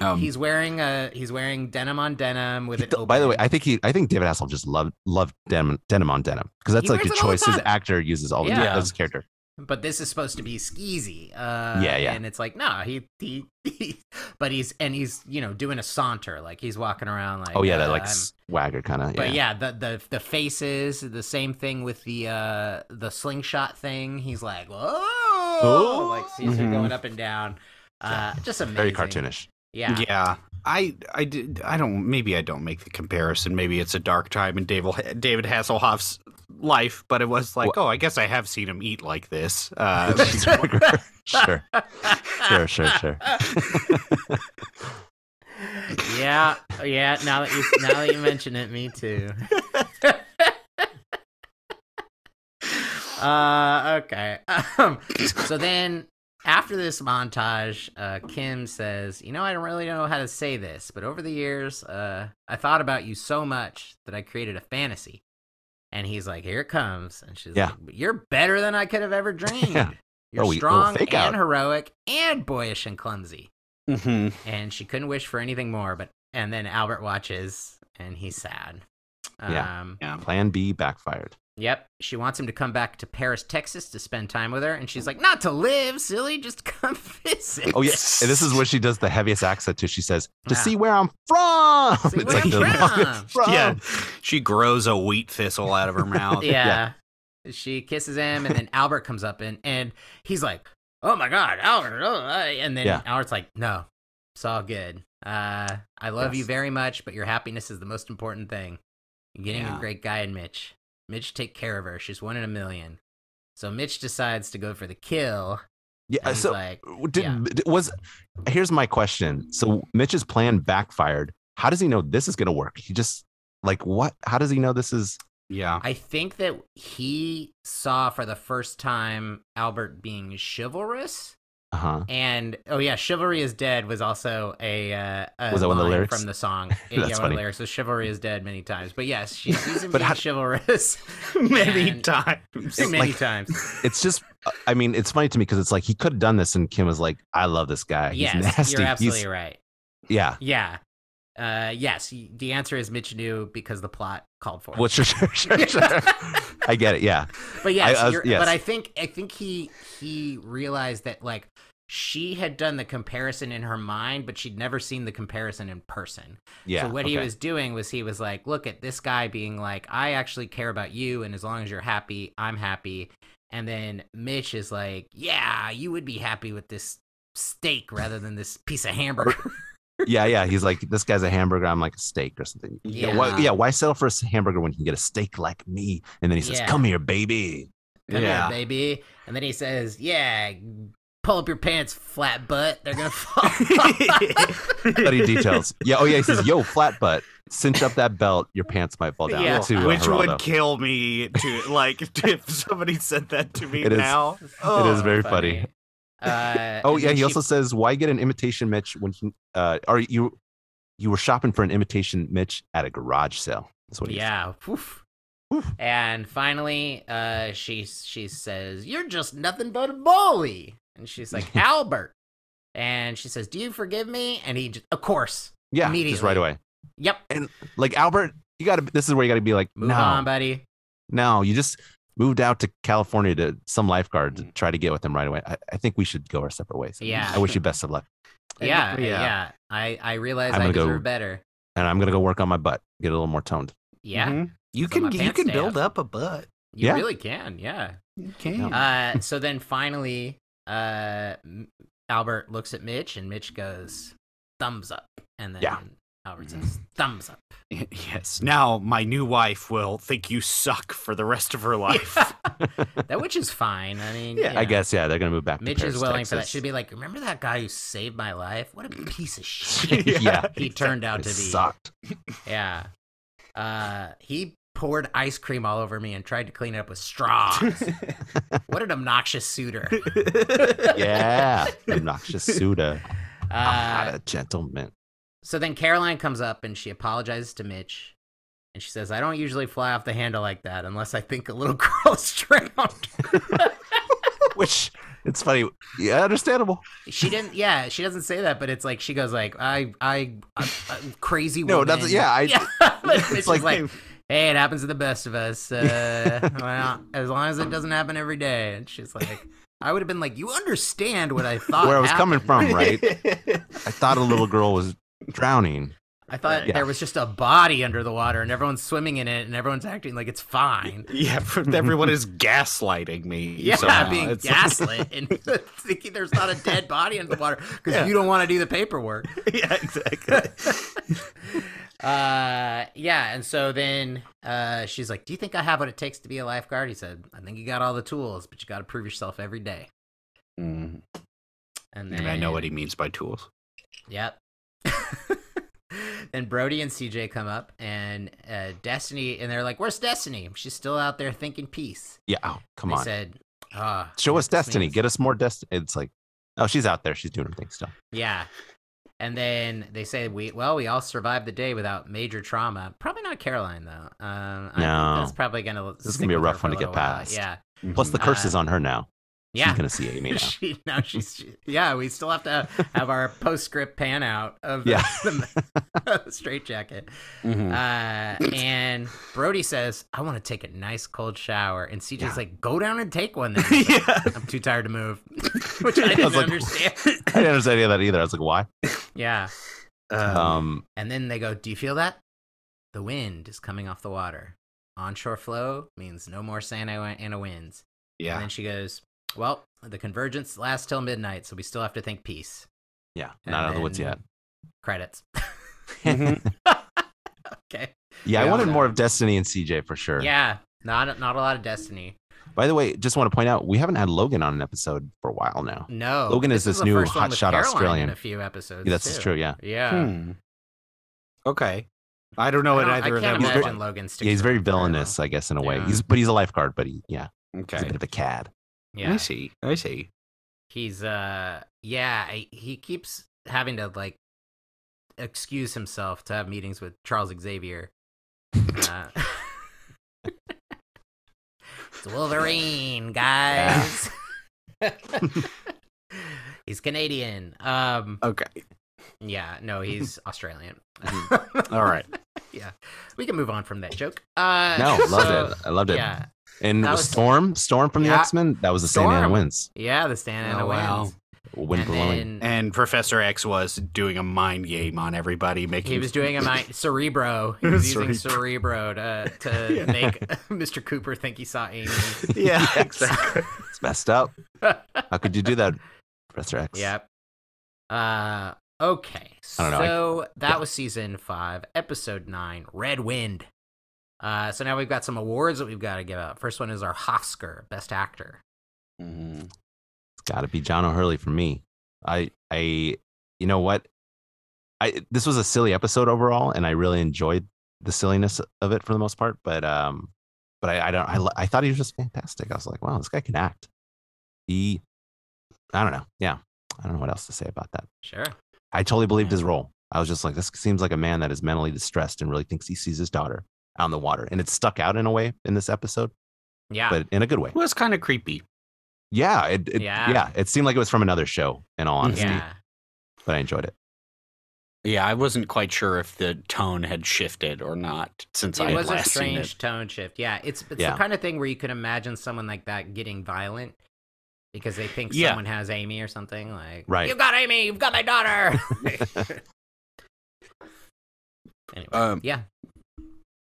Speaker 3: Um,
Speaker 1: he's wearing a he's wearing denim on denim with
Speaker 2: He
Speaker 1: it.
Speaker 2: th- by the way,
Speaker 1: open.
Speaker 2: I think he, I think David Hasselhoff just loved loved denim, denim on denim because that's
Speaker 1: He
Speaker 2: like
Speaker 1: wears
Speaker 2: the
Speaker 1: it all the
Speaker 2: choice his
Speaker 1: time.
Speaker 2: actor uses all the time.
Speaker 1: Yeah.
Speaker 2: That's his character.
Speaker 1: but this is supposed to be skeezy. Uh,
Speaker 2: Yeah, yeah.
Speaker 1: And it's like, no, he, he, he, but he's, and he's, you know, doing a saunter. Like he's walking around like,
Speaker 2: Oh yeah, that
Speaker 1: uh,
Speaker 2: like
Speaker 1: I'm-
Speaker 2: swagger kind of.
Speaker 1: but
Speaker 2: Yeah.
Speaker 1: yeah, the, the, the faces, the same thing with the, uh, the slingshot thing. He's like, whoa,
Speaker 2: Oh.
Speaker 1: like sees her
Speaker 3: Mhm.
Speaker 1: going up and down. Uh, just amazing.
Speaker 2: very cartoonish.
Speaker 1: Yeah.
Speaker 3: yeah. I I did I don't maybe I don't make the comparison. Maybe it's a dark time in David David Hasselhoff's life, but it was like, oh, I guess I have seen him eat like this. Uh,
Speaker 2: sure, sure, sure, sure.
Speaker 1: yeah, yeah. Now that you now that you mention it, me too. uh, okay. Um, so then, after this montage, uh, Kim says, "You know, I don't really know how to say this, but over the years, uh, I thought about you so much that I created a fantasy." And he's like, "Here it comes," and she's
Speaker 2: Yeah.
Speaker 1: like, "You're better than I could have ever dreamed.
Speaker 2: Yeah.
Speaker 1: You're
Speaker 2: Oh, we- oh,
Speaker 1: strong
Speaker 2: fake
Speaker 1: and
Speaker 2: out.
Speaker 1: heroic and boyish and clumsy."
Speaker 2: Mm-hmm.
Speaker 3: Mhm.
Speaker 1: and she couldn't wish for anything more but and then albert watches and he's sad
Speaker 2: Yeah.
Speaker 1: um
Speaker 3: Yeah.
Speaker 2: Plan B backfired.
Speaker 1: yep she wants him to come back to paris texas to spend time with her and she's like not to live silly just come visit
Speaker 2: Oh yes, and this is where she does the heaviest accent too. She says, "To
Speaker 1: Yeah.
Speaker 2: see where I'm from."
Speaker 1: See where I'm
Speaker 2: the
Speaker 1: from.
Speaker 2: longest from.
Speaker 3: Yeah. She grows a wheat thistle out of her mouth.
Speaker 1: yeah. She kisses him, and then Albert comes up and and he's like, "Oh my God, Albert!" oh, uh," and then
Speaker 2: Yeah.
Speaker 1: Albert's like, "No, it's all good. Uh, I love you
Speaker 2: Yes.
Speaker 1: very much, but your happiness is the most important thing. You're getting a
Speaker 3: Yeah.
Speaker 1: great guy in Mitch. Mitch take care of her. She's one in a million. So Mitch decides to go for the kill.
Speaker 2: Yeah,
Speaker 1: And he's
Speaker 2: Uh, So
Speaker 1: like,
Speaker 2: did,
Speaker 1: yeah.
Speaker 2: d- was here's my question. So Mitch's plan backfired. How does he know this is going to work? He just like what? How does he know this is?
Speaker 3: Yeah.
Speaker 1: I think that he saw for the first time Albert being chivalrous.
Speaker 2: Uh huh.
Speaker 1: And oh yeah, chivalry is dead was also a, uh, a
Speaker 2: Was that one of the
Speaker 1: line
Speaker 2: lyrics?
Speaker 1: from the song. yeah,
Speaker 2: That's
Speaker 1: one of
Speaker 2: funny.
Speaker 1: the lyrics was chivalry is dead many times. But yes, she sees him
Speaker 2: But
Speaker 1: being
Speaker 2: how-
Speaker 1: chivalrous
Speaker 3: Many
Speaker 1: And-
Speaker 3: times.
Speaker 1: many
Speaker 2: like-
Speaker 1: times.
Speaker 2: It's just. uh, I mean, it's funny to me because it's like he could have done this, and Kim was like, "I love this guy. He's
Speaker 1: Yes,
Speaker 2: nasty.
Speaker 1: you're absolutely
Speaker 2: He's
Speaker 1: right.
Speaker 2: yeah."
Speaker 1: Yeah. Uh, yes, y- the answer is Mitch knew because the plot called for it.
Speaker 2: Well, sure, sure, sure, sure. I get it. Yeah.
Speaker 1: but yes,
Speaker 2: I was-
Speaker 1: you're,
Speaker 2: yes.
Speaker 1: but I think I think he he realized that like she had done the comparison in her mind, but she'd never seen the comparison in person.
Speaker 2: Yeah.
Speaker 1: So what he
Speaker 2: okay.
Speaker 1: was doing was he was like, look at this guy being like, I actually care about you, and as long as you're happy, I'm happy. And then Mitch is like, yeah, you would be happy with this steak rather than this piece of hamburger.
Speaker 2: yeah, yeah. He's like, this guy's a hamburger. I'm like a steak or something. Yeah. why,
Speaker 1: Yeah.
Speaker 2: yeah, why settle for a hamburger when you can get a steak like me? And then he says,
Speaker 1: Yeah.
Speaker 2: come here, baby.
Speaker 1: Come
Speaker 3: Yeah.
Speaker 1: yeah, baby. And then he says, "Yeah, pull up your pants, flat butt. They're gonna fall."
Speaker 2: Study details. Yeah. Oh, yeah. He says, yo, flat butt, cinch up that belt. Your pants might fall down.
Speaker 1: Yeah.
Speaker 2: To, uh,
Speaker 3: Which
Speaker 2: Geraldo.
Speaker 3: would kill me to like if somebody said that to me
Speaker 2: It is-
Speaker 3: now.
Speaker 2: It
Speaker 3: Oh.
Speaker 2: is very funny.
Speaker 1: Uh,
Speaker 2: Oh
Speaker 1: and
Speaker 2: yeah,
Speaker 1: then
Speaker 2: he
Speaker 1: she-
Speaker 2: also says, "Why get an imitation Mitch when he, uh, are you you were shopping for an imitation Mitch at a garage sale?" That's what he said.
Speaker 1: yeah. Oof.
Speaker 2: Oof.
Speaker 1: And finally, uh, she she says, "You're just nothing but a bully." And she's like, "Albert." And she says, "Do you forgive me?" And he, just, of course,
Speaker 2: Yeah, just right
Speaker 1: Immediately.
Speaker 2: away.
Speaker 1: yep.
Speaker 2: Like Albert, you got to. This is where you got to be like,
Speaker 1: Move
Speaker 2: no,
Speaker 1: on, buddy.
Speaker 2: no, you just moved out to California to some lifeguard to
Speaker 3: Mhm.
Speaker 2: try to get with him right away. I, I think we should go our separate ways.
Speaker 1: Mm. Yeah.
Speaker 2: I wish you best of luck,
Speaker 3: And-
Speaker 1: Yeah,
Speaker 3: yeah.
Speaker 1: yeah. I I realize
Speaker 2: I'm
Speaker 1: I
Speaker 2: gonna go-
Speaker 1: deserve better.
Speaker 2: and I'm gonna go work on my butt, get a little more toned.
Speaker 1: Yeah,
Speaker 3: Mhm. You
Speaker 1: So my
Speaker 3: can you
Speaker 1: pants
Speaker 3: can
Speaker 1: stay
Speaker 3: build up a butt.
Speaker 1: you
Speaker 2: Mm-hmm. Yeah.
Speaker 1: really can. Yeah.
Speaker 3: You can.
Speaker 1: Uh, so then finally, uh, M- Albert looks at Mitch, and Mitch goes, "Thumbs up." And then
Speaker 2: Yeah.
Speaker 1: Albert says, "Thumbs up."
Speaker 3: yes. Now my new wife will think you suck for the rest of her life.
Speaker 1: That which is fine. I mean,
Speaker 3: Yeah,
Speaker 1: you
Speaker 2: I
Speaker 1: know,
Speaker 2: guess yeah, they're gonna move back. to
Speaker 1: Mitch is
Speaker 2: Paris,
Speaker 1: willing for that.
Speaker 2: Texas.
Speaker 1: Should be like, remember that guy who saved my life? What a piece of shit
Speaker 2: Yeah.
Speaker 1: he turned out
Speaker 2: It
Speaker 1: to be.
Speaker 2: sucked.
Speaker 1: Yeah. Uh, he poured ice cream all over me and tried to clean it up with straws. what an obnoxious suitor.
Speaker 2: Yeah, obnoxious Suda. I'm
Speaker 1: Uh,
Speaker 2: not a gentleman.
Speaker 1: so then Caroline comes up and she apologizes to Mitch. And she says, I don't usually fly off the handle like that unless I think a little girl's drowned.
Speaker 2: which it's funny yeah understandable
Speaker 1: She didn't. Yeah, she doesn't say that, but it's like she goes like, "I, I, I I'm crazy
Speaker 2: No,
Speaker 1: woman."
Speaker 2: that's- yeah, I-
Speaker 1: but
Speaker 2: it's
Speaker 1: it's
Speaker 2: like-
Speaker 1: like, like, hey, it happens to the best of us. Uh, well, as long as it doesn't happen every day. And she's like, I would have been like, you understand what I thought.
Speaker 2: where i was coming
Speaker 1: happened.
Speaker 2: from right i thought a little girl was drowning
Speaker 1: I thought
Speaker 2: Yeah.
Speaker 1: there was just a body under the water, and everyone's swimming in it, and everyone's acting like it's fine.
Speaker 3: yeah, everyone is gaslighting me.
Speaker 1: Yeah,
Speaker 3: somehow.
Speaker 1: being
Speaker 3: It's like-
Speaker 1: gaslit and thinking there's not a dead body under the water because
Speaker 3: Yeah.
Speaker 1: you don't want to do the paperwork.
Speaker 3: yeah, exactly.
Speaker 1: uh yeah and so then uh she's like do you think i have what it takes to be a lifeguard he said i think you got all the tools but you got to prove yourself every day
Speaker 3: Mm.
Speaker 1: and then
Speaker 3: And I know what he means by tools.
Speaker 1: yep then brody and cj come up and uh destiny and they're like where's destiny she's still out there thinking peace
Speaker 2: yeah oh come
Speaker 1: they
Speaker 2: on
Speaker 1: said ah,
Speaker 2: show us
Speaker 1: this
Speaker 2: destiny
Speaker 1: means-
Speaker 2: get us more destiny it's like oh she's out there she's doing her thing still
Speaker 1: yeah and then they say we well we all survived the day without major trauma probably not caroline though um I think
Speaker 2: No.
Speaker 1: that's probably gonna
Speaker 2: This is
Speaker 1: stick
Speaker 2: gonna be a
Speaker 1: with her
Speaker 2: rough
Speaker 1: for
Speaker 2: one to get
Speaker 1: little while.
Speaker 2: past.
Speaker 1: yeah
Speaker 2: plus the curse is on her now
Speaker 1: yeah
Speaker 2: she's gonna see amy now
Speaker 1: She, now she's she- yeah. We still have to have our postscript pan out of
Speaker 2: Yeah. Mm.
Speaker 1: the, the straight jacket. Uh,
Speaker 3: Mm-hmm.
Speaker 1: and Brody says, "I want to take a nice cold shower," and CJ's
Speaker 2: Yeah.
Speaker 1: like, "Go down and take one." Then He's like,
Speaker 3: yeah.
Speaker 1: I'm too tired to move, which I
Speaker 2: was
Speaker 1: didn't
Speaker 2: like-
Speaker 1: understand.
Speaker 2: i didn't understand any of that either i was like why
Speaker 1: yeah,
Speaker 2: um
Speaker 1: and then they go, "Do you feel that? The wind is coming off the water. Onshore flow means no more Santa Ana winds." And
Speaker 3: yeah.
Speaker 1: then she goes, Well, the convergence lasts till midnight, so we still have to think peace.
Speaker 2: yeah
Speaker 1: And
Speaker 2: not out of the woods
Speaker 1: then-
Speaker 2: yet
Speaker 1: Credits.
Speaker 3: Mm-hmm.
Speaker 1: okay.
Speaker 2: yeah i
Speaker 1: Yeah.
Speaker 2: wanted more of destiny and cj for sure
Speaker 1: Yeah. Not not a lot of destiny.
Speaker 2: by the way just want to point out we haven't had logan on an episode for a while now
Speaker 1: No.
Speaker 2: Logan is this
Speaker 1: the
Speaker 2: new
Speaker 1: first one with
Speaker 2: hotshot
Speaker 1: Caroline
Speaker 2: Australian.
Speaker 1: In a few episodes.
Speaker 2: Yeah, that's just
Speaker 1: too.
Speaker 2: true yeah
Speaker 1: Yeah.
Speaker 3: Hmm. Okay. I don't know
Speaker 1: I,
Speaker 3: what
Speaker 1: don't- I
Speaker 3: either of
Speaker 1: can't
Speaker 3: them.
Speaker 2: He's
Speaker 1: imagine
Speaker 2: very-
Speaker 3: look
Speaker 1: Logan
Speaker 2: yeah,
Speaker 1: sticking.
Speaker 2: he's very
Speaker 1: around for long.
Speaker 2: villainous, I guess, in a way.
Speaker 1: Yeah.
Speaker 2: He's but he's a lifeguard, but he yeah,
Speaker 3: like.
Speaker 2: he's a
Speaker 3: Okay.
Speaker 2: bit of a cad.
Speaker 1: Yeah.
Speaker 3: I see. I see.
Speaker 1: He's uh yeah, I- he keeps having to like excuse himself to have meetings with Charles Xavier. Uh, it's Wolverine, guys. he's Canadian. Um
Speaker 2: Uh,
Speaker 3: Okay.
Speaker 1: yeah, no, he's Australian.
Speaker 2: mm-hmm.
Speaker 3: All right.
Speaker 1: we can move on from that joke. Uh
Speaker 2: No, loved
Speaker 1: so-
Speaker 2: it. I loved it.
Speaker 1: Yeah.
Speaker 2: And
Speaker 1: That
Speaker 2: with
Speaker 1: was-
Speaker 2: Storm, Storm from the
Speaker 1: Yeah.
Speaker 2: X Men, that was the same
Speaker 1: Storm.
Speaker 2: Anna wins.
Speaker 1: Yeah, the Stan Anna
Speaker 3: Oh, wow.
Speaker 1: wins.
Speaker 2: Wind
Speaker 1: and
Speaker 2: blowing.
Speaker 1: then
Speaker 3: And Professor X was doing a mind game on everybody, making
Speaker 1: He was doing a mind cerebro. He was using cerebro to to
Speaker 3: Yeah.
Speaker 1: make Mr. Cooper think he saw Amy.
Speaker 3: yeah,
Speaker 2: Yes.
Speaker 3: exactly.
Speaker 2: It's messed up. How could you do that, Professor X?
Speaker 1: yep. Uh, okay.
Speaker 2: I don't know, I-
Speaker 1: So that
Speaker 2: yeah.
Speaker 1: was season five, episode nine, Red Wind. Uh, so now we've got some awards that we've got to give out. First one is our Oscar Best Actor.
Speaker 2: It's got to be John O'Hurley for me. I I you know what? I this was a silly episode overall, and I really enjoyed the silliness of it for the most part. But um, but I, I don't I lo- I thought he was just fantastic. I was like, wow, this guy can act. He, I don't know. Yeah, I don't know what else to say about that.
Speaker 1: Sure.
Speaker 2: I totally believed his role. I was just like, this seems like a man that is mentally distressed and really thinks he sees his daughter out on the water, and it stuck out in a way in this episode,
Speaker 1: Yeah.
Speaker 2: but in a good way.
Speaker 3: It was kind of creepy.
Speaker 2: Yeah, it, it-
Speaker 1: Yeah.
Speaker 2: yeah, It seemed like it was from another show, in all honesty,
Speaker 1: yeah.
Speaker 2: but I enjoyed it.
Speaker 4: Yeah, I wasn't quite sure if the tone had shifted or not since I
Speaker 1: it
Speaker 4: had
Speaker 1: was a
Speaker 4: last seen it.
Speaker 1: strange tone shift. Yeah, it's it's
Speaker 2: Yeah.
Speaker 1: the kind of thing where you can imagine someone like that getting violent because they think
Speaker 3: Yeah.
Speaker 1: someone has Amy or something. Like,
Speaker 2: Right.
Speaker 1: you've got Amy, you've got my daughter. anyway,
Speaker 4: Um,
Speaker 1: yeah,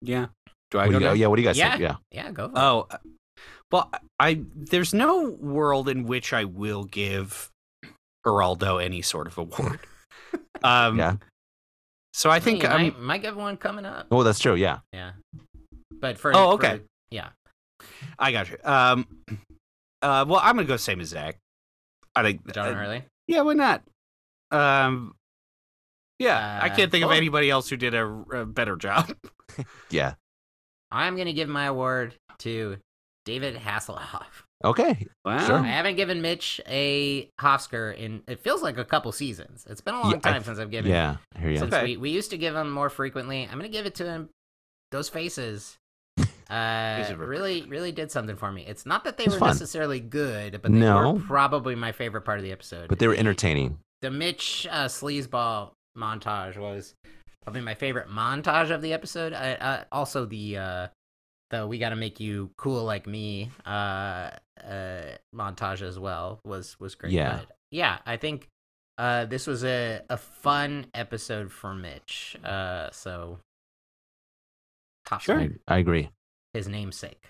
Speaker 4: Yeah. Do I
Speaker 2: What
Speaker 4: go?
Speaker 2: do you, go-
Speaker 4: now?
Speaker 2: yeah, what do you guys think?
Speaker 1: Yeah.
Speaker 2: Yeah,
Speaker 1: yeah, go. For it.
Speaker 3: Oh, uh, well, I there's no world in which I will give Geraldo any sort of award. Um,
Speaker 2: Yeah.
Speaker 3: So I think um,
Speaker 1: you
Speaker 3: I'm,
Speaker 1: might, might get one coming up.
Speaker 2: Oh, that's true. Yeah,
Speaker 1: Yeah, but for
Speaker 3: Oh,
Speaker 1: for-
Speaker 3: okay.
Speaker 1: yeah,
Speaker 3: I got you. Um, uh, well, I'm gonna go same as Zach. I think
Speaker 1: John
Speaker 3: uh,
Speaker 1: Hurley.
Speaker 3: Yeah, why not? Um, yeah, I
Speaker 1: Uh,
Speaker 3: can't think
Speaker 1: cool.
Speaker 3: of anybody else who did a, a better job.
Speaker 2: yeah.
Speaker 1: I'm gonna give my award to David Hasselhoff.
Speaker 2: Okay,
Speaker 4: Wow.
Speaker 2: Sure.
Speaker 1: I haven't given Mitch a Hofsker in it feels like a couple seasons. It's been a long
Speaker 2: Yeah, I-
Speaker 1: time since I've given
Speaker 2: yeah. I hear you.
Speaker 1: since
Speaker 3: Okay.
Speaker 1: we, we used to give him more frequently. I'm gonna give it to him. Those faces, uh,
Speaker 3: Faces were
Speaker 1: really, really did something for me. It's not that they
Speaker 2: It's
Speaker 1: were
Speaker 2: fun.
Speaker 1: necessarily good, but they were
Speaker 2: No.
Speaker 1: probably my favorite part of the episode.
Speaker 2: But they were
Speaker 1: The-
Speaker 2: entertaining.
Speaker 1: The Mitch uh, sleazeball montage was probably my favorite montage of the episode. I, I, also, the uh, the "We Gotta Make You Cool Like Me" uh, uh, montage as well was was great.
Speaker 2: Yeah.
Speaker 1: But, yeah. I think uh, this was a, a fun episode for Mitch. Uh, so, top
Speaker 3: Sure.
Speaker 1: five,
Speaker 2: I, I agree.
Speaker 1: his namesake.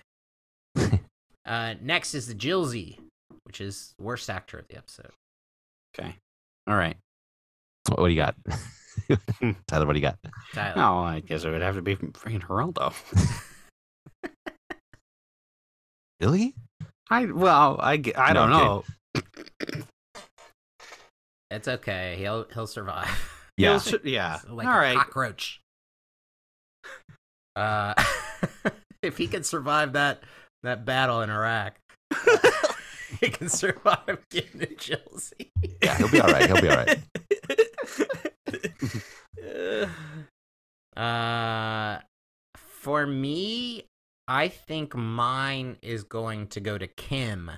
Speaker 1: uh, next is the Jilzy, which is worst actor of the episode.
Speaker 4: Okay.
Speaker 3: All right.
Speaker 2: What, what do you got, Tyler? What do you got?
Speaker 1: Tyler.
Speaker 3: Oh, I guess it would have to be freaking Geraldo.
Speaker 2: Really?
Speaker 3: I well, I, g- I
Speaker 2: No,
Speaker 3: don't
Speaker 2: I'm
Speaker 3: know.
Speaker 1: It's okay. He'll he'll survive.
Speaker 2: Yeah.
Speaker 3: He'll su- yeah.
Speaker 1: like
Speaker 3: All
Speaker 1: a
Speaker 3: right.
Speaker 1: cockroach. Uh, if he can survive that that battle in Iraq, uh, he can survive getting to Chelsea.
Speaker 2: Yeah, he'll be all right. He'll be all right.
Speaker 1: Uh, for me, I think mine is going to go to Kim,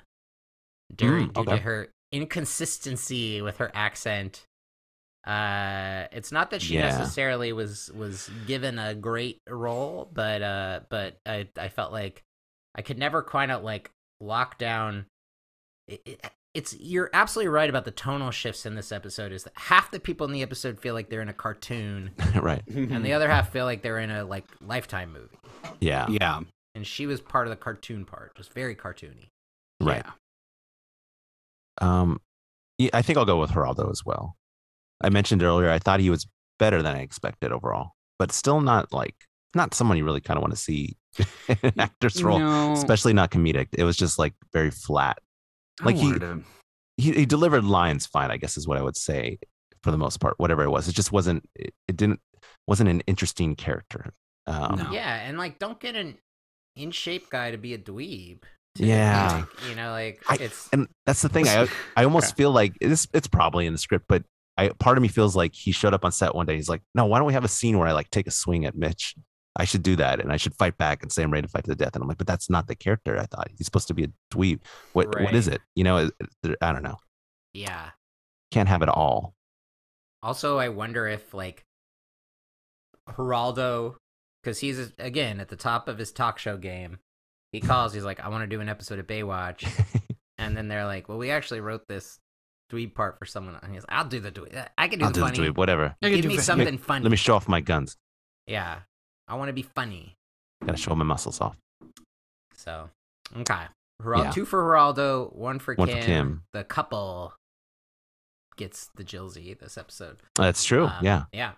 Speaker 1: during,
Speaker 2: Mm,
Speaker 1: due to
Speaker 2: okay.
Speaker 1: her inconsistency with her accent. Uh, it's not that she
Speaker 2: Yeah.
Speaker 1: necessarily was was given a great role, but uh, but I I felt like I could never quite out like lock down. It, it- it's you're absolutely right about the tonal shifts in this episode. Is that half the people in the episode feel like they're in a cartoon,
Speaker 2: right.
Speaker 1: and the other half feel like they're in a like lifetime movie.
Speaker 2: Yeah.
Speaker 3: yeah.
Speaker 1: And she was part of the cartoon part, just very cartoony.
Speaker 2: Right. Um, yeah, I think I'll go with Geraldo as well. I mentioned earlier, I thought he was better than I expected overall, but still not like not someone you really kind of want to see in an actor's role,
Speaker 4: No,
Speaker 2: especially not comedic. It was just like very flat.
Speaker 3: I
Speaker 2: Like, he-
Speaker 3: wanted to-
Speaker 2: He, he delivered lines fine, I guess is what I would say for the most part. Whatever it was, it just wasn't. It, it didn't wasn't an interesting character. Um,
Speaker 4: No.
Speaker 1: Yeah, and like don't get an in shape guy to be a dweeb.
Speaker 2: Yeah.
Speaker 1: Like, you know, like
Speaker 2: I-
Speaker 1: it's
Speaker 2: And that's the thing. I I almost feel like this. It's probably in the script, but I part of me feels like he showed up on set one day. He's like, no, why don't we have a scene where I like take a swing at Mitch? I should do that, and I should fight back and say I'm ready to fight to the death. And I'm like, but that's not the character I thought. He's supposed to be a dweeb. What what is
Speaker 1: Right.
Speaker 2: it? You know, it- it- I don't know.
Speaker 1: yeah.
Speaker 2: Can't have it all.
Speaker 1: Also, I wonder if like Geraldo, because he's again at the top of his talk show game. He calls. He's like, "I want to do an episode of Baywatch," and then they're like, "Well, we actually wrote this dweeb part for someone." And he's, "I'll do the dweeb. I can do
Speaker 2: I'll
Speaker 1: the
Speaker 2: do the
Speaker 1: funny.
Speaker 2: dweeb. Whatever.
Speaker 3: I can
Speaker 1: Give
Speaker 3: do
Speaker 1: me
Speaker 3: the-
Speaker 1: something funny.
Speaker 2: Let me show off my guns.
Speaker 1: yeah, I want to be funny."
Speaker 2: Gotta show my muscles off.
Speaker 1: So okay, Geraldo,
Speaker 2: Yeah.
Speaker 1: two for Geraldo, one for
Speaker 2: One for
Speaker 1: Kim.
Speaker 2: Kim.
Speaker 1: The couple. gets the Jilzy this episode.
Speaker 2: That's true.
Speaker 1: Um,
Speaker 2: yeah.
Speaker 1: Yeah.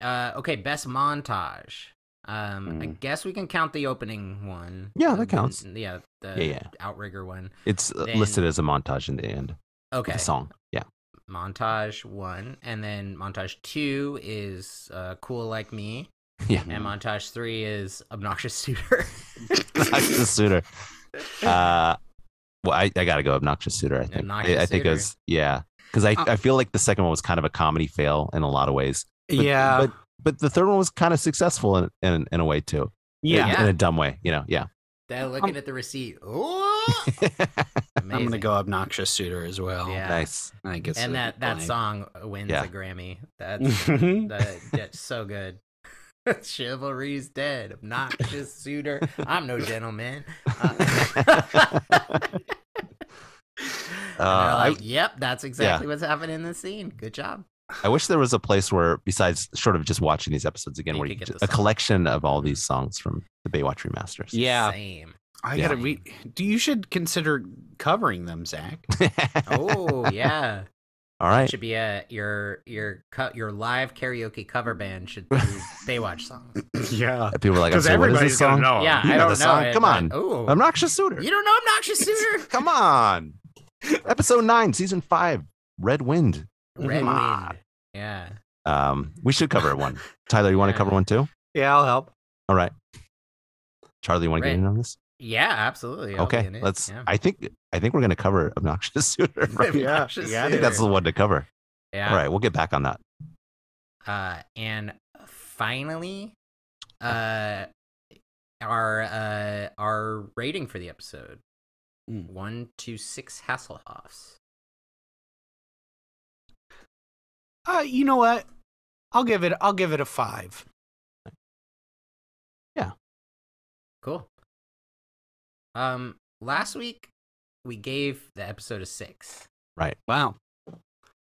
Speaker 1: Uh, okay, best montage. Um, I guess we can count the opening one.
Speaker 2: Mm. Yeah,
Speaker 1: Uh,
Speaker 2: that counts.
Speaker 1: the- yeah, the
Speaker 2: Yeah, yeah.
Speaker 1: outrigger one.
Speaker 2: It's uh,
Speaker 1: then-
Speaker 2: listed as a montage in the end.
Speaker 1: Okay.
Speaker 2: The song. Yeah.
Speaker 1: Montage one, and then montage two is uh, cool like me,
Speaker 2: Yeah.
Speaker 1: and montage three is obnoxious suitor.
Speaker 2: Obnoxious Suitor. Uh, well, I, I gotta go Obnoxious Suitor. I think.
Speaker 1: Obnoxious
Speaker 2: I, I think it
Speaker 1: Suitor.
Speaker 2: was yeah. Because I,
Speaker 3: Uh,
Speaker 2: I feel like the second one was kind of a comedy fail in a lot of ways,
Speaker 3: yeah.
Speaker 2: but- but the third one was kind of successful in, in, in a way too. In-
Speaker 3: yeah.
Speaker 1: Yeah.
Speaker 2: In, a dumb way, you know. Yeah.
Speaker 1: They're looking at the receipt. Oh,
Speaker 4: I'm gonna go obnoxious suitor as well.
Speaker 1: Yeah.
Speaker 2: nice.
Speaker 4: I think it's
Speaker 1: And
Speaker 4: a
Speaker 1: that that
Speaker 4: blank.
Speaker 1: song wins
Speaker 2: Yeah.
Speaker 1: a Grammy. That's that, that's so good. Chivalry's dead. Obnoxious suitor. I'm no gentleman. Uh, And they're
Speaker 2: Uh, I-
Speaker 1: like, yep, that's exactly what's happening in this scene. Good job.
Speaker 2: I wish there was a place where, besides sort of just watching these episodes again,
Speaker 1: You
Speaker 2: where
Speaker 1: could
Speaker 2: you
Speaker 1: get
Speaker 2: just,
Speaker 1: the
Speaker 2: a
Speaker 1: song.
Speaker 2: collection of all these songs from the Baywatch remasters.
Speaker 4: yeah.
Speaker 1: Same.
Speaker 3: I
Speaker 2: Yeah.
Speaker 3: gotta. We, do you should consider covering them, Zach.
Speaker 1: Oh yeah.
Speaker 2: all right.
Speaker 1: Should be a your your co- your live karaoke cover band should be Baywatch songs.
Speaker 3: Yeah,
Speaker 2: People are like, I'm
Speaker 3: because
Speaker 2: saying, what is
Speaker 3: everybody's
Speaker 2: this song?
Speaker 3: gonna know. 'em.
Speaker 1: yeah,
Speaker 2: Oh, you
Speaker 1: I
Speaker 2: know
Speaker 1: don't
Speaker 2: the
Speaker 1: know.
Speaker 2: song.
Speaker 1: it,
Speaker 2: Come
Speaker 1: but-
Speaker 2: on.
Speaker 1: Ooh.
Speaker 2: Obnoxious Suitor.
Speaker 1: You don't know obnoxious suitor.
Speaker 2: Come on. Episode nine, season five, Red Wind.
Speaker 1: Red
Speaker 2: Come on.
Speaker 1: Wind. Yeah.
Speaker 2: Um, we should cover one. Tyler, you want to
Speaker 1: Yeah.
Speaker 2: cover one too?
Speaker 3: Yeah, I'll help.
Speaker 2: All right. Charlie, you want to get
Speaker 1: Red-
Speaker 2: in on this?
Speaker 1: Yeah, absolutely. I'll be
Speaker 2: okay,
Speaker 1: in it.
Speaker 2: let's.
Speaker 1: Yeah.
Speaker 2: I think I think we're gonna cover obnoxious suitor. Right?
Speaker 3: Yeah,
Speaker 1: Obnoxious
Speaker 3: yeah, I
Speaker 2: I think that's the
Speaker 1: Suitor.
Speaker 2: one to cover.
Speaker 1: yeah.
Speaker 2: All right, we'll get back on that.
Speaker 1: Uh, and finally, uh, our uh, our rating for the episode
Speaker 4: Mm.
Speaker 1: one to six Hasselhoffs.
Speaker 3: Uh, you know what? I'll give it. I'll give it a five.
Speaker 1: Cool. Um, last week we gave the episode a six,
Speaker 4: Wow.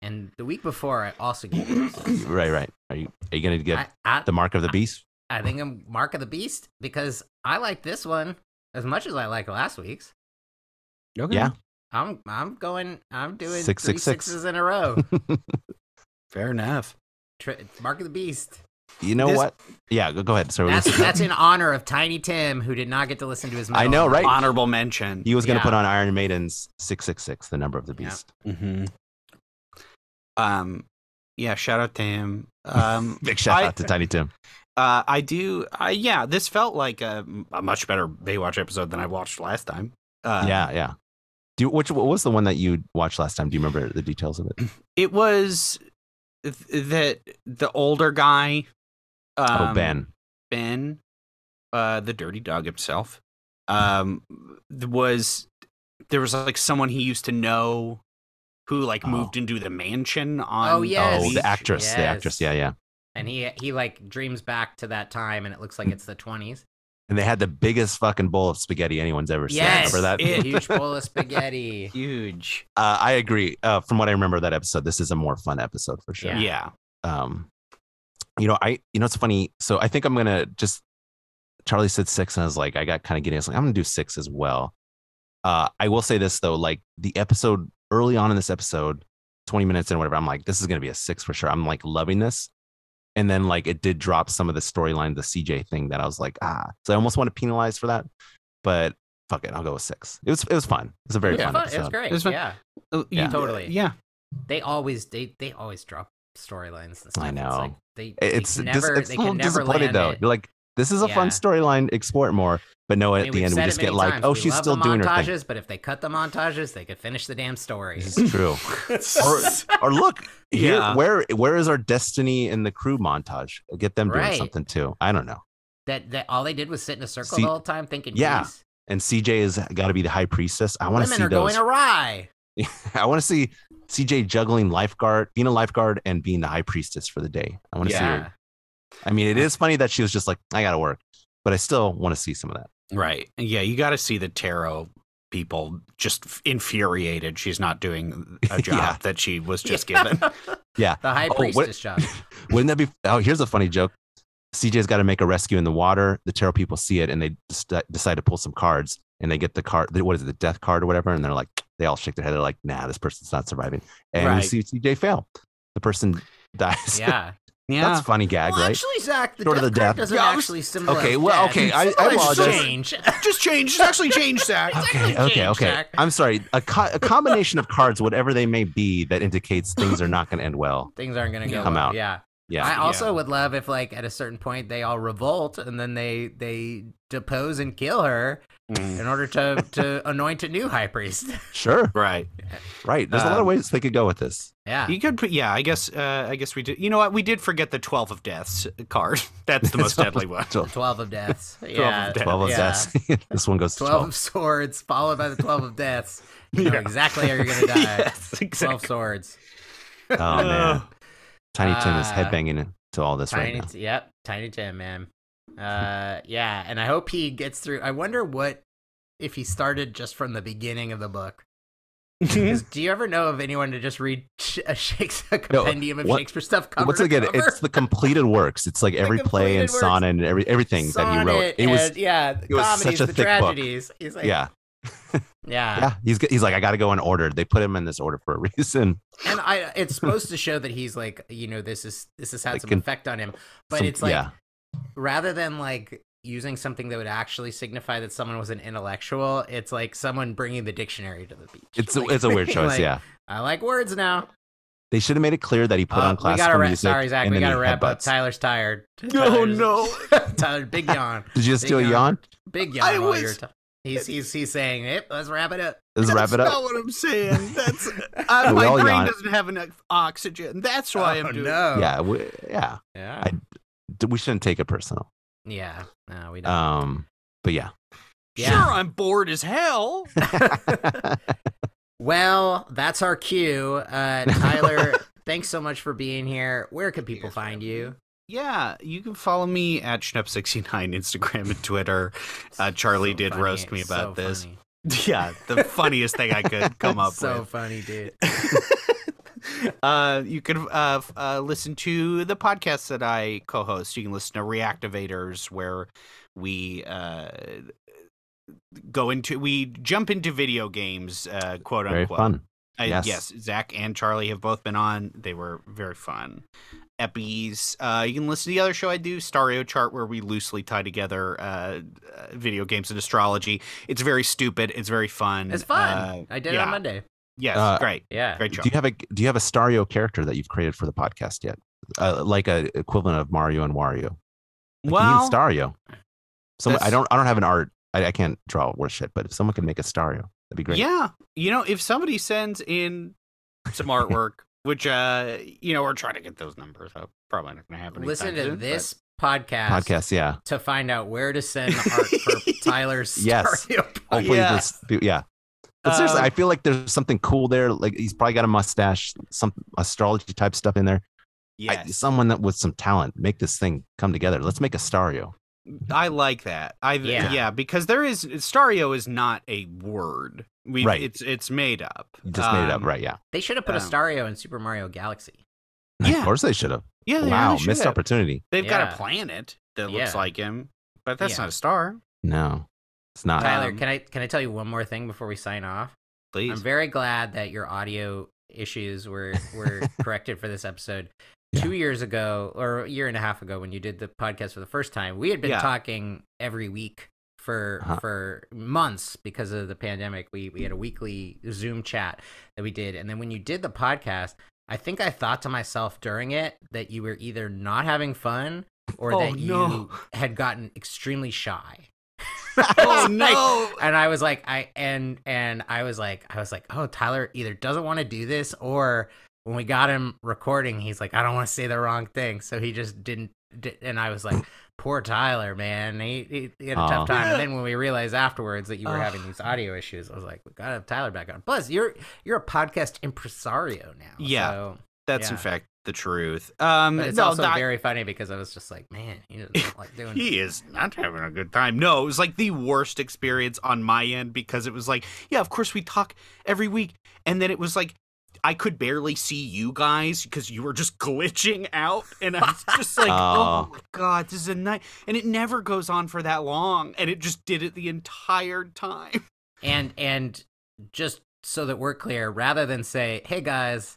Speaker 1: and the week before I also gave it. A six.
Speaker 2: Right, right. Are you are you gonna get
Speaker 1: I, I,
Speaker 2: the mark of the beast?
Speaker 1: I think I'm Mark of the Beast because I like this one as much as I like last week's.
Speaker 4: Okay.
Speaker 2: Yeah.
Speaker 1: I'm I'm going. I'm doing
Speaker 2: Six,
Speaker 1: three
Speaker 2: six, six.
Speaker 1: sixes in a row.
Speaker 4: Fair enough.
Speaker 1: Tri Mark of the Beast.
Speaker 2: You know
Speaker 3: This-
Speaker 2: what? Yeah, go, go ahead. Sorry, we
Speaker 1: That's,
Speaker 2: listened-
Speaker 1: that's in honor of Tiny Tim, who did not get to listen to his.
Speaker 2: I
Speaker 1: metal.
Speaker 2: know, right?
Speaker 3: Honorable mention.
Speaker 2: he was gonna
Speaker 1: yeah.
Speaker 2: put on Iron Maiden's six six six, the number of the
Speaker 1: Yeah.
Speaker 2: beast.
Speaker 4: Mm-hmm.
Speaker 3: Um, yeah. Shout out to him. Um,
Speaker 2: Big shout
Speaker 3: I-
Speaker 2: out to Tiny Tim.
Speaker 3: uh, I do. I yeah. This felt like a, a much better Baywatch episode than I watched last time.
Speaker 1: Um,
Speaker 3: Uh,
Speaker 2: yeah, yeah. Do you, which what was the one that you watched last time? Do you remember the details of it?
Speaker 3: It was th- that the older guy. Um,
Speaker 2: oh, Ben.
Speaker 3: Ben, uh, the dirty dog himself, um, th- was there was like someone he used to know who like
Speaker 2: Oh.
Speaker 3: moved into the mansion on.
Speaker 1: Oh, yes.
Speaker 2: Oh,
Speaker 1: Yes.
Speaker 2: the actress, the actress. Yeah,
Speaker 1: Yes.
Speaker 2: yeah.
Speaker 1: And he he like dreams back to that time, and it looks like it's the twenties.
Speaker 2: And they had the biggest fucking bowl of spaghetti anyone's ever
Speaker 1: Yes,
Speaker 2: seen. Remember that?
Speaker 1: a huge bowl of spaghetti.
Speaker 4: Huge.
Speaker 2: Uh, I agree. Uh, from what I remember of that episode, this is a more fun episode for sure.
Speaker 1: Yeah.
Speaker 3: yeah.
Speaker 2: um you know i you know it's funny so i think i'm gonna just charlie said six and i was like i got kind of getting I was like i'm gonna do six as well uh i will say this though like the episode early on in this episode 20 minutes in whatever i'm like this is gonna be a six for sure i'm like loving this and then like it did drop some of the storyline the cj thing that i was like ah so i almost want to penalize for that but fuck it i'll go with six it was it was fun it was a very
Speaker 1: It was
Speaker 2: fun,
Speaker 1: fun. It was
Speaker 2: episode
Speaker 1: great.
Speaker 3: It was fun.
Speaker 1: Yeah,
Speaker 3: Uh,
Speaker 2: Yeah.
Speaker 3: you-
Speaker 1: Totally.
Speaker 3: Yeah,
Speaker 1: they always they they always drop storylines. and stuff.
Speaker 2: I
Speaker 1: It's like
Speaker 2: know.
Speaker 1: they they
Speaker 2: it's
Speaker 1: can
Speaker 2: dis-
Speaker 1: never
Speaker 2: it's
Speaker 1: they
Speaker 2: a little
Speaker 1: can never
Speaker 2: disappointed
Speaker 1: land
Speaker 2: though.
Speaker 1: it.
Speaker 2: You're like, this is a fun
Speaker 1: Yeah.
Speaker 2: storyline. Export more, but no,
Speaker 1: I
Speaker 2: at
Speaker 1: mean,
Speaker 2: the
Speaker 1: we've
Speaker 2: end we
Speaker 1: said it
Speaker 2: just get
Speaker 1: many
Speaker 2: like,
Speaker 1: times.
Speaker 2: oh,
Speaker 1: We
Speaker 2: she's
Speaker 1: love
Speaker 2: still
Speaker 1: the
Speaker 2: doing her
Speaker 1: montages,
Speaker 2: thing.
Speaker 1: But if they cut the montages, they could finish the damn story.
Speaker 2: This is true. or, or look, here,
Speaker 3: Yeah.
Speaker 2: where where is our destiny and the crew montage? Get them doing
Speaker 1: Right.
Speaker 2: something too. I don't know.
Speaker 1: that that all they did was sit in a circle
Speaker 2: See-
Speaker 1: the whole time thinking,
Speaker 2: Yeah.
Speaker 1: "Geez,
Speaker 2: And CJ has got to be the high priestess. I want to
Speaker 1: women
Speaker 2: see
Speaker 1: are
Speaker 2: those.
Speaker 1: going awry."
Speaker 2: I want to see CJ juggling lifeguard, being a lifeguard, and being the high priestess for the day. I want to see
Speaker 1: Yeah,
Speaker 2: her. I mean, it is funny that she was just like, I got to work, but I still want to see some of that.
Speaker 3: right. Yeah, you got to see the tarot people just f- infuriated. She's not doing a job
Speaker 2: Yeah.
Speaker 3: that she was just given.
Speaker 2: Yeah.
Speaker 1: the high
Speaker 2: Oh, what-
Speaker 1: priestess job.
Speaker 2: Wouldn't that be? Oh, here's a funny joke. CJ's got to make a rescue in the water. The tarot people see it and they just de- decide to pull some cards and they get the card. What is it? The death card or whatever. And they're like, They all shake their head. They're like, nah, this person's not surviving. And
Speaker 3: Right.
Speaker 2: you see CJ fail. The person dies.
Speaker 1: Yeah.
Speaker 4: Yeah.
Speaker 2: That's funny gag,
Speaker 1: well,
Speaker 2: right?
Speaker 1: actually, Zach, the
Speaker 2: Short
Speaker 1: death,
Speaker 2: of the
Speaker 1: card
Speaker 2: death.
Speaker 1: doesn't
Speaker 3: Yeah, I was-
Speaker 1: actually symbolize
Speaker 2: Okay, well,
Speaker 1: death.
Speaker 2: okay, I- I
Speaker 1: It's always
Speaker 2: apologize.
Speaker 1: change.
Speaker 3: just change. Just actually change that.
Speaker 2: okay,
Speaker 1: actually
Speaker 2: okay,
Speaker 1: changed,
Speaker 2: okay.
Speaker 1: Jack.
Speaker 2: I'm sorry. A, co- a combination of cards, whatever they may be, that indicates things are not going to end well.
Speaker 1: Things aren't gonna go.
Speaker 2: I'm
Speaker 1: well.
Speaker 2: out.
Speaker 1: Yeah.
Speaker 2: Yeah.
Speaker 1: I also
Speaker 3: Yeah.
Speaker 1: would love if, like, at a certain point, they all revolt and then they they depose and kill her
Speaker 4: Mm.
Speaker 1: in order to to anoint a new high priest.
Speaker 2: sure.
Speaker 3: Right.
Speaker 2: Right. There's a lot of
Speaker 3: Um,
Speaker 2: ways they could go with this.
Speaker 1: yeah.
Speaker 3: You could. put- Yeah. I guess. Uh, I guess we did. You know what? We did forget the twelve of deaths card. That's the most deadly one.
Speaker 1: Twelve of deaths.
Speaker 3: of
Speaker 1: yeah.
Speaker 3: deaths.
Speaker 2: 12 of
Speaker 1: yeah.
Speaker 2: deaths. this one goes to
Speaker 1: 12
Speaker 2: 12.
Speaker 1: of swords followed by the 12 of deaths. You know
Speaker 3: Yeah.
Speaker 1: exactly how you're going to die.
Speaker 3: yes.
Speaker 1: 12
Speaker 3: Exactly.
Speaker 1: swords.
Speaker 2: Oh, man. Tiny Tim is
Speaker 1: Uh,
Speaker 2: headbanging to all this
Speaker 1: Tiny,
Speaker 2: right now.
Speaker 1: T- yep, Tiny Tim, man. Uh, yeah, and I hope he gets through. I wonder what if he started just from the beginning of the book.
Speaker 2: Hmm?
Speaker 1: 'Cause do you ever know of anyone to just read sh- a Shakespeare a compendium of
Speaker 2: uh, what-
Speaker 1: Shakespeare stuff cover
Speaker 2: Once
Speaker 1: to
Speaker 2: again,
Speaker 1: cover?
Speaker 2: it's the completed works. It's like every play and
Speaker 1: completed works.
Speaker 2: sonnet and every everything that he wrote.
Speaker 1: Sonnet
Speaker 2: It was
Speaker 1: and- yeah,
Speaker 2: it was
Speaker 1: comedies,
Speaker 2: such a
Speaker 1: the
Speaker 2: thick book.
Speaker 1: tragedies. He's like,
Speaker 2: yeah,
Speaker 1: yeah,
Speaker 2: yeah. He's he's like I got to go in order. They put him in this order for a reason.
Speaker 1: and I it's supposed to show that he's like you know this is this has had
Speaker 2: Like
Speaker 1: some
Speaker 2: an-
Speaker 1: effect on him, but
Speaker 2: Some-
Speaker 1: it's like
Speaker 2: yeah,
Speaker 1: rather than like using something that would actually signify that someone was an intellectual, it's like someone bringing the dictionary to the beach.
Speaker 2: it's a,
Speaker 1: Like,
Speaker 2: it's a weird choice.
Speaker 1: like,
Speaker 2: yeah,
Speaker 1: I like words now.
Speaker 2: they should have made it clear that he put
Speaker 1: Uh, we
Speaker 2: on classical
Speaker 1: gotta wrap.
Speaker 2: music.
Speaker 1: Sorry, Zach.
Speaker 2: and
Speaker 1: We
Speaker 2: then
Speaker 1: gotta
Speaker 2: he
Speaker 1: wrap up.
Speaker 2: headbutts.
Speaker 1: Tyler's tired.
Speaker 3: Oh
Speaker 1: Tyler's,
Speaker 3: no.
Speaker 1: Tyler, big yawn,
Speaker 2: Did you just
Speaker 1: Big
Speaker 2: do a
Speaker 1: yawn.
Speaker 2: yawn?
Speaker 1: big yawn.
Speaker 3: I
Speaker 1: while
Speaker 3: was-
Speaker 1: you're ta- he's he's he's saying, "Yep, let's wrap it up."
Speaker 2: Let's wrap
Speaker 3: That's
Speaker 2: it up.
Speaker 3: not what I'm saying. That's uh,
Speaker 2: We
Speaker 3: my
Speaker 2: all
Speaker 3: brain
Speaker 2: yawn.
Speaker 3: doesn't have enough oxygen. That's why
Speaker 1: Oh,
Speaker 3: I'm doing.
Speaker 1: no.
Speaker 2: Yeah, we, yeah.
Speaker 1: yeah,
Speaker 2: I- D- We shouldn't take it personal.
Speaker 1: yeah. No, we don't.
Speaker 2: Um, but yeah.
Speaker 1: Yeah.
Speaker 3: Sure, I'm bored as hell.
Speaker 1: Well, that's our cue. Uh, Tyler, thanks so much for being here. Where can people find you?
Speaker 3: Yeah, you can follow me at Schnup69 Instagram and Twitter. Uh, Charlie did roast me about this.
Speaker 1: funny.
Speaker 3: Yeah, the funniest thing I could come up
Speaker 1: so
Speaker 3: with.
Speaker 1: funny, dude.
Speaker 3: uh, you can uh, f- uh, listen to the podcasts that I co-host. You can listen to Reactivators, where we uh, go into we jump into video games, uh, quote
Speaker 2: Very
Speaker 3: unquote.
Speaker 2: fun.
Speaker 3: I,
Speaker 2: Yes.
Speaker 3: yes. Zach and Charlie have both been on. They were very fun. Eppies. Uh, you can listen to the other show I do, Stario Chart, where we loosely tie together uh, uh, video games and astrology. It's very stupid. It's very fun.
Speaker 1: It's fun.
Speaker 3: Uh,
Speaker 1: I did it on
Speaker 3: yeah.
Speaker 1: Monday.
Speaker 3: yes,
Speaker 2: Uh,
Speaker 3: great,
Speaker 1: Yeah.
Speaker 3: great
Speaker 2: Do
Speaker 3: job.
Speaker 2: you have a Do you have a Stario character that you've created for the podcast yet? Uh, like a equivalent of Mario and Wario. Like you need Stario. Some I
Speaker 3: that's-
Speaker 2: don't I don't have an art. I, I can't draw worth shit. But if someone could make a Stario, that'd be great.
Speaker 3: Yeah. You know, if somebody sends in some artwork, which uh you know, we're trying to get those numbers up. Probably not gonna happen.
Speaker 1: Listen to
Speaker 3: anytime soon,
Speaker 1: this podcast,
Speaker 2: Podcast. Yeah.
Speaker 1: to find out where to send art for Tyler's
Speaker 2: Yes.
Speaker 1: stereo podcast.
Speaker 2: Hopefully
Speaker 3: Oh, Yeah.
Speaker 2: this. Yeah. But seriously,
Speaker 3: Um,
Speaker 2: I feel like there's something cool there. Like he's probably got a mustache, some astrology type stuff in there.
Speaker 3: but
Speaker 2: I-
Speaker 3: yes.
Speaker 2: someone that with some talent, make this thing come together. Let's make a Stario.
Speaker 3: I like that. I
Speaker 1: Yeah.
Speaker 3: yeah. yeah, because there is Stario is not a word. We
Speaker 2: Right.
Speaker 3: it's it's made up.
Speaker 2: You just made it up,
Speaker 3: Um,
Speaker 2: right? Yeah.
Speaker 1: They should have put a
Speaker 3: Um,
Speaker 1: Stario in Super Mario Galaxy.
Speaker 2: Of
Speaker 3: Yeah.
Speaker 2: course they should have.
Speaker 3: Yeah, they
Speaker 2: wow,
Speaker 3: really should
Speaker 2: missed
Speaker 3: have.
Speaker 2: opportunity.
Speaker 3: They've got
Speaker 1: Yeah.
Speaker 3: a planet that
Speaker 1: Yeah.
Speaker 3: looks like him, but that's
Speaker 1: Yeah.
Speaker 3: not a star.
Speaker 2: No, it's not.
Speaker 1: Tyler,
Speaker 3: um,
Speaker 1: can I can I tell you one more thing before we sign off?
Speaker 3: Please.
Speaker 1: I'm very glad that your audio issues were were corrected for this episode.
Speaker 2: Yeah.
Speaker 1: Two years ago, or a year and a half ago, when you did the podcast for the first time, we had been
Speaker 3: Yeah.
Speaker 1: talking every week for
Speaker 2: Uh-huh.
Speaker 1: for months because of the pandemic. We we had a weekly Zoom chat that we did, and then when you did the podcast, I think I thought to myself during it that you were either not having fun or
Speaker 3: Oh,
Speaker 1: that you
Speaker 3: no.
Speaker 1: had gotten extremely shy.
Speaker 3: oh
Speaker 1: Like,
Speaker 3: no.
Speaker 1: and I was like, I and and I was like, I was like, oh, Tyler either doesn't want to do this or when we got him recording, he's like, I don't want to say the wrong thing, so he just didn't. di- And I was like, poor Tyler, man, he, he, he had a
Speaker 2: Aw.
Speaker 1: tough time. And then when we realized afterwards that you were
Speaker 3: Ugh.
Speaker 1: having these audio issues, I was like, we gotta have Tyler back on. Plus, you're you're a podcast impresario now.
Speaker 3: Yeah.
Speaker 1: so-
Speaker 3: That's in
Speaker 1: yeah.
Speaker 3: fact the truth. Um
Speaker 1: but it's
Speaker 3: no,
Speaker 1: also
Speaker 3: not-
Speaker 1: very funny because I was just like, man, he doesn't like doing.
Speaker 3: he is not having a good time. No, it was like the worst experience on my end because it was like, yeah, of course we talk every week. And then it was like, I could barely see you guys because you were just glitching out. And I was just like,
Speaker 2: Aw.
Speaker 3: oh my God, this is a night. And it never goes on for that long. And it just did it the entire time.
Speaker 1: and and just so that we're clear, rather than say, "Hey guys,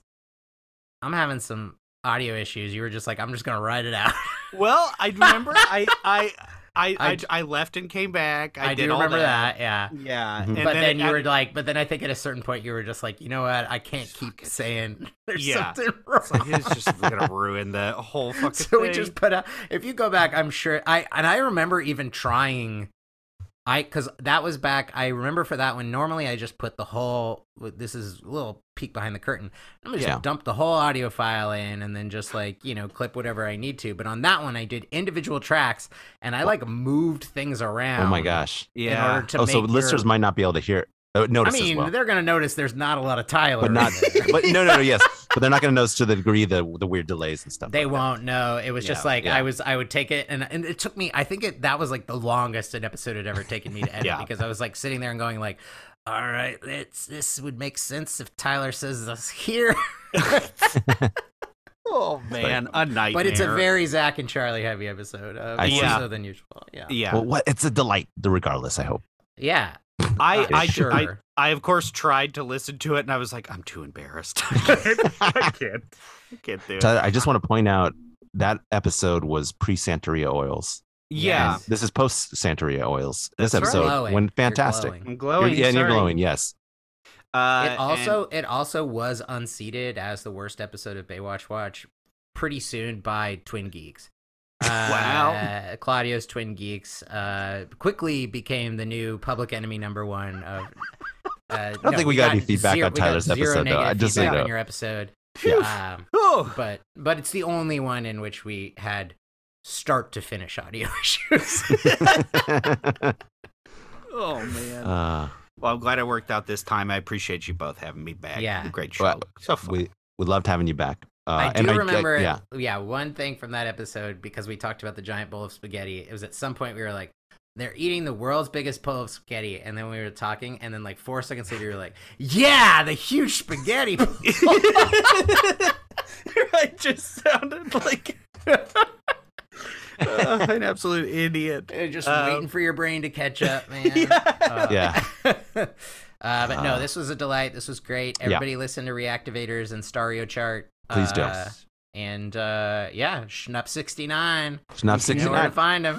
Speaker 1: I'm having some audio issues," you were just like, "I'm just gonna write it out."
Speaker 3: Well, I remember I I I,
Speaker 1: I
Speaker 3: I, I left and came back. I,
Speaker 1: I, do
Speaker 3: did all
Speaker 1: remember
Speaker 3: that.
Speaker 1: that. yeah.
Speaker 3: Yeah,
Speaker 2: Mhm.
Speaker 3: and
Speaker 1: but then,
Speaker 3: it-
Speaker 1: you
Speaker 3: I-
Speaker 1: were like, but then I think at a certain point you were just like, you know what? I can't keep saying there's
Speaker 3: Yeah.
Speaker 1: something wrong.
Speaker 3: It's like it's just gonna ruin the whole fucking
Speaker 1: so we
Speaker 3: thing.
Speaker 1: just put out if you go back i'm sure i and i remember even trying i because that was back i remember for that one normally i just put the whole this is a little peek behind the curtain i'm gonna just
Speaker 2: Yeah.
Speaker 1: dump the whole audio file in and then just like you know clip whatever i need to but on that one i did individual tracks and i like moved things around
Speaker 2: Oh my gosh.
Speaker 1: in order
Speaker 3: yeah.
Speaker 1: to
Speaker 2: oh,
Speaker 1: make
Speaker 2: so listeners
Speaker 1: your-
Speaker 2: might not be able to hear, uh,
Speaker 1: i
Speaker 2: notice
Speaker 1: mean
Speaker 2: as well.
Speaker 1: they're gonna notice there's not a lot of tyler
Speaker 2: But
Speaker 1: in
Speaker 2: not,
Speaker 1: there.
Speaker 2: but no, no, no, yes. But they're not going to notice to the degree the, the weird delays and stuff.
Speaker 1: They
Speaker 2: like that.
Speaker 1: won't know. It was just
Speaker 2: Yeah,
Speaker 1: like
Speaker 2: yeah.
Speaker 1: I was. I would take it, and and it took me. I think it that was like the longest an episode had ever taken me to edit
Speaker 3: Yeah.
Speaker 1: because I was like sitting there and going like, "All right, it's this would make sense if Tyler says this here."
Speaker 3: Oh man, a nightmare.
Speaker 1: but it's a very Zach and Charlie heavy episode. Uh,
Speaker 2: I
Speaker 1: more
Speaker 3: see.
Speaker 1: so than usual. Yeah.
Speaker 3: yeah.
Speaker 2: Well, what? It's a delight, regardless, I hope.
Speaker 1: Yeah.
Speaker 3: I
Speaker 1: for
Speaker 3: I,
Speaker 1: sure.
Speaker 3: I I of course tried to listen to it, and I was like, I'm too embarrassed. I can't. I can't, I can't do it.
Speaker 2: Tyler, I just want to point out that episode was pre Santeria oils.
Speaker 3: Yeah,
Speaker 1: Yes.
Speaker 2: This is post Santeria oils. This
Speaker 3: That's right.
Speaker 2: episode
Speaker 1: Glowing.
Speaker 2: went
Speaker 1: You're
Speaker 2: fantastic.
Speaker 1: glowing.
Speaker 3: I'm
Speaker 2: You're-
Speaker 3: glowing.
Speaker 2: yeah, and you're
Speaker 3: sorry.
Speaker 2: glowing. Yes.
Speaker 3: Uh,
Speaker 1: It also it also was unseated as the worst episode of Baywatch Watch pretty soon by Twin Geeks.
Speaker 3: Wow.
Speaker 1: Uh, Claudio's Twin Geeks uh, quickly became the new public enemy number one of. Uh, I
Speaker 2: don't think we got any feedback on Tyler's episode, though. I just, you
Speaker 1: feedback
Speaker 2: know.
Speaker 1: on your episode,
Speaker 3: and, Phew.
Speaker 1: um,
Speaker 3: Oh.
Speaker 1: but but it's the only one in which we had start to finish audio issues.
Speaker 3: oh man.
Speaker 2: uh,
Speaker 3: Well, I'm glad I worked out this time. I appreciate you both having me back.
Speaker 1: Yeah.
Speaker 3: Great show.
Speaker 2: Well,
Speaker 3: so fun.
Speaker 2: we, we loved having you back. Uh,
Speaker 1: I do
Speaker 2: and
Speaker 1: remember,
Speaker 2: yeah.
Speaker 1: yeah, one thing from that episode because we talked about the giant bowl of spaghetti. It was at some point we were like, "They're eating the world's biggest bowl of spaghetti," and then we were talking, and then like four seconds later, we were like, "Yeah, the huge spaghetti." bowl."
Speaker 3: I just sounded like uh, an absolute idiot.
Speaker 1: They're just
Speaker 3: Um,
Speaker 1: waiting for your brain to catch up, man. Uh,
Speaker 2: Yeah.
Speaker 1: uh, but no,
Speaker 2: Uh,
Speaker 1: this was a delight. This was great. Everybody listen to Reactivators and Stereo Chart.
Speaker 2: Please do.
Speaker 1: Uh, And uh, yeah, Schnup 69.
Speaker 2: Schnapp
Speaker 1: You know where to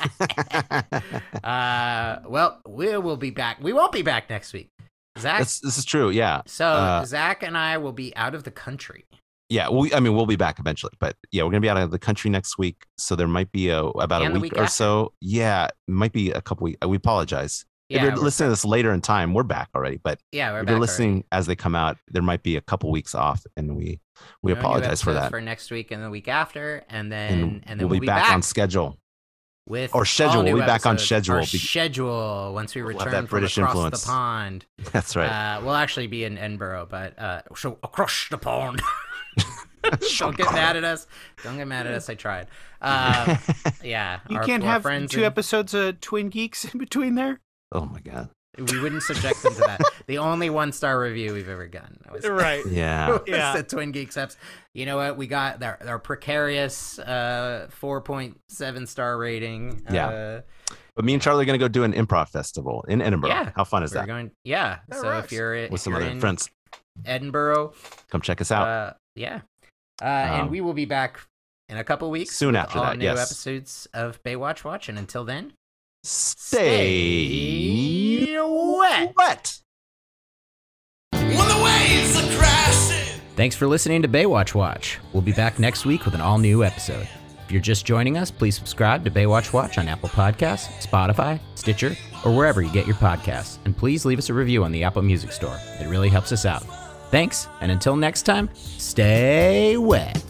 Speaker 2: 69.
Speaker 1: find him. Uh, well, we will be back. We won't be back next week, Zach.
Speaker 2: That's, this is true. Yeah.
Speaker 1: so
Speaker 2: uh,
Speaker 1: Zach and I will be out of the country.
Speaker 2: Yeah, we, I mean, we'll be back eventually, but yeah, we're gonna be out of the country next week, so there might be a about
Speaker 1: And
Speaker 2: a
Speaker 1: the
Speaker 2: week,
Speaker 1: week
Speaker 2: or
Speaker 1: after.
Speaker 2: so. Yeah, might be a couple weeks. We apologize if
Speaker 1: Yeah,
Speaker 2: you're
Speaker 1: we're,
Speaker 2: listening to this later in time. We're back already, but
Speaker 1: yeah, we're
Speaker 2: if
Speaker 1: back.
Speaker 2: you're
Speaker 1: already.
Speaker 2: listening as they come out, there might be a couple weeks off, and we we
Speaker 1: No new
Speaker 2: apologize for
Speaker 1: episodes
Speaker 2: that.
Speaker 1: for next week and the week after, and then
Speaker 2: and,
Speaker 1: and, then
Speaker 2: we'll, be, back, on schedule.
Speaker 1: with
Speaker 2: or
Speaker 1: all
Speaker 2: schedule.
Speaker 1: new
Speaker 2: We'll be back on
Speaker 1: episodes.
Speaker 2: schedule
Speaker 1: Our
Speaker 2: be-
Speaker 1: schedule once we
Speaker 2: We'll have
Speaker 1: return
Speaker 2: that
Speaker 1: from
Speaker 2: British
Speaker 1: across
Speaker 2: influence.
Speaker 1: the pond.
Speaker 2: That's right.
Speaker 1: Uh, we'll actually be in Edinburgh, but uh, so across the pond. Uh,
Speaker 2: Oh,
Speaker 1: Don't get mad at us. Don't get mad at us. I tried. Uh, yeah,
Speaker 3: You
Speaker 1: our-
Speaker 3: can't
Speaker 1: our
Speaker 3: have
Speaker 1: friends
Speaker 3: two
Speaker 1: in-
Speaker 3: episodes of Twin Geeks in between there.
Speaker 2: oh my god.
Speaker 1: We wouldn't subject them to that. The only one star review we've ever gotten was,
Speaker 3: Right.
Speaker 2: Yeah.
Speaker 1: was
Speaker 3: Yeah.
Speaker 1: the Twin Geeks apps. You know what? We got their, their precarious uh, 4.7 star rating.
Speaker 2: Yeah.
Speaker 1: Uh,
Speaker 2: But me and Charlie are gonna go do an improv festival in Edinburgh.
Speaker 1: Yeah.
Speaker 2: How fun is
Speaker 1: we're
Speaker 2: that?
Speaker 1: going, yeah.
Speaker 3: That
Speaker 1: so if
Speaker 3: rocks.
Speaker 1: you're, if
Speaker 2: With some
Speaker 1: you're
Speaker 2: other
Speaker 1: in
Speaker 2: friends,
Speaker 1: Edinburgh,
Speaker 2: come check us out.
Speaker 1: uh, yeah. Uh, and
Speaker 2: Um,
Speaker 1: we will be back in a couple weeks.
Speaker 2: Soon
Speaker 1: with
Speaker 2: after
Speaker 1: all
Speaker 2: that,
Speaker 1: new
Speaker 2: yes.
Speaker 1: episodes of Baywatch Watch. And until then,
Speaker 2: Stay,
Speaker 1: stay wet.
Speaker 2: wet.
Speaker 5: When the waves are crashing.
Speaker 1: Thanks for listening to Baywatch Watch. We'll be back next week with an all new episode. If you're just joining us, please subscribe to Baywatch Watch on Apple Podcasts, Spotify, Stitcher, or wherever you get your podcasts. And please leave us a review on the Apple Music Store. It really helps us out. Thanks, and until next time, stay wet.